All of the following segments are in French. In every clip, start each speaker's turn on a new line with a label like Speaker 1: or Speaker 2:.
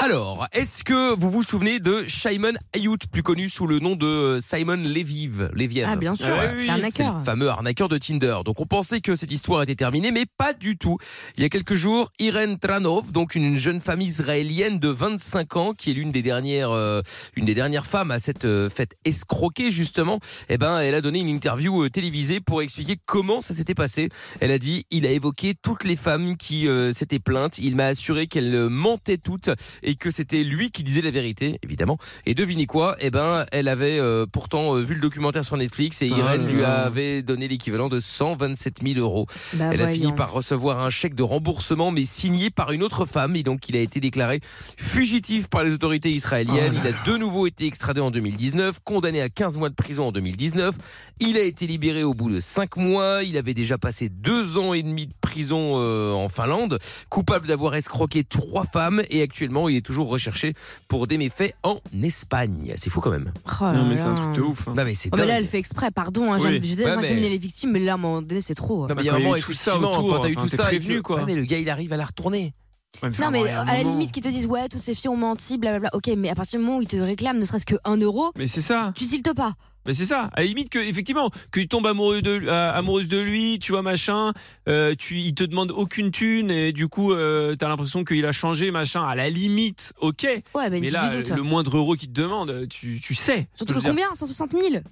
Speaker 1: Alors, est-ce que vous vous souvenez de Shimon Ayout, plus connu sous le nom de Simon Leviev Leviev.
Speaker 2: Ah, bien sûr,
Speaker 3: Ah
Speaker 2: ouais,
Speaker 3: oui.
Speaker 2: c'est
Speaker 1: C'est
Speaker 2: arnaqueur.
Speaker 1: le fameux arnaqueur de Tinder. Donc on pensait que cette histoire était terminée, mais pas du tout. Il y a quelques jours, Irene Tranov, donc une jeune femme israélienne de 25 ans, qui est l'une des dernières, euh, une des dernières femmes à cette euh, fête escroquée justement, eh ben elle a donné une interview euh, télévisée pour expliquer comment ça s'était passé. Elle a dit, il a évoqué toutes les femmes qui euh, s'étaient plaintes. Il m'a assuré qu'elles euh, mentaient toutes et que c'était lui qui disait la vérité, évidemment. Et devinez quoi Eh ben, elle avait euh, pourtant euh, vu le documentaire sur Netflix et
Speaker 3: Ah
Speaker 1: Irène
Speaker 3: là
Speaker 1: lui
Speaker 3: là.
Speaker 1: avait donné l'équivalent de 127 000 euros.
Speaker 2: Mmh. Bah,
Speaker 1: elle a fini
Speaker 2: voyons.
Speaker 1: par recevoir un chèque de remboursement, mais signé par une autre femme. Et donc, il a été déclaré fugitif par les autorités israéliennes.
Speaker 2: Oh
Speaker 1: il a de nouveau été extradé en 2019, condamné à 15 mois de prison en 2019. Il a été libéré au bout de 5 mois. Il avait déjà passé 2 ans et demi de prison euh, en Finlande, coupable d'avoir escroqué 3 femmes. Et actuellement, il est toujours recherché pour des méfaits en Espagne. C'est fou quand même.
Speaker 2: Oh là
Speaker 3: Non, mais c'est un
Speaker 2: là.
Speaker 3: truc de ouf. hein.
Speaker 1: Non, mais c'est
Speaker 2: Oh, mais là,
Speaker 1: dingue.
Speaker 2: elle fait exprès, pardon, hein,
Speaker 3: Oui.
Speaker 2: j'aime- je déteste
Speaker 1: Ouais, mais-
Speaker 2: incriminer les victimes, mais là, à un moment donné, c'est trop. hein.
Speaker 1: Non, mais il y a
Speaker 3: Bah, Quand
Speaker 1: un
Speaker 3: il y a
Speaker 1: moment,
Speaker 3: eu tout ça
Speaker 1: effectivement,
Speaker 3: autour,
Speaker 1: quand t'as eu
Speaker 3: enfin,
Speaker 1: tout
Speaker 3: t'es
Speaker 1: ça,
Speaker 3: prévenu,
Speaker 1: effectivement,
Speaker 3: quoi.
Speaker 1: ouais, mais le gars, il arrive à la retourner.
Speaker 3: Ouais, mais
Speaker 2: Non,
Speaker 3: vraiment,
Speaker 2: mais euh,
Speaker 3: il y a
Speaker 2: à
Speaker 3: un
Speaker 2: la
Speaker 3: moment.
Speaker 2: limite, qu'ils te disent, ouais, toutes ces filles ont menti, blablabla. Ok, mais à partir du moment où ils te réclament ne serait-ce que 1 euro,
Speaker 3: Mais c'est ça,
Speaker 2: tu tiltes pas.
Speaker 3: mais c'est ça. À la limite que effectivement, que tu tombes amoureux de, euh, amoureuse de lui, tu vois machin, euh, tu, il te demande aucune thune et du coup euh, t'as l'impression qu'il a changé machin. À la limite, ok.
Speaker 2: Ouais, bah,
Speaker 3: Mais
Speaker 2: tu
Speaker 3: là, euh,
Speaker 2: du doute.
Speaker 3: le moindre euro qu'il te demande, euh, tu, tu sais.
Speaker 2: Surtout
Speaker 3: Je veux
Speaker 2: que
Speaker 3: dire,
Speaker 2: combien 160 000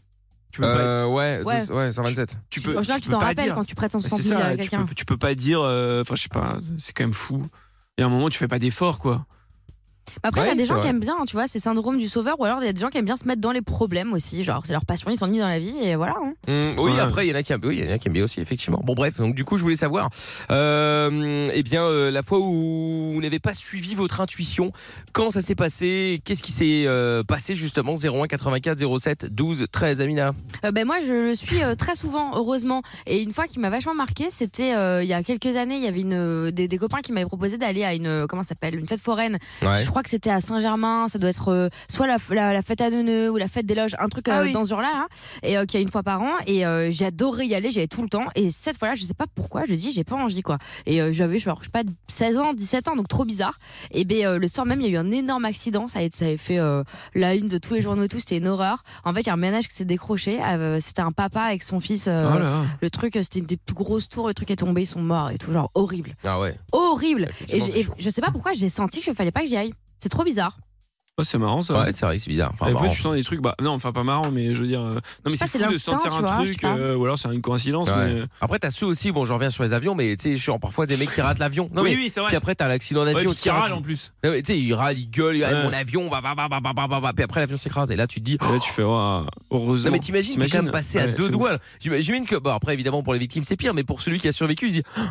Speaker 3: tu peux pas-
Speaker 1: Euh, ouais,
Speaker 2: Ouais.
Speaker 1: douze- ouais, 127.
Speaker 3: tu peux-
Speaker 2: En général, tu
Speaker 3: peux
Speaker 2: t'en
Speaker 3: pas
Speaker 2: rappelles
Speaker 3: dire.
Speaker 2: quand tu prêtes
Speaker 3: Bah,
Speaker 2: 160
Speaker 3: C'est
Speaker 2: 000 à
Speaker 3: ça, tu
Speaker 2: quelqu'un.
Speaker 3: peux, tu peux pas dire. euh, Enfin, je sais pas, c'est quand même fou. Il y a un moment, tu fais pas d'effort, quoi.
Speaker 2: Mais Bah, Après,
Speaker 1: Ouais,
Speaker 2: t'as des
Speaker 1: c'est
Speaker 2: gens qui
Speaker 1: vrai.
Speaker 2: aiment bien, hein, tu vois, c'est syndrome du sauveur, ou alors il y a des gens qui aiment bien se mettre dans les problèmes aussi. Genre, c'est leur passion, ils sont mis dans la vie, et voilà. hein.
Speaker 1: Hum, oui,
Speaker 3: Ouais.
Speaker 1: après, il y en a qui aiment, oui, il y en a qui aiment bien aussi, effectivement. Bon, bref, donc du coup, je voulais savoir, euh, eh bien, euh, la fois où vous n'avez pas suivi votre intuition, quand ça s'est passé, qu'est-ce qui s'est euh, passé justement 01 84 07 12 13, Amina
Speaker 2: Euh, ben moi, je le suis euh, très souvent, heureusement. Et une fois qui m'a vachement marqué, c'était euh, il y a quelques années, il y avait une, euh, des, des copains qui m'avaient proposé d'aller à une euh, comment ça s'appelle une fête foraine.
Speaker 1: Ouais.
Speaker 2: Je crois que c'était à Saint-Germain. Ça doit être euh, soit la, f- la- la fête à Neuneu ou la fête des loges, un truc euh,
Speaker 1: Ah oui.
Speaker 2: dans ce genre-là, hein, et euh, qui a une fois par an. Et euh, j'ai adoré y aller, j'y allais tout le temps. Et cette fois-là, je sais pas pourquoi, je dis j'ai pas envie quoi. Et euh, j'avais genre je sais pas 16 ans, 17 ans, donc trop bizarre. Et ben euh, le soir même, il y a eu un énorme accident. Ça, a été- ça avait fait euh, la une de tous les journaux et tout. C'était une horreur. En fait, il y a un ménage qui s'est décroché. euh, c'était un papa avec son fils. euh,
Speaker 3: Oh là.
Speaker 2: Le truc, euh, c'était une des plus grosses tours. Le truc est tombé, ils sont morts et tout. Genre horrible,
Speaker 1: Ah ouais.
Speaker 2: horrible. Et,
Speaker 1: Effectivement,
Speaker 2: je-
Speaker 1: c'est
Speaker 2: et
Speaker 1: chaud.
Speaker 2: je sais pas pourquoi j'ai senti que ne fallait pas que j'y aille. C'est trop bizarre.
Speaker 3: Oh, c'est marrant ça.
Speaker 1: Ouais, c'est vrai, c'est bizarre. Enfin,
Speaker 3: Des fois,
Speaker 1: marrant.
Speaker 3: tu sens des trucs, bah non, enfin pas marrant, mais je veux dire, euh, non mais
Speaker 2: sais
Speaker 3: c'est
Speaker 2: pas, c'est
Speaker 3: fou
Speaker 2: l'instinct,
Speaker 3: de sentir
Speaker 2: tu
Speaker 3: un
Speaker 2: vois, je sais
Speaker 3: truc,
Speaker 2: pas.
Speaker 3: euh, ou alors c'est une coïncidence.
Speaker 1: Ouais.
Speaker 3: Mais... euh,
Speaker 1: Après, t'as ceux aussi, bon, j'en reviens sur les avions, mais tu sais, je suis en parfois des mecs qui ratent l'avion. Non,
Speaker 3: oui,
Speaker 1: mais.
Speaker 3: oui, c'est vrai.
Speaker 1: Puis après, t'as l'accident
Speaker 3: Ouais,
Speaker 1: d'avion.
Speaker 3: puis qui râle en plus.
Speaker 1: Non, mais Ah Tu sais, il râle, il gueule, il dit, Ah,
Speaker 3: Ouais.
Speaker 1: mon avion, va, va, va, va, va, va, va, va. Puis après, l'avion s'écrase. Et là, tu te dis,
Speaker 3: Et là, tu fais, oh, heureusement.
Speaker 1: Non mais t'imagines, t'es
Speaker 3: T'imagines
Speaker 1: quand même passé à
Speaker 3: Ouais,
Speaker 1: deux
Speaker 3: c'est
Speaker 1: doigts. là. J'im- J'imagine que, bon après évidemment pour les victimes c'est pire, mais pour celui qui a survécu, il se dit, Ah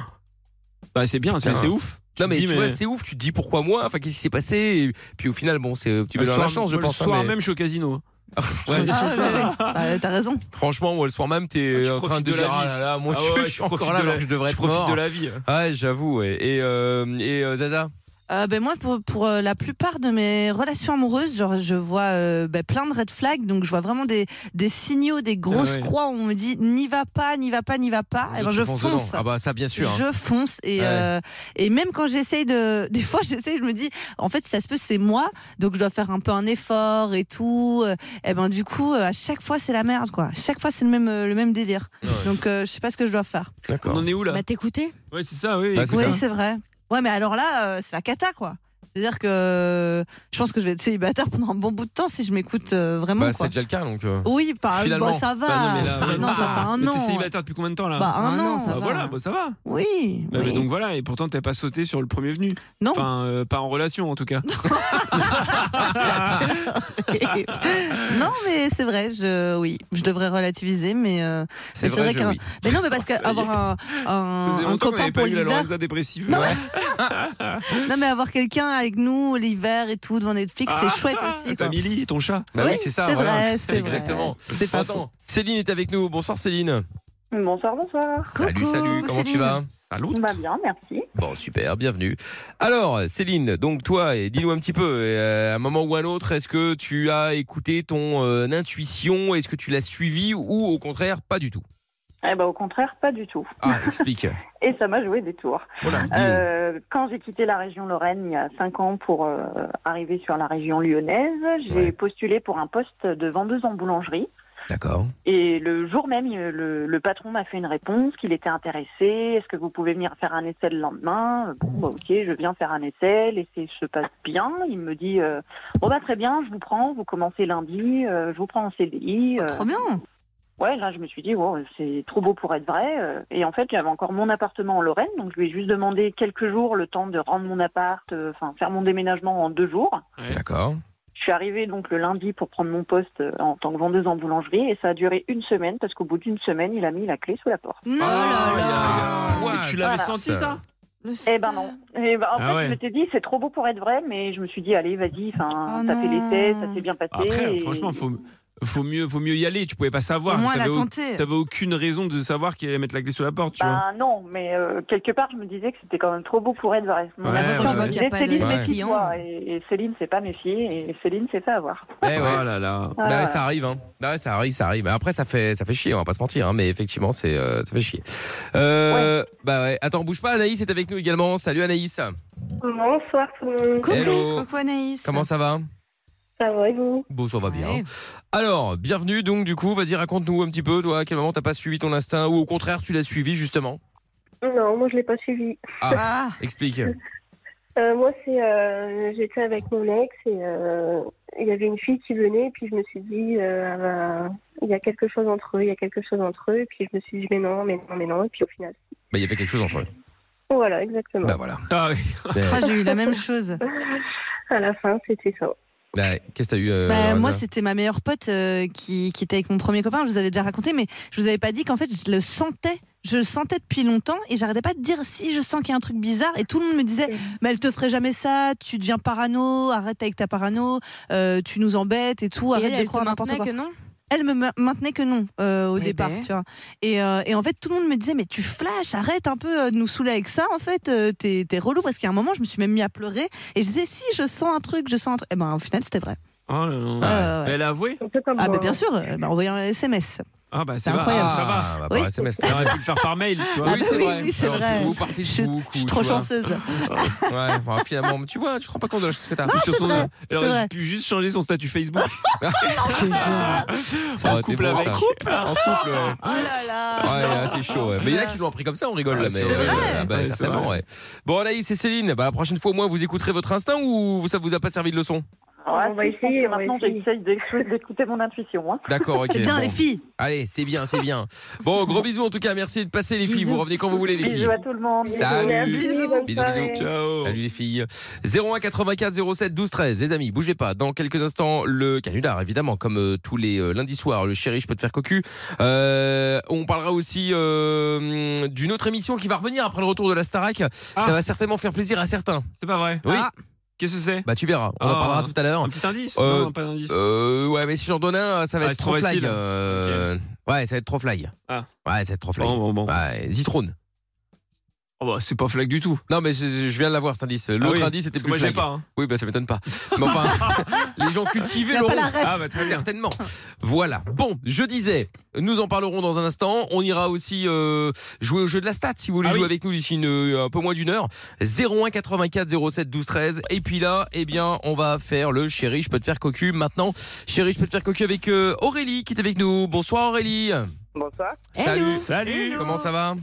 Speaker 3: Bah, c'est bien, c'est
Speaker 1: Putain.
Speaker 3: c'est ouf.
Speaker 1: non
Speaker 3: te
Speaker 1: mais
Speaker 3: dis,
Speaker 1: tu vois c'est ouf, tu te dis pourquoi moi, enfin qu'est-ce qui s'est passé, Et puis au final bon c'est un petit peu
Speaker 3: Bah, le
Speaker 1: dans
Speaker 3: soir,
Speaker 1: la chance je
Speaker 3: moi,
Speaker 1: pense.
Speaker 3: Le
Speaker 1: hein,
Speaker 3: soir
Speaker 1: mais
Speaker 3: même, je suis au casino.
Speaker 1: Ouais, mais
Speaker 2: Ah ouais, ouais, ouais. Bah, T'as raison.
Speaker 1: Franchement moi le soir même
Speaker 3: Ah,
Speaker 1: t'es
Speaker 3: tu
Speaker 1: en train
Speaker 3: profites
Speaker 1: de
Speaker 3: de la
Speaker 1: dire
Speaker 3: vie.
Speaker 1: ah là là mon
Speaker 3: Ah
Speaker 1: Dieu
Speaker 3: ouais,
Speaker 1: je
Speaker 3: tu
Speaker 1: suis encore
Speaker 3: profites
Speaker 1: là
Speaker 3: de la-
Speaker 1: alors que je devrais
Speaker 3: Tu
Speaker 1: être
Speaker 3: profites
Speaker 1: mort.
Speaker 3: de la vie.
Speaker 1: Ouais j'avoue ouais. et euh, et euh, Zaza.
Speaker 4: Euh, ben moi, pour, pour euh, la plupart de mes relations amoureuses, genre, je vois euh, ben, plein de red flags, donc je vois vraiment des, des signaux, des grosses
Speaker 3: Ah ouais.
Speaker 4: croix où on me dit n'y va pas, n'y va pas, n'y va pas. Et ben,
Speaker 1: Tu
Speaker 4: je
Speaker 1: fonces
Speaker 4: fonce.
Speaker 1: dedans. Ah bah ça bien sûr. hein.
Speaker 4: Je fonce et,
Speaker 1: Ouais.
Speaker 4: euh, et même quand j'essaye de. Des fois, j'essaye, je me dis, en fait, ça se peut, c'est moi, donc je dois faire un peu un effort et tout. Euh, Et ben du coup, euh, à chaque fois, c'est la merde, quoi. À Chaque fois, c'est le même, euh, le même délire.
Speaker 1: Ouais.
Speaker 4: Donc, euh, je sais pas ce que je dois faire.
Speaker 3: On
Speaker 1: D'accord.
Speaker 3: en est où là
Speaker 2: Bah t'écouter
Speaker 3: Ouais, c'est ça, oui.
Speaker 1: Bah,
Speaker 3: écoute,
Speaker 1: C'est
Speaker 4: Oui,
Speaker 1: ça.
Speaker 4: c'est vrai. Ouais, mais alors là, euh, c'est la cata, quoi. C'est-à-dire que je pense que je vais être célibataire pendant un bon bout de temps si je m'écoute euh, vraiment,
Speaker 1: Bah
Speaker 4: quoi.
Speaker 1: c'est déjà le cas donc. euh.
Speaker 4: Oui, bah,
Speaker 1: Finalement.
Speaker 4: bah, ça va.
Speaker 3: bah, non, mais là,
Speaker 4: Non,
Speaker 3: bah,
Speaker 4: ça fait un
Speaker 3: mais T'es
Speaker 4: an.
Speaker 3: célibataire depuis combien de temps là
Speaker 4: Bah, un
Speaker 2: Ah non,
Speaker 4: an.
Speaker 2: ça
Speaker 3: Bah,
Speaker 2: va.
Speaker 3: voilà, bah, ça va.
Speaker 4: Oui.
Speaker 3: Bah,
Speaker 4: oui.
Speaker 3: mais donc voilà, et pourtant t'es pas sauté sur le premier venu.
Speaker 4: Non.
Speaker 3: Enfin, euh, pas en relation en tout cas. Ah.
Speaker 4: non, mais c'est vrai, je, oui, je devrais relativiser, mais. euh, c'est
Speaker 1: C'est vrai
Speaker 4: vrai
Speaker 1: je
Speaker 4: qu'un-
Speaker 1: oui.
Speaker 4: Mais non, mais parce
Speaker 3: Ça y est.
Speaker 4: qu'avoir un,
Speaker 3: Ça
Speaker 4: un,
Speaker 3: faisait
Speaker 4: un
Speaker 3: longtemps qu'on
Speaker 4: copain
Speaker 3: n'avait
Speaker 4: pour
Speaker 3: pas eu la
Speaker 4: l'hiver.
Speaker 3: Lorenza dépressive.
Speaker 4: Non. Non, mais avoir quelqu'un avec nous l'hiver et tout devant Netflix,
Speaker 3: Ah.
Speaker 4: c'est chouette aussi.
Speaker 3: T'as
Speaker 4: quoi.
Speaker 3: Milly, ton chat.
Speaker 1: Bah
Speaker 4: Oui,
Speaker 1: oui c'est ça.
Speaker 4: C'est
Speaker 1: voilà.
Speaker 4: vrai, c'est vrai.
Speaker 1: Exactement.
Speaker 4: C'est pas faux.
Speaker 1: Attends, Céline est avec nous. Bonsoir Céline.
Speaker 5: Bonsoir, bonsoir.
Speaker 1: Salut salut. Comment tu
Speaker 4: Céline.
Speaker 1: vas?
Speaker 3: Allô
Speaker 5: Bah bien, merci.
Speaker 1: Bon, super, bienvenue. Alors, Céline, donc toi, et dis-nous un petit peu, euh, à un moment ou à un autre, est-ce que tu as écouté ton euh, intuition Est-ce que tu l'as suivie ou au contraire, pas du tout
Speaker 5: Eh ben, au contraire, pas du tout.
Speaker 1: Ah, explique.
Speaker 5: Et ça m'a joué des tours.
Speaker 1: Voilà.
Speaker 5: Euh, quand j'ai quitté la région Lorraine il y a 5 ans pour euh, arriver sur la région lyonnaise, j'ai
Speaker 1: Ouais.
Speaker 5: postulé pour un poste de vendeuse en boulangerie.
Speaker 1: D'accord.
Speaker 5: Et le jour même, il- le, le patron m'a fait une réponse qu'il était intéressé. Est-ce que vous pouvez venir faire un essai le lendemain Bon, bah, ok, je viens faire un essai. L'essai se passe bien. Il me dit euh, bon bah très bien, je vous prends. Vous commencez lundi. euh, je vous prends en CDI. euh,
Speaker 4: Oh, Trop bien.
Speaker 5: Ouais, là, je me suis dit, wow, c'est trop beau pour être vrai. euh, Et en fait, j'avais encore mon appartement en Lorraine, donc je lui ai juste demandé quelques jours le temps de rendre mon appart, euh, enfin, faire mon déménagement en deux jours.
Speaker 1: D'accord.
Speaker 5: Je suis arrivée donc le lundi pour prendre mon poste euh, en tant que vendeuse en boulangerie, et ça a duré une semaine, parce qu'au bout d'une semaine, il a mis la clé sous la porte.
Speaker 2: Non, là,
Speaker 3: Ah, il y a-
Speaker 2: là.
Speaker 1: Ouais,
Speaker 3: Mais tu l'avais
Speaker 5: voilà.
Speaker 3: senti ça
Speaker 5: Eh ben non. Eh ben, en
Speaker 3: Ah
Speaker 5: fait,
Speaker 3: ouais.
Speaker 5: je m'étais dit, c'est trop beau pour être vrai, mais je me suis dit, allez, vas-y, enfin,
Speaker 4: Oh
Speaker 5: ça fait
Speaker 4: non.
Speaker 5: l'essai, ça s'est bien passé.
Speaker 3: Après,
Speaker 5: et-
Speaker 3: franchement, faut, faut, mieux, faut mieux y aller. Tu pouvais pas
Speaker 4: Au
Speaker 3: savoir.
Speaker 4: moins, elle a
Speaker 3: T'avais au-
Speaker 4: tenté.
Speaker 3: T'avais aucune raison de savoir qu'il allait mettre la clé sous la porte, tu vois.
Speaker 5: Ben non, mais euh, quelque part, je me disais que c'était quand même trop beau pour être vrai. Mon
Speaker 3: Ouais,
Speaker 5: assistant
Speaker 3: ouais,
Speaker 5: me
Speaker 3: ouais.
Speaker 5: disait,
Speaker 2: Ouais.
Speaker 5: Céline,
Speaker 1: Ouais.
Speaker 5: méfie-toi. Et, et Céline, c'est pas méfier, et Céline, c'est pas avoir.
Speaker 1: Eh ouais.
Speaker 3: Oh là là.
Speaker 5: Ah,
Speaker 1: Bah, ça arrive, hein. Bah, ouais, ça arrive, ça arrive. Après, ça fait, ça fait chier, on va pas se mentir, hein, mais effectivement, c'est, euh, ça fait chier. Euh, Bah ouais. Attends, bouge pas, Anaïs est avec nous également. Salut Anaïs.
Speaker 6: Bonsoir tout le monde,
Speaker 2: Coucou.
Speaker 1: Hello.
Speaker 4: Coucou Anaïs.
Speaker 1: Comment ça va
Speaker 6: ça va et vous
Speaker 1: Bon, ça va bien.
Speaker 2: Ouais.
Speaker 1: Alors, bienvenue donc, du coup, vas-y, raconte-nous un petit peu, toi, à quel moment t'as pas suivi ton instinct, ou au contraire, tu l'as suivi, justement.
Speaker 6: Non, moi je l'ai pas suivi.
Speaker 4: Ah,
Speaker 1: Explique. Bah,
Speaker 6: Euh, moi c'est, euh, j'étais avec mon ex et euh, il y avait une fille qui venait et puis je me suis dit, euh, elle va- il y a quelque chose entre eux, il y a quelque chose entre eux et puis je me suis dit mais non, mais non, mais non et puis au final.
Speaker 1: Bah, il y avait quelque chose entre eux.
Speaker 6: Voilà, exactement.
Speaker 1: Bah voilà.
Speaker 3: Ah oui.
Speaker 1: Bah,
Speaker 4: ah, j'ai eu la même chose.
Speaker 6: À la fin c'était ça.
Speaker 1: bah, Qu'est-ce que t'as eu euh,
Speaker 4: Bah,
Speaker 1: Lorenza
Speaker 4: moi, c'était ma meilleure pote euh, qui, qui était avec mon premier copain. Je vous avais déjà raconté, mais je vous avais pas dit qu'en fait, je le sentais. Je le sentais depuis longtemps et j'arrêtais pas de dire si je sens qu'il y a un truc bizarre. Et tout le monde me disait, mais elle te ferait jamais ça, tu deviens parano, arrête avec ta parano, euh, tu nous embêtes et tout,
Speaker 2: Et
Speaker 4: arrête
Speaker 2: elle,
Speaker 4: de
Speaker 2: elle te
Speaker 4: croire à n'importe
Speaker 2: maintenait
Speaker 4: quoi.
Speaker 2: que non
Speaker 4: Elle me ma- maintenait que non euh, au
Speaker 2: Eh
Speaker 4: départ,
Speaker 2: ben.
Speaker 4: tu vois. Et, euh, et en fait, tout le monde me disait, mais tu flashes, arrête un peu euh, de nous saouler avec ça, en fait, euh, t'es t'es relou. Parce qu'à un moment, je me suis même mis à pleurer et je disais, si je sens un truc, je sens un truc. Et ben, au final, c'était vrai.
Speaker 3: Oh là là.
Speaker 4: Ah ouais.
Speaker 3: Mais Elle a avoué
Speaker 6: Un peu comme moi.
Speaker 4: Ah,
Speaker 6: hein.
Speaker 4: bah, bien sûr, elle m'a envoyé un SMS.
Speaker 3: Ah bah
Speaker 4: C'est
Speaker 3: c'est
Speaker 4: incroyable.
Speaker 3: incroyable. Ça va.
Speaker 1: Ah, bah,
Speaker 4: Oui.
Speaker 1: par SMS.
Speaker 3: Elle aurait pu le faire par mail, tu vois.
Speaker 4: Ah, bah oui, oui, c'est
Speaker 1: Alors,
Speaker 4: vrai.
Speaker 1: Ou par Facebook.
Speaker 4: Je
Speaker 1: ou,
Speaker 4: suis
Speaker 1: tu
Speaker 4: trop
Speaker 1: vois.
Speaker 4: chanceuse.
Speaker 1: Ouais, bon, finalement, tu vois, tu te rends pas compte de ce que t'as.
Speaker 3: Sur son-
Speaker 4: vrai,
Speaker 3: Elle
Speaker 4: c'est
Speaker 3: aurait
Speaker 4: vrai.
Speaker 3: pu juste changer son statut Facebook.
Speaker 2: Je te jure.
Speaker 1: Ça aurait
Speaker 3: Ah, En
Speaker 1: été
Speaker 3: couple Ah.
Speaker 1: Ah, bon,
Speaker 3: avec.
Speaker 1: ça. En couple, ouais.
Speaker 4: Oh là là
Speaker 1: Ouais, ouais, c'est chaud. ouais. Mais il y en a qui l'ont appris comme ça, on rigole
Speaker 3: Ouais,
Speaker 1: là. Mais
Speaker 3: Ah, c'est vrai.
Speaker 1: euh, bah,
Speaker 3: Ouais, c'est
Speaker 1: certainement,
Speaker 3: vrai.
Speaker 1: ouais. Bon, Anaïs et Céline, bah, la prochaine fois, au moins, vous écouterez votre instinct ou ça vous a pas servi de leçon
Speaker 5: Ah,
Speaker 6: On va
Speaker 5: si, je pense
Speaker 6: essayer,
Speaker 5: que
Speaker 6: on va
Speaker 5: Maintenant,
Speaker 6: essayer.
Speaker 5: j'essaye d'éc- d'écouter mon intuition. hein.
Speaker 1: D'accord, ok.
Speaker 4: C'est bien
Speaker 1: bon.
Speaker 4: les filles
Speaker 1: Allez, c'est bien, c'est bien. Bon, gros bisous en tout cas, merci de passer les filles.
Speaker 2: Bisous.
Speaker 1: Vous revenez quand vous voulez, les filles.
Speaker 5: Bisous à tout le monde.
Speaker 1: Salut.
Speaker 6: Merci, bonne
Speaker 1: Bisous,
Speaker 6: soirée.
Speaker 1: bisous.
Speaker 3: Ciao.
Speaker 1: Salut les filles. 01 84 07 12 13. Les amis, bougez pas. Dans quelques instants, le canular, évidemment, comme euh, tous les euh, lundis soirs, le chéri, je peux te faire cocu. Euh, on parlera aussi euh, d'une autre émission qui va revenir après le retour de la Starac.
Speaker 3: Ah.
Speaker 1: Ça va certainement faire plaisir à certains.
Speaker 3: C'est pas vrai.
Speaker 1: Oui.
Speaker 2: Ah,
Speaker 3: Qu'est-ce que c'est
Speaker 1: Bah tu verras. On en
Speaker 3: Ah.
Speaker 1: parlera tout à l'heure.
Speaker 3: Un petit indice
Speaker 1: Euh,
Speaker 3: Non, pas d'indice.
Speaker 1: Euh, ouais, mais si j'en donne un, ça va
Speaker 3: Ah,
Speaker 1: être
Speaker 3: c'est
Speaker 1: trop
Speaker 3: trop
Speaker 1: flag.
Speaker 3: facile.
Speaker 1: euh, Ouais, ça va être trop flag.
Speaker 3: Ah.
Speaker 1: Ouais, ça va être trop flag.
Speaker 3: bon, bon, bon.
Speaker 1: Ouais, Zitrone.
Speaker 3: Oh, bah, c'est pas flag du tout.
Speaker 1: Non, mais je, je viens de l'avoir cet indice. L'autre
Speaker 3: Ah oui,
Speaker 1: indice c'était
Speaker 3: parce que
Speaker 1: plus
Speaker 3: Moi, je l'ai
Speaker 1: flag.
Speaker 3: pas. hein.
Speaker 1: Oui, bah ça m'étonne pas. Mais enfin, les gens cultivés
Speaker 4: Il a pas
Speaker 1: l'auront.
Speaker 4: la ref.
Speaker 3: Ah, bah, très bien.
Speaker 1: Certainement. Voilà. Bon, je disais, nous en parlerons dans un instant. On ira aussi euh, jouer au jeu de la stat si vous voulez
Speaker 3: Ah
Speaker 1: jouer
Speaker 3: oui.
Speaker 1: avec nous d'ici une- euh, un peu moins d'une heure. 01 84 07 12 13. Et puis là, eh bien, on va faire le chéri, je peux te faire cocu maintenant. Chéri, je peux te faire cocu avec euh, Aurélie qui est avec nous. Bonsoir Aurélie.
Speaker 7: Bonsoir,
Speaker 2: hello.
Speaker 3: Salut.
Speaker 1: Comment ça va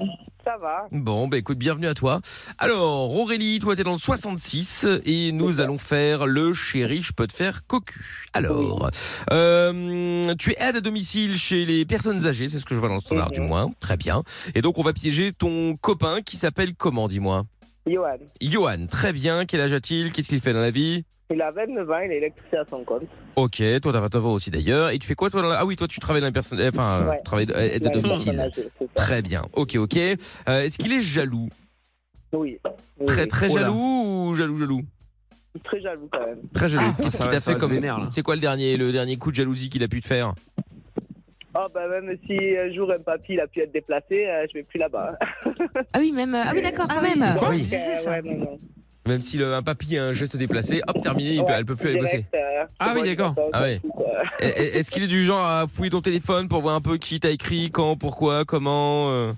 Speaker 7: ça va
Speaker 1: Bon, bah écoute, bienvenue à toi. Alors, Aurélie, toi, t'es dans le 66 et nous allons faire le chéri, je peux te faire cocu. Alors, euh, tu es aide à domicile chez les personnes âgées, c'est ce que je vois dans le standard du
Speaker 7: Mhm.
Speaker 1: moins. Très bien. Et donc, on va piéger ton copain qui s'appelle comment, dis-moi
Speaker 7: Johan,
Speaker 1: Johan, très bien. Quel âge a-t-il Qu'est-ce qu'il fait dans la vie
Speaker 7: il a 29 ans, il est électricien à son compte.
Speaker 1: Ok, toi, t'as 29 ans aussi d'ailleurs. Et tu fais quoi, toi dans la- Ah oui, toi, tu travailles dans les personnes... Enfin, euh,
Speaker 7: Ouais.
Speaker 1: travailles aide à
Speaker 7: Il a une personne
Speaker 1: domicile.
Speaker 7: âgée, c'est ça.
Speaker 1: Très bien. Ok, ok. Euh, Est-ce qu'il est jaloux
Speaker 7: Oui. oui,
Speaker 1: Très,
Speaker 7: oui.
Speaker 1: très
Speaker 3: Oula.
Speaker 1: jaloux ou jaloux, jaloux
Speaker 7: Très jaloux quand même.
Speaker 1: Très jaloux.
Speaker 2: Ah.
Speaker 1: Qu'est-ce
Speaker 3: Ça
Speaker 1: qu'il
Speaker 3: va-
Speaker 1: t'a
Speaker 3: ça
Speaker 1: fait
Speaker 3: va se
Speaker 1: comme
Speaker 3: vénère, là.
Speaker 1: C'est quoi le dernier, le dernier coup de jalousie qu'il a pu te faire
Speaker 7: Oh, bah même si un jour un papy il a pu être déplacé, euh, je vais plus là-bas.
Speaker 2: Ah oui, même. euh, Ah oui, d'accord,
Speaker 4: Ah
Speaker 2: quand
Speaker 4: oui.
Speaker 2: même.
Speaker 4: Quoi
Speaker 7: Donc,
Speaker 1: Oui.
Speaker 7: euh,
Speaker 4: C'est ça.
Speaker 7: ouais, non, non.
Speaker 1: Même si le, un papy a un geste déplacé, hop, terminé, il peut-
Speaker 7: Ouais,
Speaker 1: elle peut plus aller bosser.
Speaker 7: direct, euh, hein.
Speaker 3: Ah
Speaker 7: C'est
Speaker 3: oui,
Speaker 7: moi qui
Speaker 3: d'accord.
Speaker 7: m'attends,
Speaker 1: Ah oui.
Speaker 7: tout, euh.
Speaker 1: Eh, eh, Est-ce qu'il est du genre à fouiller ton téléphone pour voir un peu qui t'a écrit, quand, pourquoi, comment euh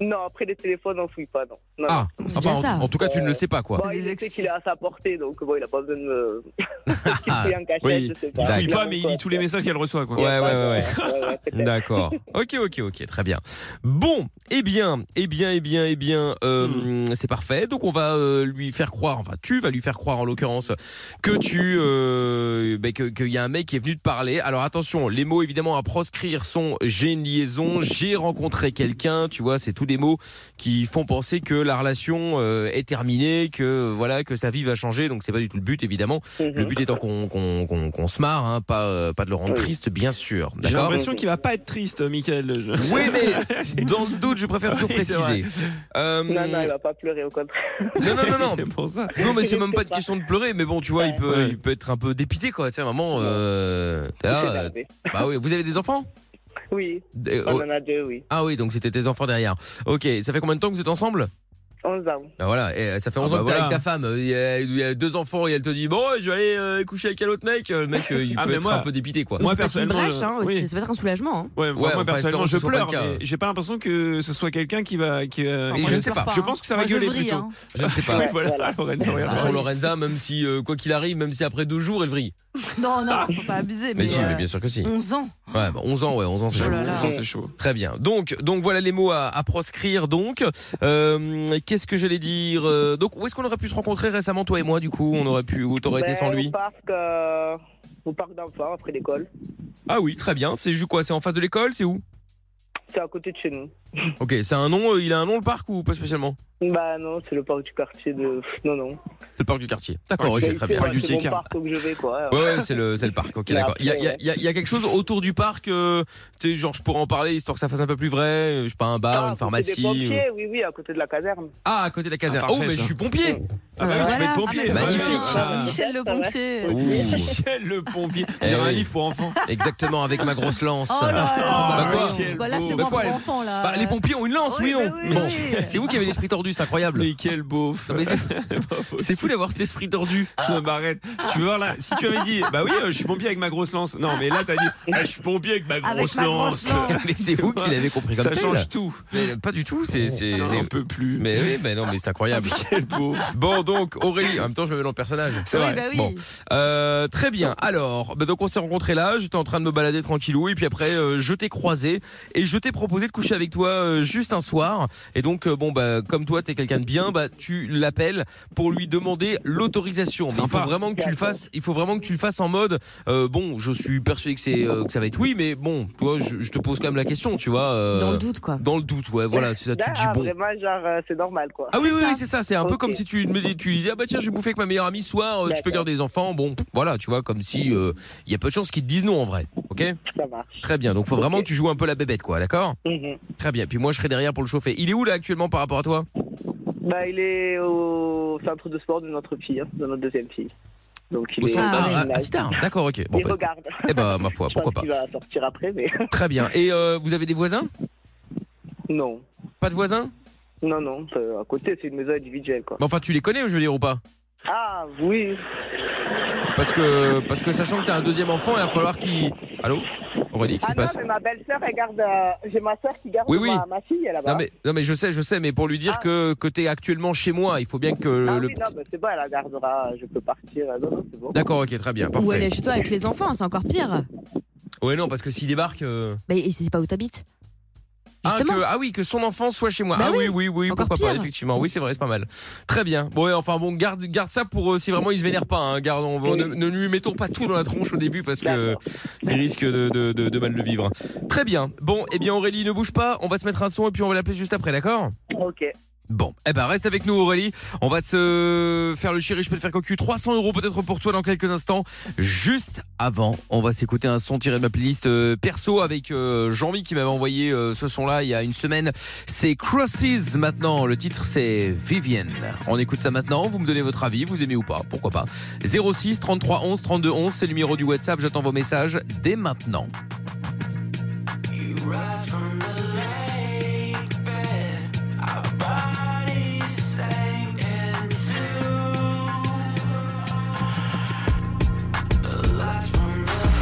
Speaker 7: Non, après les téléphones, on fouille pas, non. Non, Euh,
Speaker 1: Ah,
Speaker 7: non.
Speaker 2: C'est
Speaker 1: enfin,
Speaker 2: déjà
Speaker 1: en,
Speaker 2: ça.
Speaker 1: en tout cas, tu ne le sais pas, quoi.
Speaker 7: Bon,
Speaker 4: Les
Speaker 7: il sait
Speaker 4: excuses.
Speaker 7: qu'il est à sa portée, donc bon, il a pas besoin de me. qu'il
Speaker 1: Ah,
Speaker 7: fouille en cachette,
Speaker 1: oui,
Speaker 7: je sais
Speaker 3: Il
Speaker 7: pas.
Speaker 3: fouille
Speaker 7: Il a
Speaker 3: pas,
Speaker 7: mon
Speaker 3: Ah, mais il
Speaker 7: corps,
Speaker 3: lit tous les
Speaker 7: quoi.
Speaker 3: messages qu'elle reçoit, quoi.
Speaker 7: Il y a
Speaker 1: Ouais,
Speaker 7: pas
Speaker 1: ouais,
Speaker 7: de-
Speaker 1: ouais,
Speaker 7: ouais, ouais, c'est clair.
Speaker 1: D'accord. Ok, ok, ok, très bien. Bon, eh bien, eh bien, eh bien, eh bien, euh, c'est parfait. Donc on va euh, lui faire croire, enfin tu vas lui faire croire en l'occurrence que tu, euh, ben, que- qu'il y a un mec qui est venu te parler. Alors attention, les mots évidemment à proscrire sont j'ai une liaison, j'ai rencontré quelqu'un. Tu vois, c'est tous des mots qui font penser que la relation euh, est terminée, que voilà, que sa vie va changer. Donc c'est pas du tout le but évidemment. Le
Speaker 7: Mhm.
Speaker 1: but étant qu'on qu'on- qu'on- qu'on se marre, hein, pas euh, pas de le rendre
Speaker 7: Oui.
Speaker 1: triste, bien sûr.
Speaker 3: J'ai
Speaker 1: D'accord.
Speaker 3: l'impression qu'il va pas être triste, Michael. je-
Speaker 1: Oui, mais dans le doute, je préfère toujours
Speaker 3: Oui, c'est vrai.
Speaker 1: préciser. Euh,
Speaker 7: Non, non, il va pas pleurer, au contraire.
Speaker 1: non, non, non, non.
Speaker 3: c'est pour ça.
Speaker 1: Euh, Non, mais c'est même pas de question de pleurer, mais bon, tu vois, il peut,
Speaker 3: Ouais.
Speaker 1: il peut être un peu dépité, quoi. Tu sais, maman, euh, t'es
Speaker 7: Il
Speaker 1: là,
Speaker 7: s'est
Speaker 1: euh,
Speaker 7: énervé.
Speaker 1: bah oui, vous avez des enfants
Speaker 7: Oui,
Speaker 1: Des-
Speaker 7: on
Speaker 1: oh,
Speaker 7: en a deux, oui.
Speaker 1: Ah oui, donc c'était tes enfants derrière. Ok, ça fait combien de temps que vous êtes ensemble
Speaker 7: 11 ans.
Speaker 1: Bah voilà, et, euh, ça fait 11
Speaker 3: Ah bah
Speaker 1: ans que t'es
Speaker 3: voilà.
Speaker 1: avec ta femme. Il y, a, il y a deux enfants et elle te dit, bon, ouais, je vais aller euh, coucher avec un autre mec. Le mec, euh, il
Speaker 3: Ah,
Speaker 1: peut
Speaker 3: mais
Speaker 1: être
Speaker 3: moi-
Speaker 1: un peu dépité, quoi.
Speaker 3: Moi,
Speaker 2: C'est pas une
Speaker 3: personnellement,
Speaker 2: brèche, hein,
Speaker 3: je-
Speaker 2: aussi,
Speaker 3: oui.
Speaker 2: ça peut être un soulagement. hein.
Speaker 3: Ouais,
Speaker 1: enfin,
Speaker 3: moi personnellement, je
Speaker 1: espérons que ce
Speaker 3: pleure,
Speaker 1: soit pas le cas.
Speaker 3: mais j'ai pas l'impression que ce soit quelqu'un qui va. Qui va-
Speaker 1: Et
Speaker 4: Moi,
Speaker 1: je
Speaker 4: je
Speaker 1: ne sais
Speaker 4: pleure
Speaker 1: pas.
Speaker 3: Je pense que ça va
Speaker 4: Moi, je
Speaker 3: gueuler
Speaker 4: vrille,
Speaker 3: plutôt.
Speaker 4: hein.
Speaker 1: Je ne sais
Speaker 3: Oui,
Speaker 1: pas.
Speaker 7: Ouais,
Speaker 3: voilà,
Speaker 7: voilà.
Speaker 3: Lorenzo,
Speaker 1: De toute
Speaker 3: regarde.
Speaker 1: façon, Lorenza, même si, euh, quoi qu'il arrive, même si après deux jours, elle vrille.
Speaker 4: Non, non, faut pas abuser.
Speaker 1: Mais
Speaker 4: Mais,
Speaker 1: si,
Speaker 4: euh,
Speaker 1: mais bien sûr que si.
Speaker 4: 11 ans.
Speaker 1: Ouais, bah, 11 ans, ouais, 11 ans, c'est
Speaker 4: Oh
Speaker 1: chaud.
Speaker 4: là là.
Speaker 3: Non, c'est chaud.
Speaker 1: Très bien. Donc, donc voilà les mots à, à proscrire. Donc, Euh, qu'est-ce que j'allais dire Euh, Donc, où est-ce qu'on aurait pu se rencontrer récemment, toi et moi Du coup, on aurait pu, où t'aurais été
Speaker 7: Ben,
Speaker 1: sans lui
Speaker 7: Au parc, euh, au parc d'enfants, après l'école.
Speaker 1: Ah oui, très bien. C'est juste quoi C'est en face de l'école C'est où
Speaker 7: C'est à côté de chez nous.
Speaker 1: Ok, c'est un nom. euh, Il a un nom le parc ou pas spécialement
Speaker 7: Bah non, c'est le parc du quartier de. Non, non.
Speaker 1: C'est le parc du quartier. D'accord,
Speaker 3: Ouais,
Speaker 1: ok,
Speaker 7: C'est-
Speaker 1: très bien.
Speaker 7: C'est,
Speaker 3: Pas du
Speaker 7: c'est mon
Speaker 3: Ticard.
Speaker 7: parc où je vais, quoi.
Speaker 1: Ouais, ouais, c'est le, c'est le parc. Ok,
Speaker 7: Mais
Speaker 1: d'accord. Il y a,
Speaker 7: après,
Speaker 1: il y a- il y a- il y a quelque chose autour du parc. euh, tu sais, genre, je pourrais en parler histoire que ça fasse un peu plus vrai. euh, Je sais pas, un
Speaker 7: Ah, à
Speaker 1: bar,
Speaker 7: côté
Speaker 1: une
Speaker 7: des
Speaker 1: pharmacie. euh.
Speaker 7: pompiers, Oui, oui, à côté de la caserne.
Speaker 1: Ah, à côté de la caserne.
Speaker 3: Ah,
Speaker 1: oh,
Speaker 3: parfait,
Speaker 1: mais
Speaker 3: ça.
Speaker 1: je suis pompier.
Speaker 3: Ah bah oui, tu
Speaker 2: Voilà.
Speaker 3: peux être pompier.
Speaker 4: Ah, mais
Speaker 1: Magnifique.
Speaker 4: voilà.
Speaker 3: Ah.
Speaker 4: Michel le
Speaker 7: Ça va.
Speaker 4: pompier.
Speaker 1: Ouh.
Speaker 3: Michel le pompier. On
Speaker 1: Eh
Speaker 3: dirait un
Speaker 1: oui.
Speaker 3: livre pour enfants.
Speaker 1: Exactement, avec ma grosse lance.
Speaker 4: Oh là là.
Speaker 1: Bah quoi
Speaker 3: Michel
Speaker 4: Bah là,
Speaker 3: Beau.
Speaker 4: c'est
Speaker 1: Bah
Speaker 4: bon
Speaker 1: quoi,
Speaker 4: pour
Speaker 1: elle-
Speaker 4: enfants, là.
Speaker 1: Bah, les pompiers ont une lance, oui,
Speaker 4: Oui,
Speaker 1: non
Speaker 4: mais oui,
Speaker 1: Bon,
Speaker 4: oui.
Speaker 1: c'est vous qui avez l'esprit tordu, c'est incroyable.
Speaker 3: Ah, Mais quel beauf.
Speaker 1: Non, mais c'est- Ah.
Speaker 3: C'est
Speaker 1: c'est fou d'avoir cet esprit tordu.
Speaker 3: Non, bah arrête. Tu vois là, si tu avais dit, bah oui, euh, je suis pompier avec ma grosse lance. Non, mais là, t'as dit, ah, je suis pompier avec ma
Speaker 4: Avec
Speaker 3: grosse
Speaker 4: ma
Speaker 3: lance.
Speaker 4: grosse lance.
Speaker 1: mais c'est vous qui l'avez compris comme
Speaker 3: Ça
Speaker 1: tel.
Speaker 3: change tout.
Speaker 1: Mais euh, pas du tout, c'est. c'est-
Speaker 3: J'en
Speaker 1: c'est-
Speaker 3: peux plus.
Speaker 1: Mais oui, mais non, mais c'est incroyable.
Speaker 3: quel beauf.
Speaker 1: Bon, donc, Aurélie, en même temps, je me mets dans le personnage.
Speaker 3: C'est
Speaker 4: Oui,
Speaker 3: vrai.
Speaker 4: bah oui.
Speaker 1: Bon. Euh, très bien. Alors, bah, donc on s'est rencontrés là. J'étais en train de me balader tranquillou et puis après euh, je t'ai croisé et je t'ai proposé de coucher avec toi euh, juste un soir. Et donc euh, bon bah comme toi t'es quelqu'un de bien, bah tu l'appelles pour lui demander l'autorisation. Mais il faut
Speaker 3: Sympa.
Speaker 1: vraiment que tu le fasses. Il faut vraiment que tu le fasses en mode euh, bon, je suis persuadé que c'est euh, que ça va être oui, mais bon, toi je, je te pose quand même la question, tu vois. euh,
Speaker 2: Dans le doute, quoi.
Speaker 1: dans le doute, ouais, voilà, c'est ça. Tu
Speaker 7: Ah,
Speaker 1: te dis bon.
Speaker 7: Vraiment, genre, euh, c'est normal, quoi.
Speaker 1: Ah oui,
Speaker 2: C'est
Speaker 1: oui,
Speaker 2: ça.
Speaker 1: oui, c'est ça. C'est un peu
Speaker 7: Ok.
Speaker 1: comme si tu me dis, tu disais, ah bah tiens, je vais bouffer avec ma meilleure amie ce soir, euh, tu peux
Speaker 7: D'accord.
Speaker 1: garder les enfants. Bon, voilà, tu vois, comme si euh, il y a peu de chances qu'ils te disent non en vrai. Ok
Speaker 7: Ça marche.
Speaker 1: Très bien. Donc faut vraiment
Speaker 7: Ok.
Speaker 1: que tu joues un peu la bébête, quoi, d'accord
Speaker 7: Mhm.
Speaker 1: Très bien. Puis moi, je serai derrière pour le chauffer. Il est où là actuellement par rapport à toi
Speaker 7: Bah, il est au centre de sport de notre fille, hein, de notre deuxième fille. Donc, il
Speaker 1: Au
Speaker 7: est.
Speaker 1: centre-
Speaker 2: Ah,
Speaker 1: ah,
Speaker 2: ouais.
Speaker 1: ah, ah, si tard. D'accord, ok. Bon,
Speaker 7: il
Speaker 1: bah,
Speaker 7: regarde.
Speaker 1: eh bah, ma foi,
Speaker 7: Je
Speaker 1: pourquoi
Speaker 7: pense
Speaker 1: pas.
Speaker 7: qu'il va sortir après, mais
Speaker 1: Très bien. Et euh, vous avez des voisins
Speaker 7: non.
Speaker 1: Pas de voisins
Speaker 7: Non, non, euh, à côté, c'est une maison individuelle, quoi.
Speaker 1: Mais Bah, Enfin, tu les connais, hein, je veux dire, ou pas
Speaker 7: Ah, oui.
Speaker 1: Parce que, parce que sachant que t'as un deuxième enfant, il va falloir qu'il. Allô Aurélie, qu'est-ce qui
Speaker 7: Ah
Speaker 1: se
Speaker 7: non,
Speaker 1: passe
Speaker 7: mais ma belle-sœur, elle garde. euh, J'ai ma sœur qui garde
Speaker 1: Bah. Oui, oui.
Speaker 7: Ma, ma fille là-bas.
Speaker 1: non mais, non mais je sais, je sais, mais pour lui dire
Speaker 7: Ah.
Speaker 1: que, que t'es actuellement chez moi, il faut bien que
Speaker 7: Ah
Speaker 1: euh, le
Speaker 7: oui, non, mais c'est bon, elle la gardera. Je peux partir. euh, Non, non, c'est bon.
Speaker 1: D'accord, ok, très bien.
Speaker 2: Ou elle
Speaker 1: Parfait.
Speaker 2: est chez toi avec les enfants, c'est encore pire.
Speaker 1: Ouais, non, parce que s'il débarque. euh,
Speaker 2: Bah, et c'est pas où t'habites.
Speaker 1: Ah,
Speaker 2: Justement.
Speaker 1: que- ah oui, que son enfant soit chez moi.
Speaker 2: Bah
Speaker 1: ah oui, oui, oui,
Speaker 2: encore
Speaker 1: pourquoi pas,
Speaker 2: pire.
Speaker 1: effectivement. Oui, c'est vrai, c'est pas mal. Très bien. Bon, ouais, enfin, bon, garde, garde ça pour euh, si vraiment il se vénère pas. Hein, garde, on va-
Speaker 7: Oui.
Speaker 1: ne, ne lui mettons pas tout dans la tronche au début parce que euh,
Speaker 7: D'accord.
Speaker 1: il risque de, de, de- de mal le vivre. Très bien. Bon, eh bien, Aurélie, ne bouge pas. On va se mettre un son et puis on va l'appeler juste après, d'accord
Speaker 7: Ok.
Speaker 1: Bon, eh ben reste avec nous Aurélie. On va se faire le chéri, je peux te faire cocu. 300 euros peut-être pour toi dans quelques instants. Juste avant, on va s'écouter un son tiré de ma playlist euh, perso avec euh, Jean-Mi qui m'avait envoyé euh, ce son-là il y a une semaine. C'est Crosses maintenant. Le titre c'est Vivienne. On écoute ça maintenant. Vous me donnez votre avis, vous aimez ou pas, pourquoi pas. 06 33 11 32 11, c'est le numéro du WhatsApp. J'attends vos messages dès maintenant.
Speaker 8: Sang into the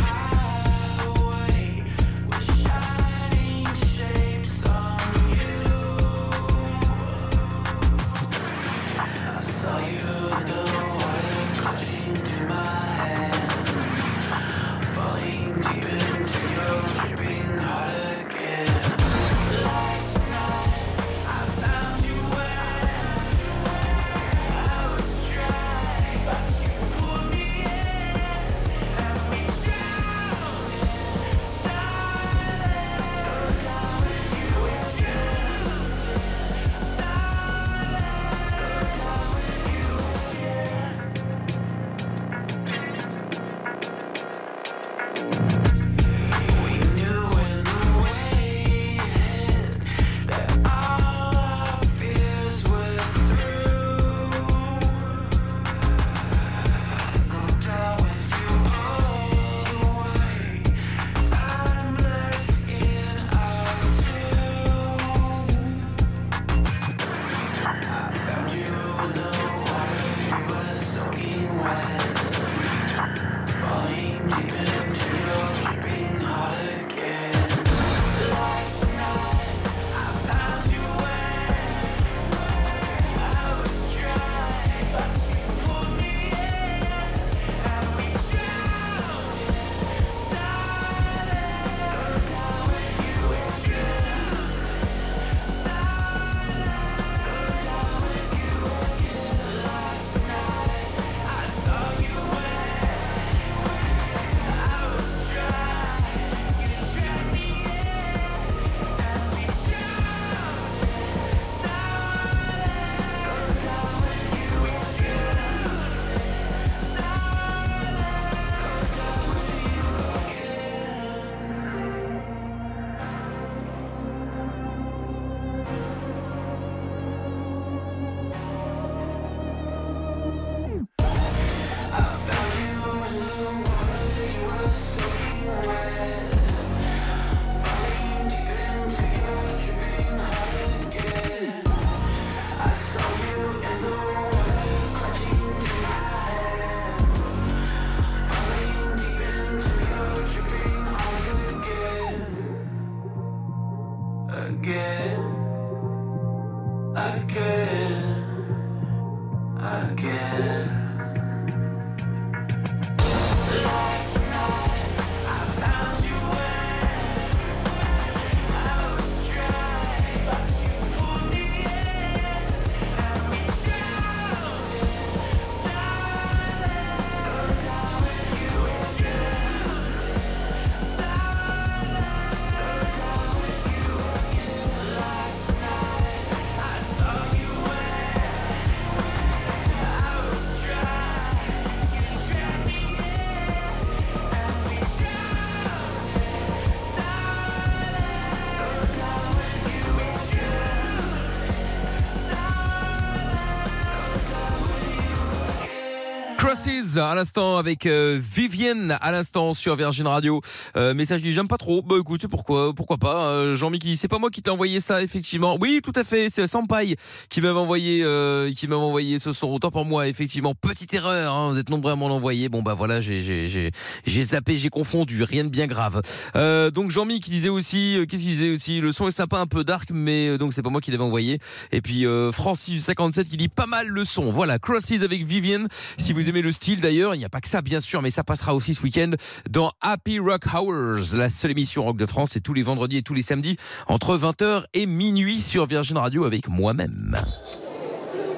Speaker 1: Oasis à l'instant avec euh, Vivienne à l'instant sur Virgin Radio. Euh, message dit j'aime pas trop. Bah écoute pourquoi pourquoi pas. Euh, Jean-Mi qui dit, c'est pas moi qui t'ai envoyé ça effectivement. Oui tout à fait c'est Sampaï qui m'avait envoyé euh, qui m'avait envoyé ce son. Autant pour moi effectivement petite erreur. hein, vous êtes nombreux à m'en envoyer. Bon bah voilà j'ai j'ai j'ai j'ai zappé j'ai confondu rien de bien grave. Euh, donc Jean-Mi qui disait aussi euh, qu'est-ce qu'il disait aussi le son est sympa un peu dark mais euh, donc c'est pas moi qui l'avais envoyé. Et puis euh, Francis du 57 qui dit pas mal le son. Voilà, Crosses avec Vivienne. Si vous aimez le style d'ailleurs, il n'y a pas que ça bien sûr, mais ça passera aussi ce week-end dans Happy Rock Hours, la seule émission rock de France. C'est tous les vendredis et tous les samedis entre 20h et minuit sur Virgin Radio avec moi-même.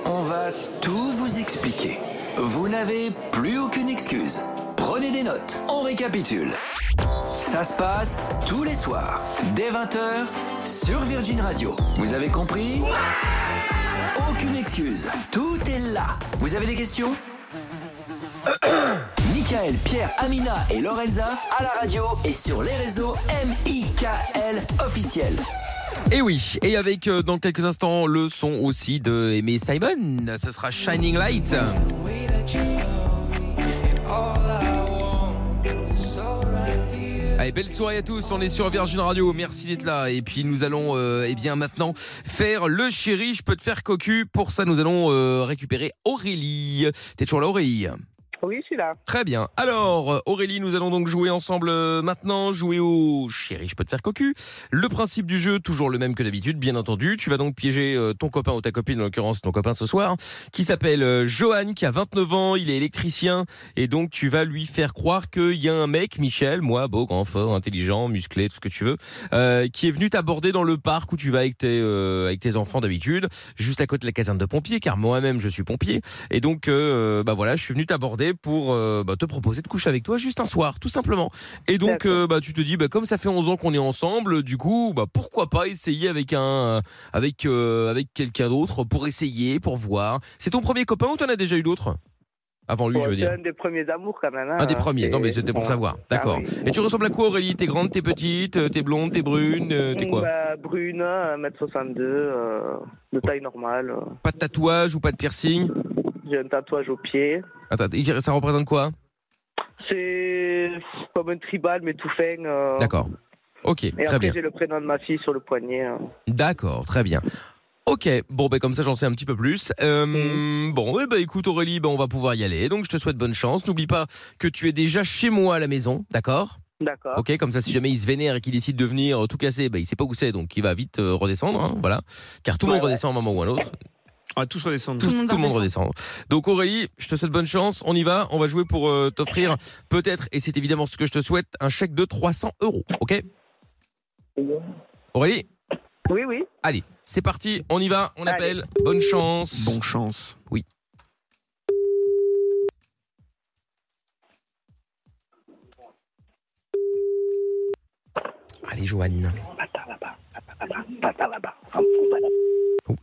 Speaker 8: On va tout vous expliquer. Vous n'avez plus aucune excuse. Prenez des notes, on récapitule. Ça se passe tous les soirs, dès 20h, sur Virgin Radio. Vous avez compris Aucune excuse, tout est là. Vous avez des questions Michael, Pierre, Amina et Lorenza à la radio et sur les réseaux MIKL officiel.
Speaker 1: Et oui, et avec euh, dans quelques instants le son aussi de Aimé Simon. Ce sera Shining Light. Allez, belle soirée à tous. On est sur Virgin Radio. Merci d'être là. Et puis nous allons, euh, eh bien maintenant faire le chéri. Je peux te faire cocu. Pour ça, nous allons euh, récupérer Aurélie. T'es toujours là, Aurélie
Speaker 7: Oui, je suis là.
Speaker 1: Très bien. Alors, euh, Aurélie, nous allons donc jouer ensemble euh, maintenant, jouer au chéri, je peux te faire cocu. Le principe du jeu, toujours le même que d'habitude, bien entendu. Tu vas donc piéger euh, ton copain ou ta copine, en l'occurrence ton copain ce soir, qui s'appelle euh, Johan, qui a 29 ans, il est électricien, et donc tu vas lui faire croire qu'il y a un mec, Michel, moi, beau, grand, fort, intelligent, musclé, tout ce que tu veux, euh, qui est venu t'aborder dans le parc où tu vas avec tes, euh, avec tes enfants d'habitude, juste à côté de la caserne de pompiers, car moi-même je suis pompier. Et donc, euh, bah voilà, je suis venu t'aborder pour euh, bah, te proposer de coucher avec toi juste un soir, tout simplement. Et donc,
Speaker 7: D'accord.
Speaker 1: euh, bah, tu te dis, bah, comme ça fait 11 ans qu'on est ensemble, du coup, bah, pourquoi pas essayer avec un, avec, euh, avec quelqu'un d'autre pour essayer, pour voir. C'est ton premier copain ou t'en as déjà eu d'autres Avant lui,
Speaker 7: Bon,
Speaker 1: je veux
Speaker 7: c'est
Speaker 1: dire.
Speaker 7: un des premiers amours quand même. hein.
Speaker 1: Un des premiers. Non, mais c'était pour
Speaker 7: Bon.
Speaker 1: savoir. D'accord.
Speaker 7: Ah oui.
Speaker 1: Et tu ressembles à quoi, Aurélie T'es grande, t'es petite, euh, t'es blonde, t'es brune, euh, t'es quoi
Speaker 7: Bah, Brune, 1m62, euh, de taille normale. euh.
Speaker 1: Pas de tatouage ou pas de piercing
Speaker 7: J'ai un tatouage au pied.
Speaker 1: Attends, ça représente quoi
Speaker 7: C'est comme un tribal, mais tout fin. euh.
Speaker 1: D'accord. Ok,
Speaker 7: Et
Speaker 1: très bien.
Speaker 7: après, j'ai le prénom de ma fille sur le poignet. euh.
Speaker 1: D'accord, très bien. Ok, bon ben comme ça j'en sais un petit peu plus. Euh,
Speaker 7: Mm.
Speaker 1: Bon, eh ben écoute Aurélie, ben on va pouvoir y aller. Donc je te souhaite bonne chance. N'oublie pas que tu es déjà chez moi à la maison, d'accord
Speaker 7: D'accord.
Speaker 1: Ok, comme ça si jamais il se vénère et qu'il décide de venir euh, tout casser, ben il sait pas où c'est, donc il va vite euh, redescendre, hein, voilà. Car tout le monde
Speaker 7: Ouais, Ah, ouais.
Speaker 1: redescend à un moment ou à un autre.
Speaker 3: On va tous redescendre.
Speaker 1: Tout,
Speaker 4: le monde
Speaker 1: tout le monde
Speaker 4: redescend.
Speaker 1: redescend. Donc Aurélie, je te souhaite bonne chance. On y va, on va jouer pour euh, t'offrir peut-être, et c'est évidemment ce que je te souhaite, un chèque de 300 euros, ok Aurélie
Speaker 7: Oui, oui.
Speaker 1: Allez, c'est parti, on y va, on
Speaker 7: Allez.
Speaker 1: appelle. Bonne chance.
Speaker 3: Bon chance.
Speaker 1: Allez, Joanne. Oh,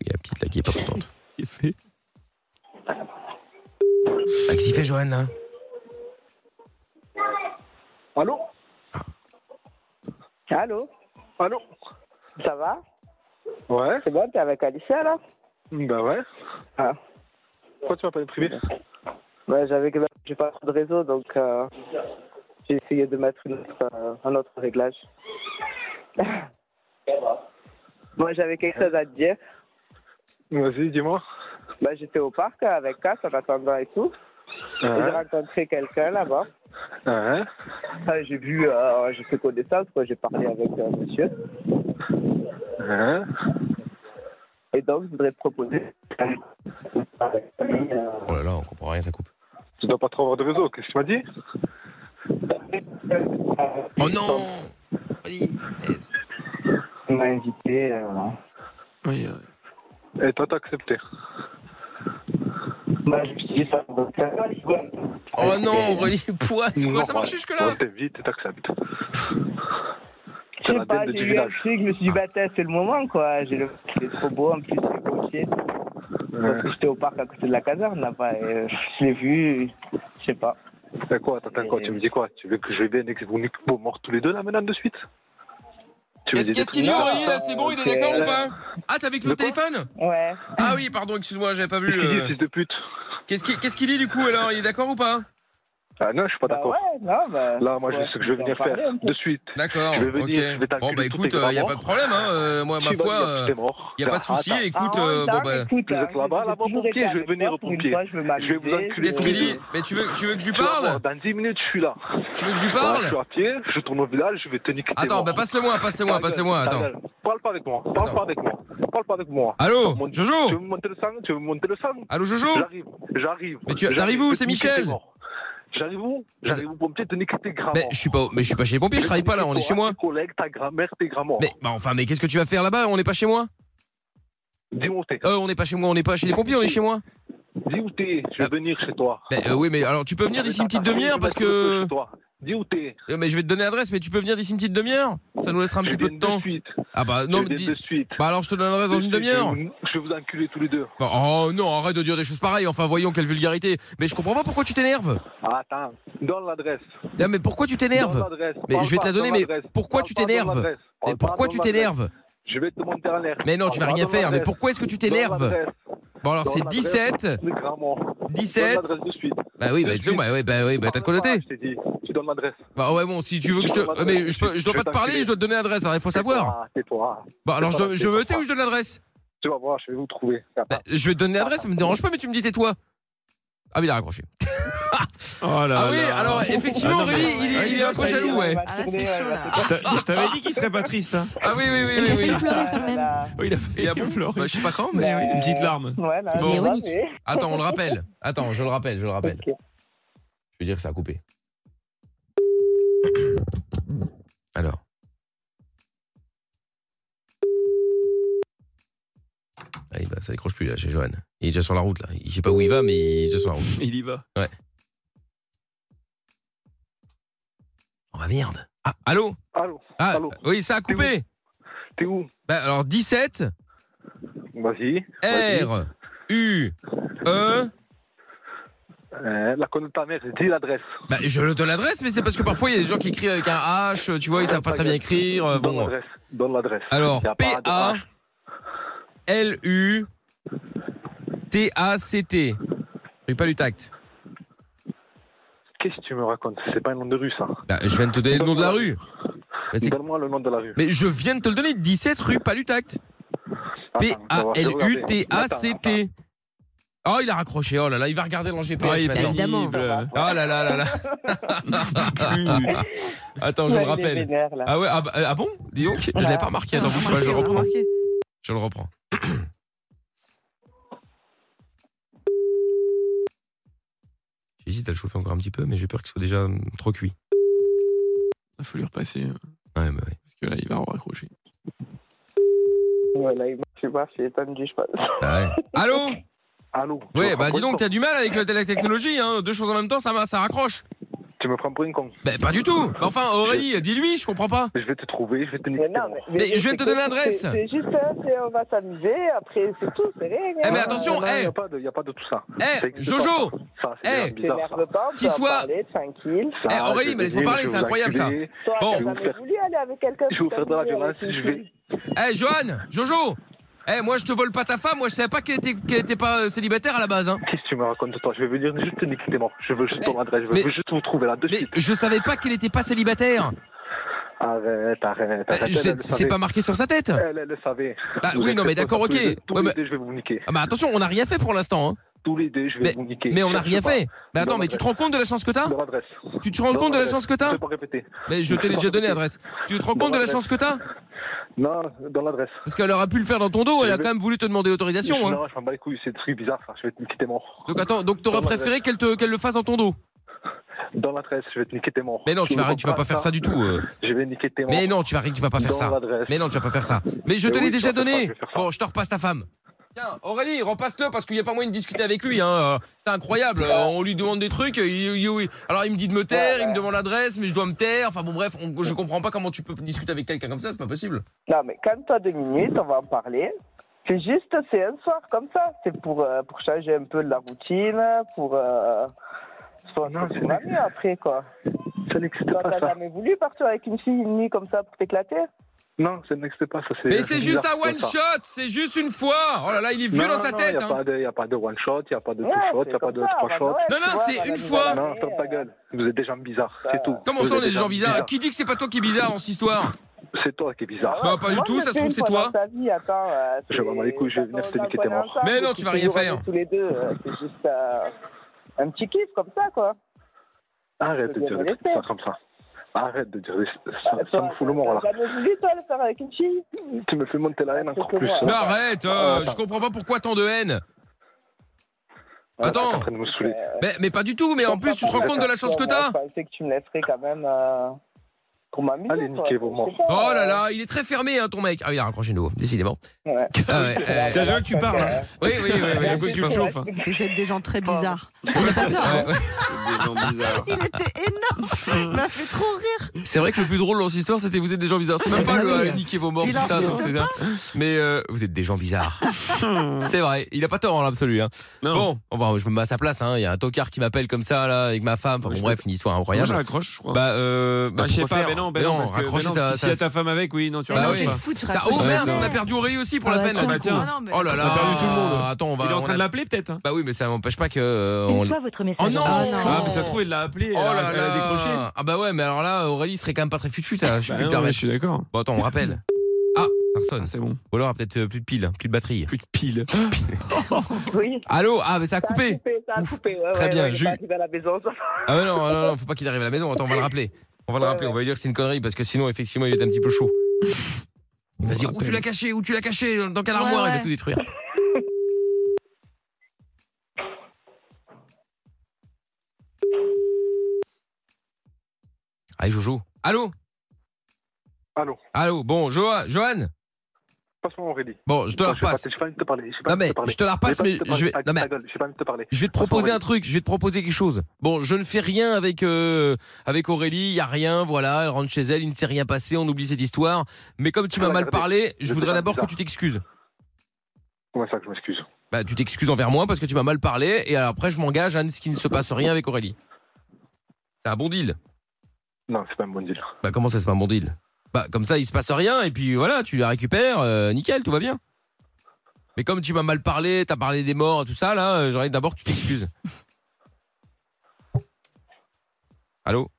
Speaker 1: il y a la petite là qui est pas contente. Ah, Qu'est-ce qu'il fait, Joanne là
Speaker 7: Allô Ah. Allô Allô Ça va
Speaker 9: Ouais,
Speaker 7: C'est bon, t'es avec Alicia là
Speaker 9: bah ouais.
Speaker 7: Ah.
Speaker 9: Pourquoi tu m'as pas les privés
Speaker 7: Ouais, j'avais que- j'ai pas trop de réseau donc euh, j'ai essayé de mettre une autre, euh, un autre réglage. Moi j'avais quelque chose à te dire.
Speaker 9: Vas-y, dis-moi.
Speaker 7: Bah, j'étais au parc euh, avec Cass en attendant et tout. Et J'ai
Speaker 9: Ouais.
Speaker 7: rencontré quelqu'un là-bas.
Speaker 9: Ouais.
Speaker 7: Ah, j'ai vu, euh, j'ai fait connaissance, quoi. j'ai parlé avec un monsieur.
Speaker 9: Ouais.
Speaker 7: Et donc je voudrais te proposer.
Speaker 1: Oh là là, on comprend rien, ça coupe.
Speaker 9: Tu dois pas trop avoir de réseau, qu'est-ce que tu m'as dit
Speaker 1: Oh non Aurélie, yes.
Speaker 7: On m'a invité. euh,
Speaker 3: Oui, euh,
Speaker 9: Et toi, t'as accepté.
Speaker 7: Bah, je me suis dit, ça va faire.
Speaker 1: Oh non, Aurélie, poisse, quoi, ça
Speaker 9: Normal.
Speaker 1: marche jusque-là
Speaker 9: Ouais, T'es vite et t'acceptes.
Speaker 7: Je
Speaker 9: C'est
Speaker 7: sais
Speaker 9: la
Speaker 7: pas,
Speaker 9: dame
Speaker 7: j'ai
Speaker 9: du
Speaker 7: eu un
Speaker 9: village.
Speaker 7: truc, je me suis dit, bah, tiens, c'est le moment, quoi. J'ai le... Il est trop beau, en plus, c'est pompier. Parce que j'étais au parc à côté de la caserne, là-bas, et euh, je l'ai vu, je sais pas.
Speaker 9: T'as quoi T'attends quoi Tu me dis quoi Tu veux que je vienne et que vous nique beau morts tous les deux là maintenant de suite Tu me
Speaker 1: Qu'est-ce
Speaker 9: dis des
Speaker 1: qu'est-ce qu'il dit,
Speaker 9: trucs-
Speaker 1: Aurélie là C'est bon, il est
Speaker 7: Ok.
Speaker 1: d'accord ou pas Ah, t'avais que le
Speaker 9: De quoi
Speaker 1: téléphone
Speaker 7: Ouais.
Speaker 1: Ah oui, pardon, excuse-moi, j'avais pas vu.
Speaker 9: Qu'est-ce qu'il dit,
Speaker 1: euh,
Speaker 9: fils de pute
Speaker 1: Qu'est-ce qu'il qu'est-ce qu'il dit du coup alors Il est d'accord ou pas
Speaker 9: Ah non, je suis pas
Speaker 7: Bah
Speaker 9: d'accord.
Speaker 7: ouais, non, bah.
Speaker 9: Là, moi,
Speaker 7: ouais,
Speaker 9: je sais ce que je vais
Speaker 7: on
Speaker 9: venir
Speaker 7: va en parler
Speaker 9: faire
Speaker 7: un peu.
Speaker 9: de suite.
Speaker 1: D'accord.
Speaker 9: Je vais
Speaker 1: Ok.
Speaker 9: venir, je vais
Speaker 1: Bon
Speaker 9: t'accueillir
Speaker 1: bah
Speaker 9: tous
Speaker 1: écoute,
Speaker 9: tes
Speaker 1: il n'y a
Speaker 9: grands-morts.
Speaker 1: pas de problème. Hein. euh, moi, ma
Speaker 9: Tu vas
Speaker 1: foi,
Speaker 9: venir,
Speaker 1: euh,
Speaker 9: t'es mort.
Speaker 1: y a pas de
Speaker 9: Attends,
Speaker 1: souci.
Speaker 9: attends.
Speaker 1: Écoute,
Speaker 7: Ah, on
Speaker 1: euh, bon
Speaker 7: dame,
Speaker 1: bah.
Speaker 7: écoute,
Speaker 9: Vous
Speaker 7: là,
Speaker 9: êtes là-bas,
Speaker 7: j'ai
Speaker 9: là-bas,
Speaker 7: toujours
Speaker 9: pompier,
Speaker 7: été
Speaker 9: je vais
Speaker 7: avec
Speaker 9: venir
Speaker 7: toi,
Speaker 9: au
Speaker 7: pour une
Speaker 9: pompier.
Speaker 7: fois, Je vais
Speaker 9: Je vais vous
Speaker 7: m'amuser,
Speaker 9: enculer
Speaker 7: je
Speaker 1: Qu'est-ce
Speaker 7: vais-
Speaker 1: qu'il dit Mais tu veux, tu veux que je lui
Speaker 9: Tu vas voir,
Speaker 1: parle
Speaker 9: Dans 10 minutes, je suis là.
Speaker 1: Tu veux que je lui
Speaker 9: Voilà, je
Speaker 1: parle
Speaker 9: suis à pied, je tourne au village, je vais te niquer. tes
Speaker 1: Attends,
Speaker 9: morts.
Speaker 1: bah passe-le-moi, passe-le-moi,
Speaker 9: Ta gueule,
Speaker 1: passe-le-moi.
Speaker 9: ta
Speaker 1: Attends.
Speaker 9: gueule. Parle pas avec moi, parle
Speaker 1: Attends.
Speaker 9: pas avec moi, parle pas avec moi.
Speaker 1: Allô,
Speaker 9: Mon- Tu veux
Speaker 1: Jojo
Speaker 9: me monter le sang Tu veux me monter le sang
Speaker 1: Allô, Jojo
Speaker 9: J'arrive, j'arrive.
Speaker 1: Mais tu-
Speaker 9: j'arrive,
Speaker 1: t'arrives où
Speaker 9: je vais
Speaker 1: C'est
Speaker 9: te niquer
Speaker 1: Michel
Speaker 9: tes morts. J'arrive où J'arrive au pompier, te niquer tes grands
Speaker 1: Mais je suis pas, au- mais je suis pas chez les pompiers, je travaille pas là, on est chez moi.
Speaker 9: Tes collègues, ta grand-mère, tes grands-mères.
Speaker 1: Mais bah enfin, mais qu'est-ce que tu vas faire là-bas On n'est pas chez moi.
Speaker 9: Dis où t'es,
Speaker 1: Euh, on n'est pas chez moi, on n'est pas chez les pompiers, on est chez moi.
Speaker 9: dis où t'es, je vais venir chez toi.
Speaker 1: Mais euh, oui, mais alors tu peux venir d'ici une petite demi-heure parce que.
Speaker 9: Dis où t'es.
Speaker 1: Euh, Mais je vais te donner l'adresse, mais tu peux venir d'ici une petite demi-heure. Ça nous laissera un
Speaker 9: Je
Speaker 1: petit peu de
Speaker 9: viens
Speaker 1: temps.
Speaker 9: De suite.
Speaker 1: Ah bah non,
Speaker 9: Non,
Speaker 1: mais dis.
Speaker 9: de suite.
Speaker 1: Bah alors je te donne l'adresse dans
Speaker 9: De
Speaker 1: une
Speaker 9: suite,
Speaker 1: demi-heure.
Speaker 9: Je vais vous- je vais vous enculer tous les deux.
Speaker 1: Bah, Oh non, arrête de dire des choses pareilles. Enfin, voyons quelle vulgarité. Mais je comprends pas pourquoi tu t'énerves.
Speaker 9: Attends, donne l'adresse.
Speaker 1: Non, mais pourquoi tu t'énerves
Speaker 9: Donne l'adresse.
Speaker 1: Mais
Speaker 9: Parle
Speaker 1: je vais te
Speaker 9: pas,
Speaker 1: la donner,
Speaker 9: donne
Speaker 1: mais
Speaker 9: l'adresse.
Speaker 1: pourquoi
Speaker 9: Parle
Speaker 1: tu
Speaker 9: pas, donne
Speaker 1: t'énerves
Speaker 9: l'adresse.
Speaker 1: Mais
Speaker 9: Parle pas,
Speaker 1: pourquoi
Speaker 9: donne
Speaker 1: tu
Speaker 9: l'adresse.
Speaker 1: t'énerves
Speaker 9: Je vais te monter en l'air.
Speaker 1: Mais non, tu vas rien faire. Mais pourquoi est-ce que tu t'énerves Bon alors c'est
Speaker 9: Donne
Speaker 1: 17,
Speaker 9: l'adresse, Gramont. Donne
Speaker 1: 17.
Speaker 9: l'adresse de suite.
Speaker 1: Bah oui, bah
Speaker 9: De
Speaker 1: dis donc,
Speaker 9: suite.
Speaker 1: bah ouais, bah oui, bah t'as de quoi noter.
Speaker 9: Ah, Je t'ai dit, tu donnes l'adresse.
Speaker 1: Bah ouais, bon, si tu veux que je
Speaker 9: Je
Speaker 1: te.
Speaker 9: t'envoie
Speaker 1: Mais
Speaker 9: l'adresse,
Speaker 1: je, peux- je
Speaker 9: je-
Speaker 1: dois
Speaker 9: je
Speaker 1: pas te
Speaker 9: vais
Speaker 1: parler, je dois te donner l'adresse. Alors il faut savoir.
Speaker 9: Ah, Tais-toi.
Speaker 1: Bah alors je, dois-
Speaker 9: pas,
Speaker 1: je
Speaker 9: c'est
Speaker 1: me
Speaker 9: pas.
Speaker 1: tais ou je donne l'adresse
Speaker 9: Tu vas voir, je vais vous trouver.
Speaker 1: Bah, Je vais te donner l'adresse, ça me dérange pas, mais tu me dis tais-toi. Ah mais il a raccroché.
Speaker 3: Oh là
Speaker 1: Ah oui,
Speaker 3: là.
Speaker 1: alors effectivement,
Speaker 3: Ah non, mais-
Speaker 1: Aurélie, il, est- il est un peu
Speaker 3: Ouais,
Speaker 1: jaloux, ouais.
Speaker 4: Ah là, c'est chaud, là.
Speaker 3: Je t'a- je t'avais dit qu'il serait pas triste. hein.
Speaker 1: Ah oui, oui, oui,
Speaker 2: Il a
Speaker 1: oui.
Speaker 2: failli
Speaker 1: oui.
Speaker 2: pleurer quand même.
Speaker 3: Oh, il a
Speaker 1: Et
Speaker 3: failli
Speaker 1: ah bon
Speaker 3: pleurer.
Speaker 1: Bah, je sais pas quand, mais.
Speaker 3: Une petite larme.
Speaker 7: Ouais, là,
Speaker 2: C'est
Speaker 7: ça
Speaker 1: Bah,
Speaker 7: va,
Speaker 2: ironique.
Speaker 7: mais-
Speaker 1: Attends, on le rappelle. Attends, je le rappelle, je le rappelle.
Speaker 7: Ok.
Speaker 1: Je veux dire que ça a coupé. Alors. Ah, il va- ça décroche plus là chez Johan. Il est déjà sur la route là. Il- Je sais pas où il va, mais il est déjà sur la route.
Speaker 3: Il y va.
Speaker 1: Oh bah merde. Ah, allô
Speaker 9: Allô,
Speaker 1: Ah,
Speaker 9: Allô
Speaker 1: oui, ça a coupé.
Speaker 9: t'es où
Speaker 1: Bah, alors 17
Speaker 9: Vas-y. vas-y.
Speaker 1: R U E.
Speaker 9: Euh, La conne de ta mère, dis l'adresse.
Speaker 1: Bah, je le donne l'adresse, mais c'est parce que parfois il y a des gens qui écrivent avec un H, tu vois, ils savent pas très bien écrire. euh,
Speaker 9: Donne
Speaker 1: Bon.
Speaker 9: l'adresse. Donne l'adresse.
Speaker 1: Alors,
Speaker 9: Y a pas de
Speaker 1: P-A-
Speaker 9: H.
Speaker 1: L-U T-A-C-T. J'ai pas du tact.
Speaker 9: Qu'est-ce que tu me racontes C'est pas un nom de rue, ça.
Speaker 1: Bah, je viens de te donner le nom de la rue. Bah, c'est-
Speaker 9: Donne-moi le nom de la rue.
Speaker 1: Mais je viens de te le donner, 17 rue Palutact.
Speaker 9: Ah, Attends, on va voir, bah, je vais regarder.
Speaker 1: P-A-L-U-T-A-C-T. Oh, il a raccroché, oh là là, il va regarder l'en
Speaker 3: Ah,
Speaker 1: GPS
Speaker 3: il est
Speaker 1: maintenant.
Speaker 2: Évidemment.
Speaker 3: pénible.
Speaker 1: Oh là là là là. Attends, je
Speaker 7: Ouais,
Speaker 1: le
Speaker 7: il est
Speaker 1: rappelle.
Speaker 7: vénère, là. Ah,
Speaker 1: Ah ouais, ah, bah, euh, ah bon Dis donc, je l'avais pas remarqué. Attends, bouge pas, je le reprends. Je le reprends. J'hésite à le chauffer encore un petit peu, mais j'ai peur qu'il soit déjà hum, trop cuit.
Speaker 3: Il faut lui repasser. hein,
Speaker 1: Ouais, bah ouais.
Speaker 3: Parce que là, il va raccrocher.
Speaker 7: Ouais, là, il- je sais pas, c'est étendu, je pense.
Speaker 1: Ah ouais. Allô
Speaker 9: Allô tu me
Speaker 1: Ouais,
Speaker 9: prends
Speaker 1: bah
Speaker 9: pour
Speaker 1: dis
Speaker 9: une
Speaker 1: donc,
Speaker 9: con
Speaker 1: t'as du mal avec le- la technologie, hein. Deux choses en même temps, ça, va, ça raccroche.
Speaker 9: Tu me prends pour une con.
Speaker 1: Bah pas du tout. Enfin, Aurélie, dis-lui, je comprends pas.
Speaker 9: Je vais te trouver, je vais te niquer.
Speaker 5: Mais non, mais,
Speaker 1: Mais je viens de te
Speaker 5: c'est
Speaker 1: donner
Speaker 5: que-
Speaker 1: l'adresse.
Speaker 5: c'est- C'est juste ça, c'est- on va s'amuser, après c'est tout, c'est rien.
Speaker 1: Eh, mais
Speaker 5: hein.
Speaker 1: attention,
Speaker 9: il
Speaker 1: eh,
Speaker 9: n'y a, pas de- y a pas de tout ça.
Speaker 1: eh,
Speaker 9: Ça existe
Speaker 1: Jojo,
Speaker 9: pas, ça. Ça, c'est
Speaker 1: eh,
Speaker 9: bien bizarre, ça.
Speaker 5: T'énerve pas, on
Speaker 1: Qu'il
Speaker 5: peut en
Speaker 1: soit-
Speaker 5: parler, tranquille.
Speaker 1: Eh,
Speaker 9: Ça,
Speaker 1: Aurélie,
Speaker 9: je
Speaker 1: mais
Speaker 9: vais
Speaker 1: laisse-moi parler,
Speaker 9: venir, je vais
Speaker 1: c'est
Speaker 9: vous
Speaker 1: incroyable, ça.
Speaker 9: enculer.
Speaker 5: Toi,
Speaker 1: Bon.
Speaker 5: t'as
Speaker 9: Je vais vous
Speaker 5: jamais
Speaker 9: faire-
Speaker 5: voulu aller avec quelqu'un
Speaker 9: Je vais vous
Speaker 5: qui
Speaker 9: faire de la
Speaker 5: s'amusait,
Speaker 9: violence,
Speaker 5: c'est
Speaker 9: je
Speaker 5: tout.
Speaker 9: vais-
Speaker 1: eh, Johan, Jojo. Eh, moi, je te vole pas ta femme. Moi, je savais pas qu'elle était, qu'elle était pas euh, célibataire à la base, hein.
Speaker 9: Qu'est-ce que tu me racontes, toi Je vais venir juste te niquer tes morts. Je veux juste
Speaker 1: Mais-
Speaker 9: ton adresse, je veux
Speaker 1: mais-
Speaker 9: juste vous trouver là, de
Speaker 1: Mais
Speaker 9: suite.
Speaker 1: je savais pas qu'elle était pas célibataire.
Speaker 9: Arrête, arrête,
Speaker 1: Bah,
Speaker 9: arrête.
Speaker 1: je-
Speaker 9: elle, elle le
Speaker 1: c'est
Speaker 9: savait.
Speaker 1: pas marqué sur sa tête.
Speaker 9: Elle, elle le savait.
Speaker 1: Bah
Speaker 9: Vous
Speaker 1: oui,
Speaker 9: êtes
Speaker 1: non, mais
Speaker 9: faits
Speaker 1: d'accord,
Speaker 9: pour
Speaker 1: ok.
Speaker 9: ça, Tous les, deux, tous
Speaker 1: Ouais,
Speaker 9: les
Speaker 1: mais,
Speaker 9: deux, je vais vous niquer.
Speaker 1: ah, bah, attention, on n'a rien fait pour l'instant. hein.
Speaker 9: Tous les deux, je vais vous niquer.
Speaker 1: Mais on n'a rien
Speaker 9: Cherche
Speaker 1: fait. Mais attends,
Speaker 9: Leur
Speaker 1: mais tu te
Speaker 9: adresse.
Speaker 1: rends compte de la chance que
Speaker 9: pas
Speaker 1: t'as
Speaker 9: Leur adresse.
Speaker 1: Tu te rends
Speaker 9: Leur
Speaker 1: compte de la
Speaker 9: adresse.
Speaker 1: chance que
Speaker 9: Je
Speaker 1: t'as
Speaker 9: vais pas répéter.
Speaker 1: Mais je t'ai déjà donné l'adresse. Tu te rends compte de la chance que t'as
Speaker 9: Non, dans l'adresse.
Speaker 1: Parce qu'elle aurait pu le faire dans ton dos. Elle a
Speaker 9: Je vais-
Speaker 1: quand même voulu te demander l'autorisation. hein.
Speaker 9: Non, je m'en bats les couilles, c'est des trucs bizarres, ça. Je vais te niquer tes morts.
Speaker 1: Donc attends, donc t'aurais
Speaker 9: Dans l'adresse.
Speaker 1: préféré qu'elle te- qu'elle le fasse dans ton dos
Speaker 9: Dans l'adresse, je vais te niquer tes morts.
Speaker 1: Mais non, tu
Speaker 9: me
Speaker 1: vas arrêter, tu vas pas
Speaker 9: comprends
Speaker 1: faire ça du tout. euh.
Speaker 9: Je vais niquer tes morts.
Speaker 1: Mais non, tu vas tu vas pas faire
Speaker 9: dans
Speaker 1: ça.
Speaker 9: l'adresse.
Speaker 1: Mais non, tu vas pas faire ça. Mais je
Speaker 9: Mais
Speaker 1: te
Speaker 9: oui,
Speaker 1: l'ai
Speaker 9: je
Speaker 1: déjà
Speaker 9: vais faire ça,
Speaker 1: donné.
Speaker 9: je vais faire ça.
Speaker 1: Bon, je te repasse ta femme. Tiens, Aurélie, repasse-le parce qu'il n'y a pas moyen de discuter avec lui. Hein. Euh, C'est incroyable. Euh, On lui demande des trucs. il- il- il- Alors, il me dit de me taire, il me demande l'adresse, mais je dois me taire. Enfin, bon, bref, on- je comprends pas comment tu peux discuter avec quelqu'un comme ça, c'est pas possible.
Speaker 5: Non, mais calme-toi deux minutes, on va en parler. C'est juste, c'est un soir comme ça. C'est pour, euh, pour changer un peu de la routine, pour. Euh, pour
Speaker 9: Non,
Speaker 5: pour
Speaker 9: c'est-
Speaker 5: la nuit après, quoi.
Speaker 9: Ça n'existe
Speaker 5: Toi,
Speaker 9: pas,
Speaker 5: t'as
Speaker 9: ça.
Speaker 5: jamais voulu partir avec une fille une nuit comme ça pour t'éclater
Speaker 9: Non, ça n'existe pas. Ça, c'est-
Speaker 1: Mais c'est juste
Speaker 9: bizarre,
Speaker 1: un one
Speaker 9: ça.
Speaker 1: shot, c'est juste une fois. Oh là là, il est vieux
Speaker 9: Non,
Speaker 1: dans sa
Speaker 9: non,
Speaker 1: tête.
Speaker 9: y a
Speaker 1: hein.
Speaker 9: pas de- y a pas de one shot, il n'y a pas de two
Speaker 7: Ouais,
Speaker 9: shot, il
Speaker 7: c'est
Speaker 9: n'y a pas de
Speaker 7: comme ça,
Speaker 9: trois
Speaker 7: bah
Speaker 9: shot.
Speaker 7: ouais,
Speaker 1: Non,
Speaker 7: tu
Speaker 1: non,
Speaker 7: vois,
Speaker 1: c'est
Speaker 7: bah,
Speaker 1: une
Speaker 7: bah,
Speaker 1: fois.
Speaker 7: bah,
Speaker 9: Non, ferme ta gueule. Vous êtes des gens bizarres, c'est tout.
Speaker 1: Comment
Speaker 9: Vous
Speaker 1: ça,
Speaker 9: êtes
Speaker 1: on est des gens bizarres
Speaker 9: bizarres.
Speaker 1: Qui dit que c'est pas toi qui est bizarre dans cette histoire
Speaker 9: C'est toi qui es bizarre.
Speaker 1: Bah, pas du
Speaker 7: Moi,
Speaker 1: tout,
Speaker 7: je
Speaker 1: ça se
Speaker 7: fais
Speaker 1: trouve,
Speaker 7: une
Speaker 1: c'est
Speaker 7: fois
Speaker 1: toi.
Speaker 7: dans ta vie, attends, euh,
Speaker 9: Je
Speaker 7: c'est-
Speaker 9: vais voir les couilles, je
Speaker 7: t'as
Speaker 9: vais venir
Speaker 7: pas-
Speaker 9: te dire
Speaker 7: t'as
Speaker 9: que
Speaker 7: pas
Speaker 9: t'es mort.
Speaker 7: d'un chat,
Speaker 1: Mais non,
Speaker 7: c'est
Speaker 1: tu vas
Speaker 7: que
Speaker 1: rien
Speaker 7: vous
Speaker 1: faire.
Speaker 7: revenez Tous les deux, euh, c'est juste euh, un petit kiff comme ça, quoi.
Speaker 9: Arrête
Speaker 7: Je
Speaker 9: de dire
Speaker 7: vais
Speaker 9: des
Speaker 7: me
Speaker 9: trucs comme ça. Arrête de dire des... ça,
Speaker 7: Euh,
Speaker 9: ça
Speaker 7: toi,
Speaker 9: me fout le moral.
Speaker 7: T'as jamais voulu, toi, le faire avec une fille
Speaker 9: Tu me fais monter la haine encore
Speaker 7: Parce que
Speaker 9: plus.
Speaker 7: moi-
Speaker 1: Mais
Speaker 7: Ouais.
Speaker 1: arrête, euh, je comprends pas pourquoi tant de haine.
Speaker 9: Ah,
Speaker 1: Attends.
Speaker 9: t'es en train de me saouler.
Speaker 1: Mais, mais pas du tout, mais en plus, tu te rends compte de la chance que t'as
Speaker 7: Je pensais que tu me laisserais quand même euh, pour m'amuser.
Speaker 9: Allez,
Speaker 7: quoi.
Speaker 9: niquez vos
Speaker 7: Je
Speaker 9: morts.
Speaker 7: sais pas,
Speaker 1: Oh là
Speaker 7: euh,
Speaker 1: là, il est très fermé, hein, ton mec. Ah oui, il a raccroché nous, décidément.
Speaker 7: Ouais.
Speaker 1: Ah ouais, euh,
Speaker 3: C'est à Joël que tu parles. hein.
Speaker 1: oui, oui, oui. oui,
Speaker 3: C'est
Speaker 4: euh,
Speaker 3: à cause que tu le
Speaker 1: oui.
Speaker 3: chauffes. hein.
Speaker 4: Vous êtes des gens très bizarres. hein.
Speaker 1: Ouais, ouais.
Speaker 4: Il était énorme. Il m'a fait trop rire.
Speaker 1: C'est vrai que le plus drôle dans cette histoire, c'était vous êtes des gens bizarres. C'est même
Speaker 4: C'est
Speaker 1: pas le
Speaker 4: dingue.
Speaker 1: euh, niquez vos morts, tout
Speaker 4: Il a
Speaker 1: ça.
Speaker 4: raison.
Speaker 1: donc c'est ça. Mais euh, vous êtes des gens bizarres.
Speaker 2: Ah
Speaker 1: c'est vrai, il a pas tort en l'absolu. Hein.
Speaker 3: Non.
Speaker 1: Bon, enfin, je me mets à sa place. hein. Il y a un tocard qui m'appelle comme ça, là, avec ma femme. Enfin,
Speaker 3: Ouais,
Speaker 1: bon,
Speaker 3: je
Speaker 1: bref, une histoire
Speaker 3: Moi, je
Speaker 1: incroyable.
Speaker 3: raccroche, je crois.
Speaker 1: Bah, euh, bah,
Speaker 3: Bah, je sais
Speaker 1: pourquoi
Speaker 3: pas, mais
Speaker 1: faire
Speaker 3: non, bah non, parce que-
Speaker 1: raccrocher,
Speaker 3: bah non,
Speaker 1: ça,
Speaker 3: parce que si
Speaker 1: ça,
Speaker 3: à ta femme avec, oui, non, tu
Speaker 1: Bah
Speaker 4: Mais non,
Speaker 3: raccroches
Speaker 1: oui.
Speaker 4: t'es
Speaker 3: pas.
Speaker 4: fou, tu
Speaker 1: ça-
Speaker 4: racontes
Speaker 1: Oh
Speaker 4: ça.
Speaker 1: merde, on a perdu Aurélie aussi pour
Speaker 2: Ah
Speaker 1: la
Speaker 2: bah,
Speaker 1: peine.
Speaker 2: tiens.
Speaker 3: Ah bah, tiens.
Speaker 4: Ah non, mais-
Speaker 1: Oh là là,
Speaker 3: a perdu tout le monde.
Speaker 1: Attends, on va.
Speaker 3: Il est en
Speaker 1: on
Speaker 3: train
Speaker 1: a-
Speaker 3: de l'appeler peut-être. hein.
Speaker 1: Bah oui, mais ça m'empêche pas que. euh, on- Oh non,
Speaker 2: Ah non.
Speaker 3: Ah, mais ça se trouve, il l'a appelé, elle
Speaker 1: Oh
Speaker 3: a-
Speaker 1: là
Speaker 3: elle a décroché.
Speaker 1: là Ah bah ouais, mais alors là, Aurélie serait quand même pas très futu, ça. Je
Speaker 3: Bah non,
Speaker 1: peux plus me
Speaker 3: mais
Speaker 1: permettre.
Speaker 3: Je suis d'accord.
Speaker 1: Bon, attends, on rappelle. Ah, ça
Speaker 3: Ah,
Speaker 1: ressonne.
Speaker 3: C'est bon.
Speaker 1: Ou alors, ah, peut-être euh, plus de piles, plus de batterie.
Speaker 3: Plus de piles.
Speaker 5: Oui,
Speaker 1: Allô Ah, mais ça a
Speaker 5: ça a
Speaker 1: coupé
Speaker 5: coupé, ça a
Speaker 1: Ouf.
Speaker 5: coupé. Ouais,
Speaker 1: Très
Speaker 5: ouais,
Speaker 1: bien,
Speaker 5: ouais, il est
Speaker 1: Jules.
Speaker 5: pas arrivé à la maison, ça.
Speaker 1: Ah mais non, non, non, faut pas qu'il arrive à la maison. Attends, on va le rappeler. On va le
Speaker 5: Ouais,
Speaker 1: rappeler,
Speaker 5: ouais.
Speaker 1: on va lui dire que c'est une connerie parce que sinon, effectivement, il est un petit peu chaud. Vas-y, où tu l'as caché Où tu l'as caché Dans quelle
Speaker 4: Ouais,
Speaker 1: armoire Il va
Speaker 4: ouais.
Speaker 1: tout détruire. Allez, Jojo. Allô
Speaker 9: Allô,
Speaker 1: Allô Bon, Johan Johan
Speaker 9: passe-moi Aurélie.
Speaker 1: Bon, je te la
Speaker 9: Moi, j'ai pas-
Speaker 1: repasse.
Speaker 9: J'ai pas envie de te parler. j'ai pas
Speaker 1: Non
Speaker 9: envie de
Speaker 1: mais
Speaker 9: te parler.
Speaker 1: je te la repasse,
Speaker 9: J'ai pas
Speaker 1: mais
Speaker 9: envie de te
Speaker 1: je vais.
Speaker 9: parler.
Speaker 1: Non
Speaker 9: Ta
Speaker 1: mais
Speaker 9: gueule, J'ai pas envie de te parler.
Speaker 1: je vais te proposer un truc. Je vais te proposer quelque chose. Bon, je ne fais rien avec euh, avec Aurélie. Il y a rien. Voilà, elle rentre chez elle. Il ne s'est rien passé. On oublie cette histoire. Mais comme tu
Speaker 9: Ah,
Speaker 1: m'as mal
Speaker 9: regardez,
Speaker 1: parlé, je
Speaker 9: je
Speaker 1: voudrais
Speaker 9: sais pas,
Speaker 1: d'abord que
Speaker 9: bizarre.
Speaker 1: tu t'excuses.
Speaker 9: Comment ça que je m'excuse
Speaker 1: Bah, tu t'excuses envers moi parce que tu m'as mal parlé. Et après, je m'engage à ce qu'il ne se passe rien avec Aurélie. C'est un bon deal.
Speaker 9: Non, c'est pas un bon deal.
Speaker 1: Bah, comment ça, c'est pas un bon deal Bah, comme ça, il se passe rien. Et puis voilà, tu la récupères. euh, nickel, tout va bien. Mais comme tu m'as mal parlé, t'as parlé des morts, tout ça, là, euh, j'aurais d'abord que tu t'excuses. Allô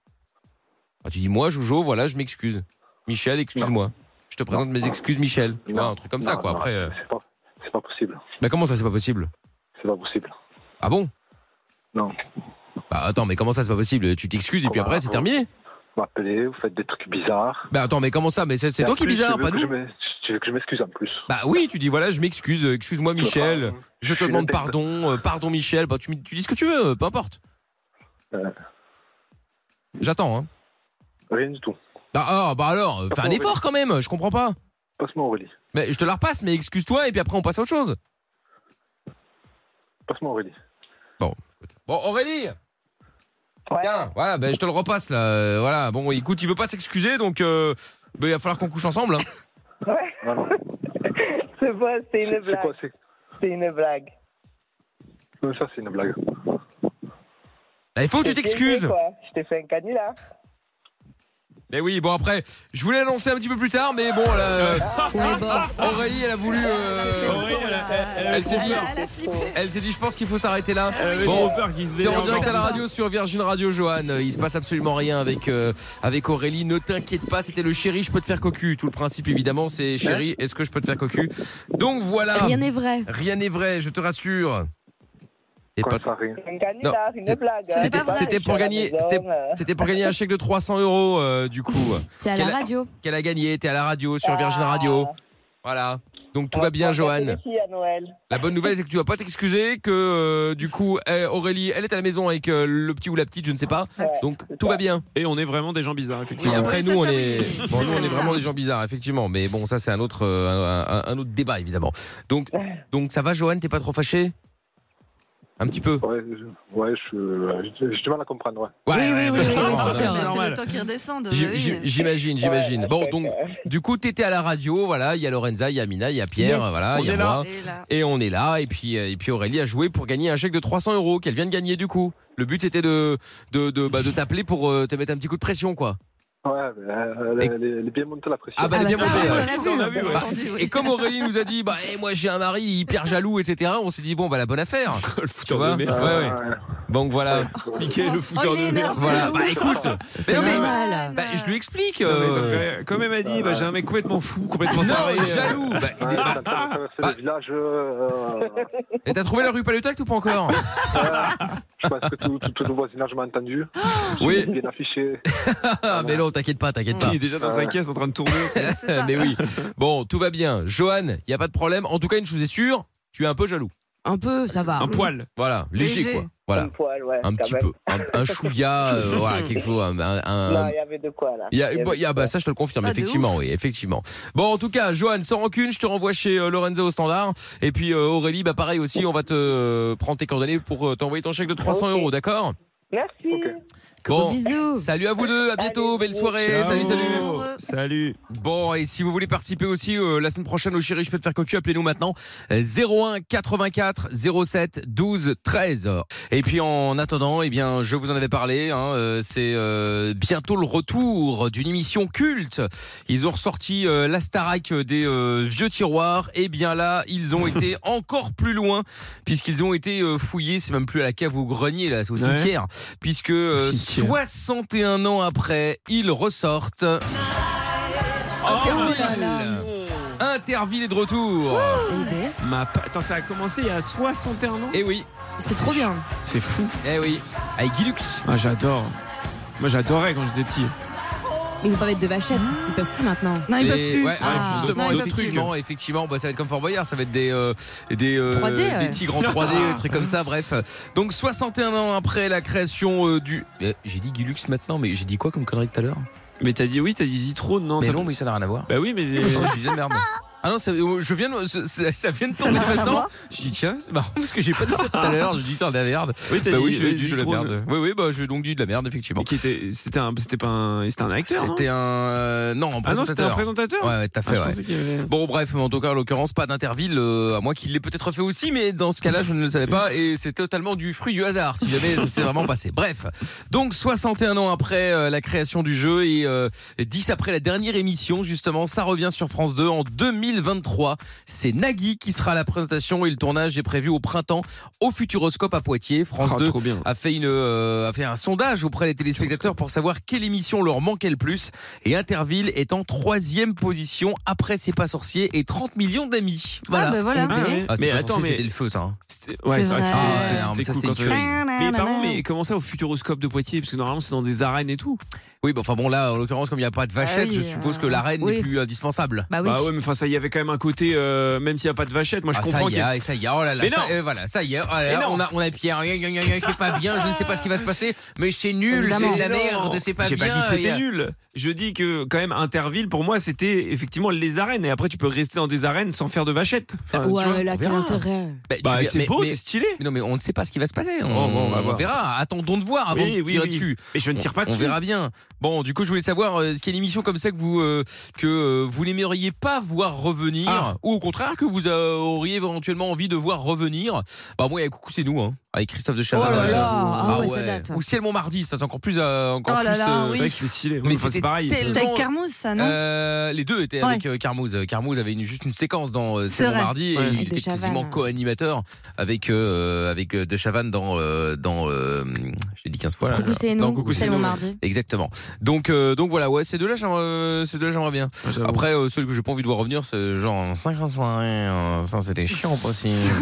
Speaker 1: Ah, Tu dis moi, Jojo, voilà, je m'excuse. Michel, excuse-moi. Je te présente mes excuses, Michel. Tu
Speaker 9: Non.
Speaker 1: vois, un truc comme ça,
Speaker 9: Non,
Speaker 1: quoi.
Speaker 9: non,
Speaker 1: Après, euh,
Speaker 9: C'est pas, c'est pas possible.
Speaker 1: Bah comment ça, c'est pas possible
Speaker 9: C'est pas possible.
Speaker 1: Ah bon
Speaker 9: Non.
Speaker 1: Bah attends, mais comment ça, c'est pas possible Tu t'excuses et puis
Speaker 9: Ah bah,
Speaker 1: après, c'est
Speaker 9: non.
Speaker 1: terminé
Speaker 9: Vous m'appelez, vous faites des trucs bizarres.
Speaker 1: Bah attends, mais comment ça Mais c'est c'est
Speaker 9: Et en
Speaker 1: toi qui es
Speaker 9: plus,
Speaker 1: bizarre,
Speaker 9: tu
Speaker 1: pas
Speaker 9: veux que
Speaker 1: nous
Speaker 9: je me- Tu veux que je m'excuse en plus
Speaker 1: Bah oui, tu dis voilà, je m'excuse, euh, excuse-moi, Michel. Je te
Speaker 9: suis
Speaker 1: demande
Speaker 9: une personne-
Speaker 1: pardon, euh, pardon Michel, Bah, tu, me- tu dis ce que tu veux, euh, peu importe.
Speaker 2: Euh.
Speaker 9: Ouais.
Speaker 1: J'attends, hein.
Speaker 9: Rien du tout.
Speaker 1: Ah, ah, bah alors, euh, fais un
Speaker 9: Aurélie.
Speaker 1: effort quand même, je comprends pas.
Speaker 9: Passe-moi Aurélie.
Speaker 1: Mais je te la repasse, mais excuse-toi et puis après on passe à autre chose.
Speaker 9: Passe-moi Aurélie.
Speaker 1: Bon, Aurélie
Speaker 7: Ouais.
Speaker 1: Tiens, voilà, ben je te le repasse là. euh, Voilà, bon, écoute, il veut pas s'excuser donc euh, ben, il va falloir qu'on couche ensemble. hein.
Speaker 9: Ah non.
Speaker 7: C'est quoi, c'est
Speaker 9: C'est
Speaker 7: une
Speaker 9: c'est quoi
Speaker 7: blague.
Speaker 9: c'est
Speaker 7: C'est une blague.
Speaker 9: Non, Ça, c'est une blague.
Speaker 1: Ah, Il faut que tu
Speaker 7: T'es piégé,
Speaker 1: t'excuses.
Speaker 7: quoi. Je t'ai fait un canular.
Speaker 1: Mais oui, bon après, je voulais l'annoncer un petit peu plus tard, mais bon, là, euh,
Speaker 2: Ouais, bah,
Speaker 1: Aurélie, elle a voulu. euh,
Speaker 3: Aurélie, elle a- elle- elle a-
Speaker 1: elle s'est dit,
Speaker 4: Elle a flippé.
Speaker 1: elle s'est dit, je pense qu'il faut s'arrêter là.
Speaker 3: Avec
Speaker 1: Bon,
Speaker 3: bon, peur qu'il se
Speaker 1: T'es
Speaker 3: démerde
Speaker 1: en direct à la
Speaker 3: encore
Speaker 1: radio sur Virgin Radio, Johan. Euh, Il se passe absolument rien avec, euh, avec Aurélie. Ne t'inquiète pas, c'était le chéri, je peux te faire cocu. Tout le principe, évidemment, c'est chéri, est-ce que je peux te faire cocu Donc voilà.
Speaker 2: rien n'est vrai.
Speaker 1: Rien n'est vrai, je te rassure. Et
Speaker 9: Quoi,
Speaker 1: pas-
Speaker 9: ça, rien.
Speaker 7: Un canular,
Speaker 1: c'est-
Speaker 7: une blague. hein.
Speaker 1: c'était-
Speaker 7: C'est pas
Speaker 1: c'était
Speaker 7: vrai, je
Speaker 1: pour
Speaker 7: suis à la
Speaker 1: gagner-
Speaker 7: maison,
Speaker 1: c'était-
Speaker 7: euh.
Speaker 1: C'était pour gagner un chèque de 300 euros, euh, du coup,
Speaker 2: T'es à
Speaker 1: Quelle-
Speaker 2: la radio.
Speaker 1: qu'elle a gagné. T'es à la radio, sur Virgin Radio.
Speaker 7: Ah.
Speaker 1: Voilà. Donc tout
Speaker 7: On
Speaker 1: va bien,
Speaker 7: prendre la
Speaker 1: Johan.
Speaker 7: téléfille à Noël.
Speaker 1: La bonne nouvelle, c'est que tu vas pas t'excuser, que euh, du coup, eh, Aurélie, elle est à la maison avec euh, le petit ou la petite, je ne sais pas.
Speaker 7: Ouais.
Speaker 1: Donc tout va bien.
Speaker 3: Et on est vraiment des gens bizarres,
Speaker 1: Oui,
Speaker 3: effectivement.
Speaker 1: après
Speaker 4: Ouais,
Speaker 1: nous
Speaker 4: ça,
Speaker 1: on
Speaker 4: ça,
Speaker 1: est
Speaker 4: oui.
Speaker 1: bon, nous, on est vraiment des gens bizarres effectivement mais bon ça c'est un autre euh, un, un- un autre débat évidemment donc donc ça va Johan t'es pas trop fâché un petit peu
Speaker 9: Ouais, je- ouais, je- j'ai j'ai du mal à comprendre. Ouais.
Speaker 1: ouais,
Speaker 2: Oui, oui,
Speaker 1: bah,
Speaker 2: oui,
Speaker 1: je
Speaker 2: oui,
Speaker 1: comprends,
Speaker 2: c'est
Speaker 1: hein.
Speaker 2: sûr.
Speaker 4: Ah, C'est
Speaker 3: normal.
Speaker 4: le temps qu'ils redescendent.
Speaker 1: J'im-
Speaker 4: Bah oui.
Speaker 1: j'im- j'imagine j'imagine
Speaker 7: Ouais,
Speaker 1: bon
Speaker 7: ouais,
Speaker 1: donc
Speaker 7: ouais.
Speaker 1: du coup t'étais à la radio voilà il y a Lorenza il y a Mina il y a Pierre
Speaker 2: Yes.
Speaker 1: voilà
Speaker 3: On
Speaker 1: il y a
Speaker 3: est là.
Speaker 1: moi
Speaker 4: Et là,
Speaker 1: et on est là et puis euh, et puis Aurélie a joué pour gagner un chèque de 300 euros qu'elle vient de gagner du coup le but c'était de de de, bah, de t'appeler pour euh, te mettre un petit coup de pression quoi
Speaker 9: Ouais, mais euh,
Speaker 1: Et-
Speaker 9: elle, est- elle est bien montée la pression.
Speaker 1: Ah bah, elle est bien
Speaker 2: ça,
Speaker 1: montée,
Speaker 2: on
Speaker 1: ouais.
Speaker 2: l'a vu,
Speaker 3: On a vu,
Speaker 2: on
Speaker 3: ouais.
Speaker 2: l'a entendu, oui.
Speaker 1: Bah, Et comme Aurélie nous a dit, bah, eh, moi j'ai un mari hyper jaloux, etc. On s'est dit bon, bah la bonne affaire.
Speaker 3: le
Speaker 1: Tu vois
Speaker 3: fouteur de merde.
Speaker 1: Ouais, ouais. Donc voilà.
Speaker 3: Piqué, le fouteur
Speaker 4: Oh, il est
Speaker 3: de merde.
Speaker 4: énorme.
Speaker 1: Voilà. Bah écoute,
Speaker 2: C'est
Speaker 1: non, mais-
Speaker 2: normal.
Speaker 1: bah, je lui explique.
Speaker 3: Non, mais ça me
Speaker 1: euh,
Speaker 3: fait- Comme elle m'a dit, bah, j'ai un mec complètement fou, complètement taré.
Speaker 1: Non,
Speaker 3: euh,
Speaker 1: jaloux. Bah, il est-
Speaker 9: Ouais,
Speaker 1: bah,
Speaker 9: ça me fait traverser
Speaker 1: bah.
Speaker 9: le village. euh,
Speaker 1: et t'as trouvé la rue Palutac ou pas encore
Speaker 9: je pense que tout, tout, tout le voisinage m'a entendu.
Speaker 1: Oui.
Speaker 9: Bien affiché.
Speaker 1: Ah, Mais non, t'inquiète pas, t'inquiète pas.
Speaker 3: Qui est déjà dans sa caisse en train de tourner.
Speaker 1: mais oui. Bon, tout va bien. Johan, il y a pas de problème. En tout cas, une chose est sûre, tu es un peu jaloux.
Speaker 2: Un peu, ça va.
Speaker 3: Un poil.
Speaker 1: Voilà, léger,
Speaker 4: Léger.
Speaker 1: quoi. Voilà,
Speaker 7: Une poil, ouais,
Speaker 1: un
Speaker 7: quand
Speaker 1: petit
Speaker 7: même.
Speaker 1: peu, un, un chouïa, euh, voilà, quelque chose, un- un- un-
Speaker 7: Non, il y avait de quoi là.
Speaker 1: Il y a, bah,
Speaker 7: avait
Speaker 1: il y a-
Speaker 7: de
Speaker 1: bah,
Speaker 7: quoi.
Speaker 1: ça, je te le confirme,
Speaker 4: Ah, de
Speaker 1: effectivement, oui, effectivement. Bon, en tout cas, Johan, sans rancune, je te renvoie chez euh, Lorenzo au standard. Et puis euh, Aurélie, bah pareil aussi, on va te euh, prendre tes coordonnées pour euh, t'envoyer ton chèque de 300
Speaker 7: Ok.
Speaker 1: euros, d'accord
Speaker 7: Merci.
Speaker 9: Ok.
Speaker 1: Bon.
Speaker 2: Bisous.
Speaker 1: Salut à vous deux, à bientôt,
Speaker 7: Allez,
Speaker 1: belle soirée,
Speaker 3: Ciao.
Speaker 1: salut, salut.
Speaker 3: Salut.
Speaker 1: Bon, et si vous voulez participer aussi euh, la semaine prochaine au Chéri, je peux te faire cocu, appelez-nous maintenant euh, 01 84 07 12 13. Et puis en attendant, eh bien, je vous en avais parlé, hein, euh, c'est euh, bientôt le retour d'une émission culte. Ils ont ressorti euh, la Starac des euh, vieux tiroirs, et bien là, ils ont été encore plus loin, puisqu'ils ont été euh, fouillés, c'est même plus à la cave ou au grenier, là, c'est au
Speaker 3: Ouais.
Speaker 1: cimetière, puisque euh,
Speaker 3: Cimetière.
Speaker 1: 61 ans après, ils ressortent. Interville. Mmh. Interville est de retour.
Speaker 3: Ma pa- Attends, ça a commencé il y a 61 ans.
Speaker 1: Eh oui,
Speaker 2: C'est trop bien.
Speaker 3: C'est fou.
Speaker 1: eh oui. Avec Guilux.
Speaker 3: Ah, j'adore. Moi, j'adorais quand j'étais petit.
Speaker 2: Ils vont pas mettre de vachettes. Ils peuvent plus maintenant.
Speaker 4: Non, ils
Speaker 1: Et-
Speaker 4: peuvent plus.
Speaker 1: Ouais,
Speaker 2: Ah.
Speaker 1: ouais, justement,
Speaker 4: Non, ils peuvent
Speaker 1: effectivement, effectivement, bah, ça va être comme Fort Boyard, ça va être des euh, des, euh,
Speaker 2: 3D, ouais.
Speaker 1: des tigres en 3D, des trucs comme ça, bref. Donc 61 ans après la création euh, du Eh, j'ai dit Guilux maintenant mais j'ai dit quoi comme connerie tout à l'heure
Speaker 3: Mais t'as dit oui, t'as dit Zitrone, non
Speaker 1: Mais
Speaker 3: t'as-
Speaker 1: non, mais ça n'a rien à voir.
Speaker 3: Bah oui, mais. c'est-
Speaker 1: Oh, j'ai dit de la merde. Ah non, ça, euh, je viens, de- ça- ça ça vient de tomber maintenant. Je dis tiens, c'est marrant parce que j'ai pas dit ça tout à l'heure. Je dis tiens de la merde.
Speaker 3: Oui, t'as
Speaker 1: Bah
Speaker 3: dit
Speaker 1: oui, j'ai
Speaker 3: oui,
Speaker 1: dit de la
Speaker 3: Zitrone.
Speaker 1: merde. Oui, oui, bah j'ai donc dit de la merde
Speaker 3: Mais
Speaker 1: effectivement.
Speaker 3: qui était. C'était un. C'était pas un. C'était un acteur. non
Speaker 1: C'était un euh, non, un
Speaker 3: Ah non, c'était un
Speaker 1: présentateur.
Speaker 3: présentateur.
Speaker 1: Ouais, ouais, t'as
Speaker 3: Ah,
Speaker 1: fait,
Speaker 3: je
Speaker 1: ouais.
Speaker 3: pensais qu'il y avait-
Speaker 1: Bon, bref, mais en tout cas, en l'occurrence, pas d'Interville, euh, à moins qu'il l'ait peut-être fait aussi, mais dans ce cas-là, je ne le savais pas, et c'est totalement du fruit du hasard, si jamais ça s'est vraiment passé. Bref, donc 61 ans après euh, la création du jeu et euh, 10 après la dernière émission, justement, ça revient sur France 2 en 2023. C'est Nagui qui sera à la présentation et le tournage est prévu au printemps au Futuroscope à Poitiers. France
Speaker 3: Ah,
Speaker 1: 2
Speaker 3: trop bien.
Speaker 1: a fait, une, euh, a fait un sondage auprès des téléspectateurs pour savoir quelle émission leur manquait le plus. Et Interville est en troisième position après C'est pas sorcier et 30 millions d'amis.
Speaker 4: Ah,
Speaker 1: Voilà.
Speaker 4: bah voilà.
Speaker 3: Ah, ouais.
Speaker 1: Ah, c'est
Speaker 3: mais
Speaker 1: pas
Speaker 3: attends,
Speaker 1: sorcier,
Speaker 3: mais.
Speaker 1: c'était le feu, ça. hein.
Speaker 3: c'était- Ouais, c'est vrai
Speaker 4: C'est
Speaker 3: que c'était-
Speaker 4: vrai.
Speaker 1: Ah, ouais, non, mais
Speaker 3: c'était
Speaker 1: ça,
Speaker 3: cool
Speaker 1: c'est
Speaker 3: quand
Speaker 1: une
Speaker 3: tu
Speaker 1: tuerie.
Speaker 3: Mais par contre, mais comment ça au Futuroscope de Poitiers Parce que normalement, c'est dans des arènes et tout.
Speaker 1: Oui, bah, enfin bon, là, en l'occurrence, comme il n'y a pas de vachette,
Speaker 4: Ah oui,
Speaker 1: je suppose
Speaker 4: euh,
Speaker 1: que la reine
Speaker 2: oui.
Speaker 1: n'est plus indispensable.
Speaker 2: Bah oui.
Speaker 3: Bah ouais, mais enfin, ça y avait quand même un côté. euh, Même s'il n'y a pas de vachette, moi, je
Speaker 1: Ah, ça
Speaker 3: comprends
Speaker 1: y
Speaker 3: qu'il y a-
Speaker 1: est, ça y est, oh là là,
Speaker 3: Mais
Speaker 1: ça,
Speaker 3: non.
Speaker 1: euh, voilà, ça y est, oh là là,
Speaker 3: Mais non.
Speaker 1: on a, on a Pierre, gna, gna, gna, gna, je sais pas bien, je ne sais pas ce qui va se passer, mais c'est nul, c'est de la
Speaker 3: Non.
Speaker 1: merde, c'est pas
Speaker 3: J'ai
Speaker 1: bien. euh,
Speaker 3: pas dit que
Speaker 1: il y
Speaker 3: c'était
Speaker 1: a-
Speaker 3: nul. Je dis que quand même Interville pour moi c'était effectivement les arènes et après tu peux rester dans des arènes sans faire de vachette. Enfin, tu vois.
Speaker 2: ouais, là, quel
Speaker 1: verra.
Speaker 2: intérêt.
Speaker 1: Bah, tu
Speaker 3: Bah,
Speaker 1: verras,
Speaker 3: c'est
Speaker 1: mais-
Speaker 3: beau,
Speaker 1: mais-
Speaker 3: c'est stylé.
Speaker 1: mais non, mais on ne sait pas ce qui va se passer. On,
Speaker 3: bon, on va
Speaker 1: on
Speaker 3: voir.
Speaker 1: verra. Attendons de voir avant
Speaker 3: Oui,
Speaker 1: de
Speaker 3: oui,
Speaker 1: tirer
Speaker 3: oui.
Speaker 1: dessus.
Speaker 3: Mais je ne tire pas
Speaker 1: On
Speaker 3: dessus.
Speaker 1: verra bien. Bon, du coup, je voulais savoir, euh, est-ce qu'il y a une émission comme ça que vous euh, que euh, vous n'aimeriez pas voir revenir,
Speaker 3: Ah.
Speaker 1: ou au contraire que vous euh, auriez éventuellement envie de voir revenir Bah moi, avec coucou, c'est nous, hein, avec Christophe de Chavannes.
Speaker 2: là
Speaker 1: euh,
Speaker 2: là,
Speaker 1: j'avoue.
Speaker 2: ah ouais, ça date.
Speaker 1: Ou ciel mardi, ça c'est encore plus euh, encore
Speaker 4: Oh là
Speaker 1: plus.
Speaker 4: là,
Speaker 1: euh,
Speaker 3: C'est
Speaker 4: oui.
Speaker 3: vrai que c'est stylé.
Speaker 1: Mais
Speaker 3: Mais c'est
Speaker 1: c'était
Speaker 3: pareil.
Speaker 1: tellement-
Speaker 4: T'as avec Carmouze, ça, non
Speaker 1: euh, les deux étaient
Speaker 4: Ouais.
Speaker 1: avec euh, Carmouze. Carmouze avait une, juste une séquence dans euh,
Speaker 4: C'est
Speaker 1: C'est mon
Speaker 4: vrai.
Speaker 1: mardi
Speaker 3: Ouais.
Speaker 1: et il
Speaker 2: Avec
Speaker 1: était
Speaker 2: De Chavannes.
Speaker 1: quasiment co-animateur avec euh, avec euh, De Chavannes dans euh, dans euh, j'ai dit 15 fois là.
Speaker 2: Coucou,
Speaker 1: là.
Speaker 2: c'est
Speaker 1: Dans
Speaker 2: nous.
Speaker 1: Coucou, c'est
Speaker 2: C'est mon
Speaker 1: nous.
Speaker 2: mardi.
Speaker 1: Exactement. Donc euh, donc voilà, ouais, ces deux là j'aimerais euh, ces deux-là, j'aimerais bien.
Speaker 3: Ah, j'avoue.
Speaker 1: Après euh, ceux que j'ai pas envie de voir revenir c'est genre 5 ans soirée, euh, ça c'était chiant possible.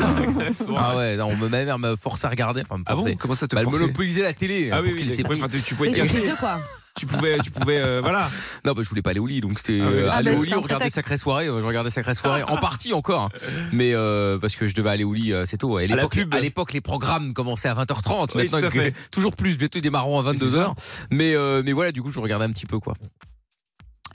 Speaker 1: ah ouais, non, me- ma mère me force à regarder, enfin me
Speaker 3: Ah bon
Speaker 1: forcer.
Speaker 3: Comment ça te
Speaker 1: Bah, elle
Speaker 3: forçait
Speaker 1: monopolisait la télé hein,
Speaker 3: Ah
Speaker 1: pour
Speaker 3: oui,
Speaker 1: qu'elle
Speaker 3: oui,
Speaker 1: s'est
Speaker 3: d'accord.
Speaker 1: pris.
Speaker 3: Enfin, tu- tu pouvais
Speaker 2: Mais
Speaker 3: te
Speaker 2: c'est
Speaker 3: cacher.
Speaker 2: chez eux, quoi.
Speaker 3: Tu pouvais, tu pouvais, euh, voilà.
Speaker 1: Non, bah, je voulais pas aller au lit, donc c'était
Speaker 3: Ah ouais.
Speaker 1: euh,
Speaker 3: Ah,
Speaker 1: aller
Speaker 4: bah,
Speaker 1: au
Speaker 4: c'est
Speaker 1: lit,
Speaker 4: un
Speaker 1: regarder
Speaker 4: prétexte.
Speaker 1: Sacrée Soirée. euh, Je regardais Sacrée Soirée,
Speaker 2: Ah.
Speaker 1: en partie encore, hein. mais euh, parce que je devais aller au lit euh, assez tôt. ouais. Et
Speaker 3: À la
Speaker 1: l'époque-
Speaker 3: pub.
Speaker 1: à l'époque, les programmes commençaient à 20h30,
Speaker 3: Oui,
Speaker 1: maintenant
Speaker 3: tout à
Speaker 1: que-
Speaker 3: fait.
Speaker 1: toujours plus, bientôt ils démarreront à
Speaker 3: Mais c'est
Speaker 1: 22h. Mais, euh, mais voilà, du coup, je regardais un petit peu quoi.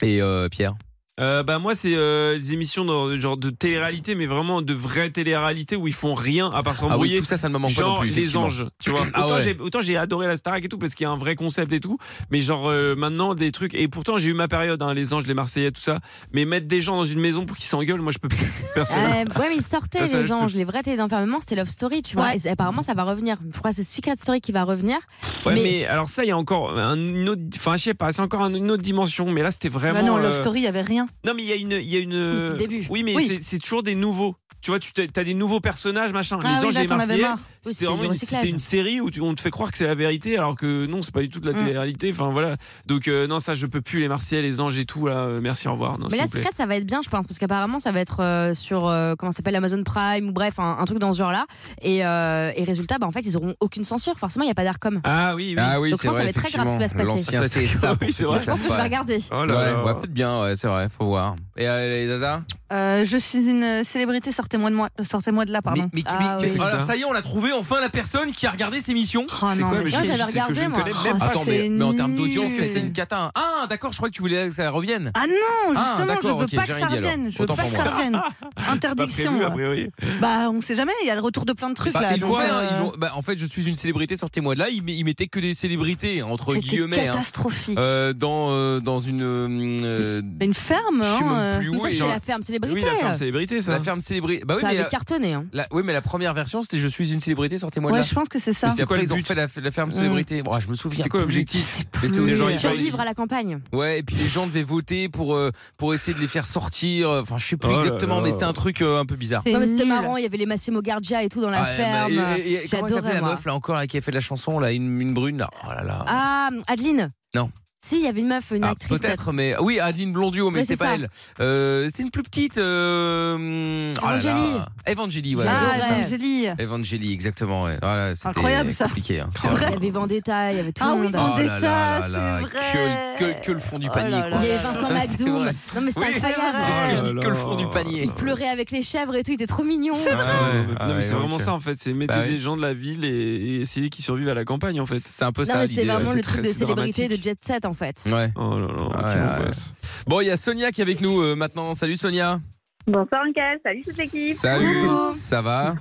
Speaker 1: Et euh, Pierre
Speaker 3: Euh, bah moi c'est euh, des émissions de, genre de télé-réalité mais vraiment de vraies télé-réalité où ils font rien à part
Speaker 1: Ah oui,
Speaker 3: s'embrouiller
Speaker 1: tout ça, ça ne me manque pas non
Speaker 3: genre
Speaker 1: plus.
Speaker 3: les
Speaker 1: effectivement.
Speaker 3: anges tu vois
Speaker 1: Ah
Speaker 3: autant
Speaker 1: ouais.
Speaker 3: j'ai autant j'ai adoré la Starac et tout parce qu'il y a un vrai concept et tout mais genre euh, maintenant des trucs et pourtant j'ai eu ma période hein, les anges les marseillais tout ça mais mettre des gens dans une maison pour qu'ils s'engueulent moi je peux plus personne
Speaker 4: Eh,
Speaker 2: Euh, ouais, mais ils sortaient
Speaker 3: Ça, ça,
Speaker 2: les
Speaker 3: je
Speaker 2: anges, les vrais télé d'enfermement, c'était Love Story, tu vois.
Speaker 4: Ouais.
Speaker 2: Et c'est- apparemment, ça va revenir. Je crois que c'est Secret Story qui va revenir.
Speaker 3: ouais
Speaker 2: mais-
Speaker 3: mais... alors ça il y a encore un- une autre enfin je sais pas c'est encore un- une autre dimension mais là c'était vraiment
Speaker 4: Bah non, Love
Speaker 3: euh,
Speaker 4: Story, il n'y avait rien.
Speaker 3: Non, mais il y a une. Il y a une...
Speaker 2: c'est le début.
Speaker 3: Oui, mais
Speaker 4: Oui.
Speaker 3: c'est- c'est toujours des nouveaux. Tu vois, tu as des nouveaux personnages, machin.
Speaker 4: Ah
Speaker 3: les
Speaker 4: oui,
Speaker 3: anges
Speaker 4: là,
Speaker 3: et les
Speaker 4: t'en avais
Speaker 3: Marseillais.
Speaker 4: marre.
Speaker 2: Oui,
Speaker 3: C'était
Speaker 2: c'était
Speaker 3: vraiment
Speaker 2: du
Speaker 3: une,
Speaker 2: recyclage.
Speaker 3: c'était une série où tu- on te fait croire que c'est la vérité, alors que non, c'est pas du tout de la
Speaker 4: Mm.
Speaker 3: télé-réalité. Enfin voilà. Donc euh, non, ça, je peux plus les Marseillais, les anges et tout. Là, euh, merci, au revoir. Non,
Speaker 2: Mais
Speaker 3: s'il
Speaker 2: là,
Speaker 3: vous plaît.
Speaker 2: Secret, ça va être bien, je pense, parce qu'apparemment, ça va être euh, sur euh, comment ça s'appelle Amazon Prime ou bref, un, un truc dans ce genre-là. Et, euh, et résultat, bah, en fait, ils auront aucune censure. Forcément, il n'y a pas d'Arcom.
Speaker 3: Ah oui, oui.
Speaker 1: Ah oui,
Speaker 2: Donc, je
Speaker 1: c'est
Speaker 2: pense que ça
Speaker 1: vrai.
Speaker 2: va être très grave ce qui va se passer.
Speaker 3: Ça,
Speaker 1: effectivement. L'ancien,
Speaker 3: c'est
Speaker 1: c'est ça.
Speaker 3: sûr. Oui, c'est
Speaker 1: pour
Speaker 3: vrai.
Speaker 2: je
Speaker 1: ça
Speaker 2: pense
Speaker 1: se
Speaker 2: que je vais
Speaker 1: passe.
Speaker 2: regarder.
Speaker 3: Oh là
Speaker 1: Ouais,
Speaker 3: là.
Speaker 1: ouais, peut-être bien, ouais, c'est vrai, faut voir. Et euh, les Zaza
Speaker 4: Euh, je suis une euh, célébrité, sortez-moi de, moi, euh, sortez-moi de là, pardon.
Speaker 1: Mais, mais-
Speaker 2: Ah
Speaker 1: mais-
Speaker 2: oui.
Speaker 1: mais-
Speaker 3: C'est
Speaker 1: alors,
Speaker 3: ça.
Speaker 1: ça y est, on a trouvé enfin la personne qui a regardé cette émission.
Speaker 4: Oh
Speaker 3: C'est
Speaker 4: non,
Speaker 3: quoi,
Speaker 4: mais
Speaker 3: mais
Speaker 2: ça,
Speaker 3: je-
Speaker 2: j'avais
Speaker 3: je sais que
Speaker 2: regardé,
Speaker 3: je ne
Speaker 2: moi.
Speaker 3: connais
Speaker 4: Oh,
Speaker 3: même pas.
Speaker 1: Attends, mais,
Speaker 4: c'est
Speaker 1: mais en termes d'audience,
Speaker 4: nul.
Speaker 1: c'est une cata. Ah, d'accord, je crois que tu voulais que ça revienne.
Speaker 4: Ah non,
Speaker 1: Ah,
Speaker 4: justement, je veux
Speaker 1: d'accord, ok,
Speaker 4: pas que
Speaker 1: j'ai
Speaker 4: ça
Speaker 1: rien dit alors.
Speaker 4: revienne. Je veux
Speaker 1: Autant
Speaker 4: pas
Speaker 1: pour
Speaker 4: que ça
Speaker 1: moi.
Speaker 4: revienne.
Speaker 3: C'est pas
Speaker 4: Interdiction.
Speaker 3: prévu, a priori.
Speaker 4: Bah, on sait jamais, il y a le retour de plein de trucs
Speaker 1: Bah,
Speaker 4: là.
Speaker 1: ils l'ont
Speaker 4: donc,
Speaker 1: fait, hein,
Speaker 4: euh,
Speaker 1: ils l'ont- bah, en fait, je suis une célébrité, sortez-moi de là. Ils, met- ils mettaient que des célébrités, hein, entre
Speaker 4: c'était
Speaker 1: guillemets, hein.
Speaker 4: catastrophique.
Speaker 1: Euh, dans, euh, dans une. euh,
Speaker 4: Mais Une ferme,
Speaker 1: je sais
Speaker 4: hein,
Speaker 1: même
Speaker 4: euh,
Speaker 1: plus
Speaker 2: Mais
Speaker 1: où.
Speaker 2: ça,
Speaker 1: et
Speaker 2: c'était
Speaker 1: genre-
Speaker 2: la ferme célébrité. euh.
Speaker 3: Oui, la ferme célébrité, ça.
Speaker 1: la ferme célébrité. Bah oui,
Speaker 2: ça
Speaker 1: mais
Speaker 2: avait
Speaker 1: la,
Speaker 2: cartonné. hein.
Speaker 1: la- oui, mais la première version, c'était Je suis une célébrité, sortez-moi
Speaker 4: Ouais,
Speaker 1: de là.
Speaker 4: je pense que c'est
Speaker 1: Et
Speaker 4: ça.
Speaker 1: C'était
Speaker 3: C'était quoi
Speaker 1: après,
Speaker 3: le
Speaker 1: ils ont
Speaker 3: but
Speaker 1: fait la, la ferme
Speaker 2: Mm.
Speaker 1: célébrité. Bon, ah, je me souviens.
Speaker 3: C'était quoi
Speaker 1: plus.
Speaker 3: l'objectif
Speaker 1: Mais c'était des gens, ils-
Speaker 2: Survivre à la campagne.
Speaker 1: Ouais, et puis les gens devaient voter pour, euh, pour essayer de les faire sortir. Enfin, je sais plus
Speaker 3: Oh là
Speaker 1: exactement,
Speaker 3: là.
Speaker 1: mais c'était un truc euh, un peu bizarre.
Speaker 4: C'est
Speaker 2: Non, mais c'était
Speaker 4: nul.
Speaker 2: marrant, il y avait les Massimo Gardia et tout dans la
Speaker 1: Ouais,
Speaker 2: ferme.
Speaker 1: bah, et- et- et comment elle
Speaker 2: J'adorais,
Speaker 1: s'appelait la
Speaker 2: moi.
Speaker 1: meuf là encore là, qui a fait de la chanson là, une, une brune là. Oh là là.
Speaker 2: Ah, Adeline
Speaker 1: Non.
Speaker 2: Si, il y avait une meuf, une
Speaker 1: Ah,
Speaker 2: actrice.
Speaker 1: peut-être, mais ah oui, Adeline Blondio, mais
Speaker 2: Ouais,
Speaker 1: c'était
Speaker 2: c'est
Speaker 1: pas
Speaker 2: ça.
Speaker 1: elle. Euh, c'était une plus petite. Euh... oh là là.
Speaker 2: Evangélie.
Speaker 1: Evangélie, ouais.
Speaker 2: J'adorais.
Speaker 1: c'est ça.
Speaker 4: Ah, Angélie.
Speaker 1: Evangélie, exactement. Ouais. Voilà, c'était
Speaker 4: Incroyable, ça.
Speaker 1: Compliqué, hein.
Speaker 4: C'est vrai.
Speaker 2: Il y avait Vendetta, il y avait tout
Speaker 4: Ah
Speaker 2: le
Speaker 4: oui,
Speaker 2: monde.
Speaker 1: Oh là
Speaker 4: Vendetta,
Speaker 1: là là là,
Speaker 4: c'est vrai.
Speaker 1: que, que, que le fond du
Speaker 4: Oh
Speaker 1: panier.
Speaker 4: là
Speaker 1: quoi.
Speaker 2: Il y avait Vincent
Speaker 1: C'est
Speaker 2: McDoom.
Speaker 1: vrai.
Speaker 2: Non, mais c'était
Speaker 1: Oui,
Speaker 2: incroyable.
Speaker 1: C'est ce que je
Speaker 3: Oh
Speaker 1: dis,
Speaker 3: là
Speaker 1: que le fond
Speaker 3: là.
Speaker 1: du panier.
Speaker 2: Il pleurait avec les chèvres et tout, il était trop mignon.
Speaker 1: Ah Ouais,
Speaker 3: Ouais, non,
Speaker 1: ouais,
Speaker 3: mais
Speaker 1: ouais,
Speaker 3: c'est
Speaker 1: donc,
Speaker 3: vraiment
Speaker 1: euh,
Speaker 3: ça en fait, c'est mettez
Speaker 1: bah oui.
Speaker 3: des gens de la ville et, et essayer qu'ils survivent à la campagne en fait.
Speaker 1: C'est un peu
Speaker 2: Non,
Speaker 1: ça
Speaker 2: mais c'est
Speaker 1: l'idée.
Speaker 2: vraiment
Speaker 3: ouais,
Speaker 2: le
Speaker 3: c'est
Speaker 2: truc
Speaker 3: très
Speaker 2: de céllébrité
Speaker 3: dramatique.
Speaker 2: de Jet Set en fait.
Speaker 1: Ouais.
Speaker 3: Oh là là,
Speaker 1: Ouais,
Speaker 3: quelle
Speaker 1: ouais.
Speaker 3: angoisse.
Speaker 1: Bon, il y a Sonia qui est avec nous euh, maintenant. Salut Sonia.
Speaker 6: Bonsoir, Mickaël. Salut toute l'équipe.
Speaker 1: Salut.
Speaker 2: Coucou.
Speaker 1: Ça va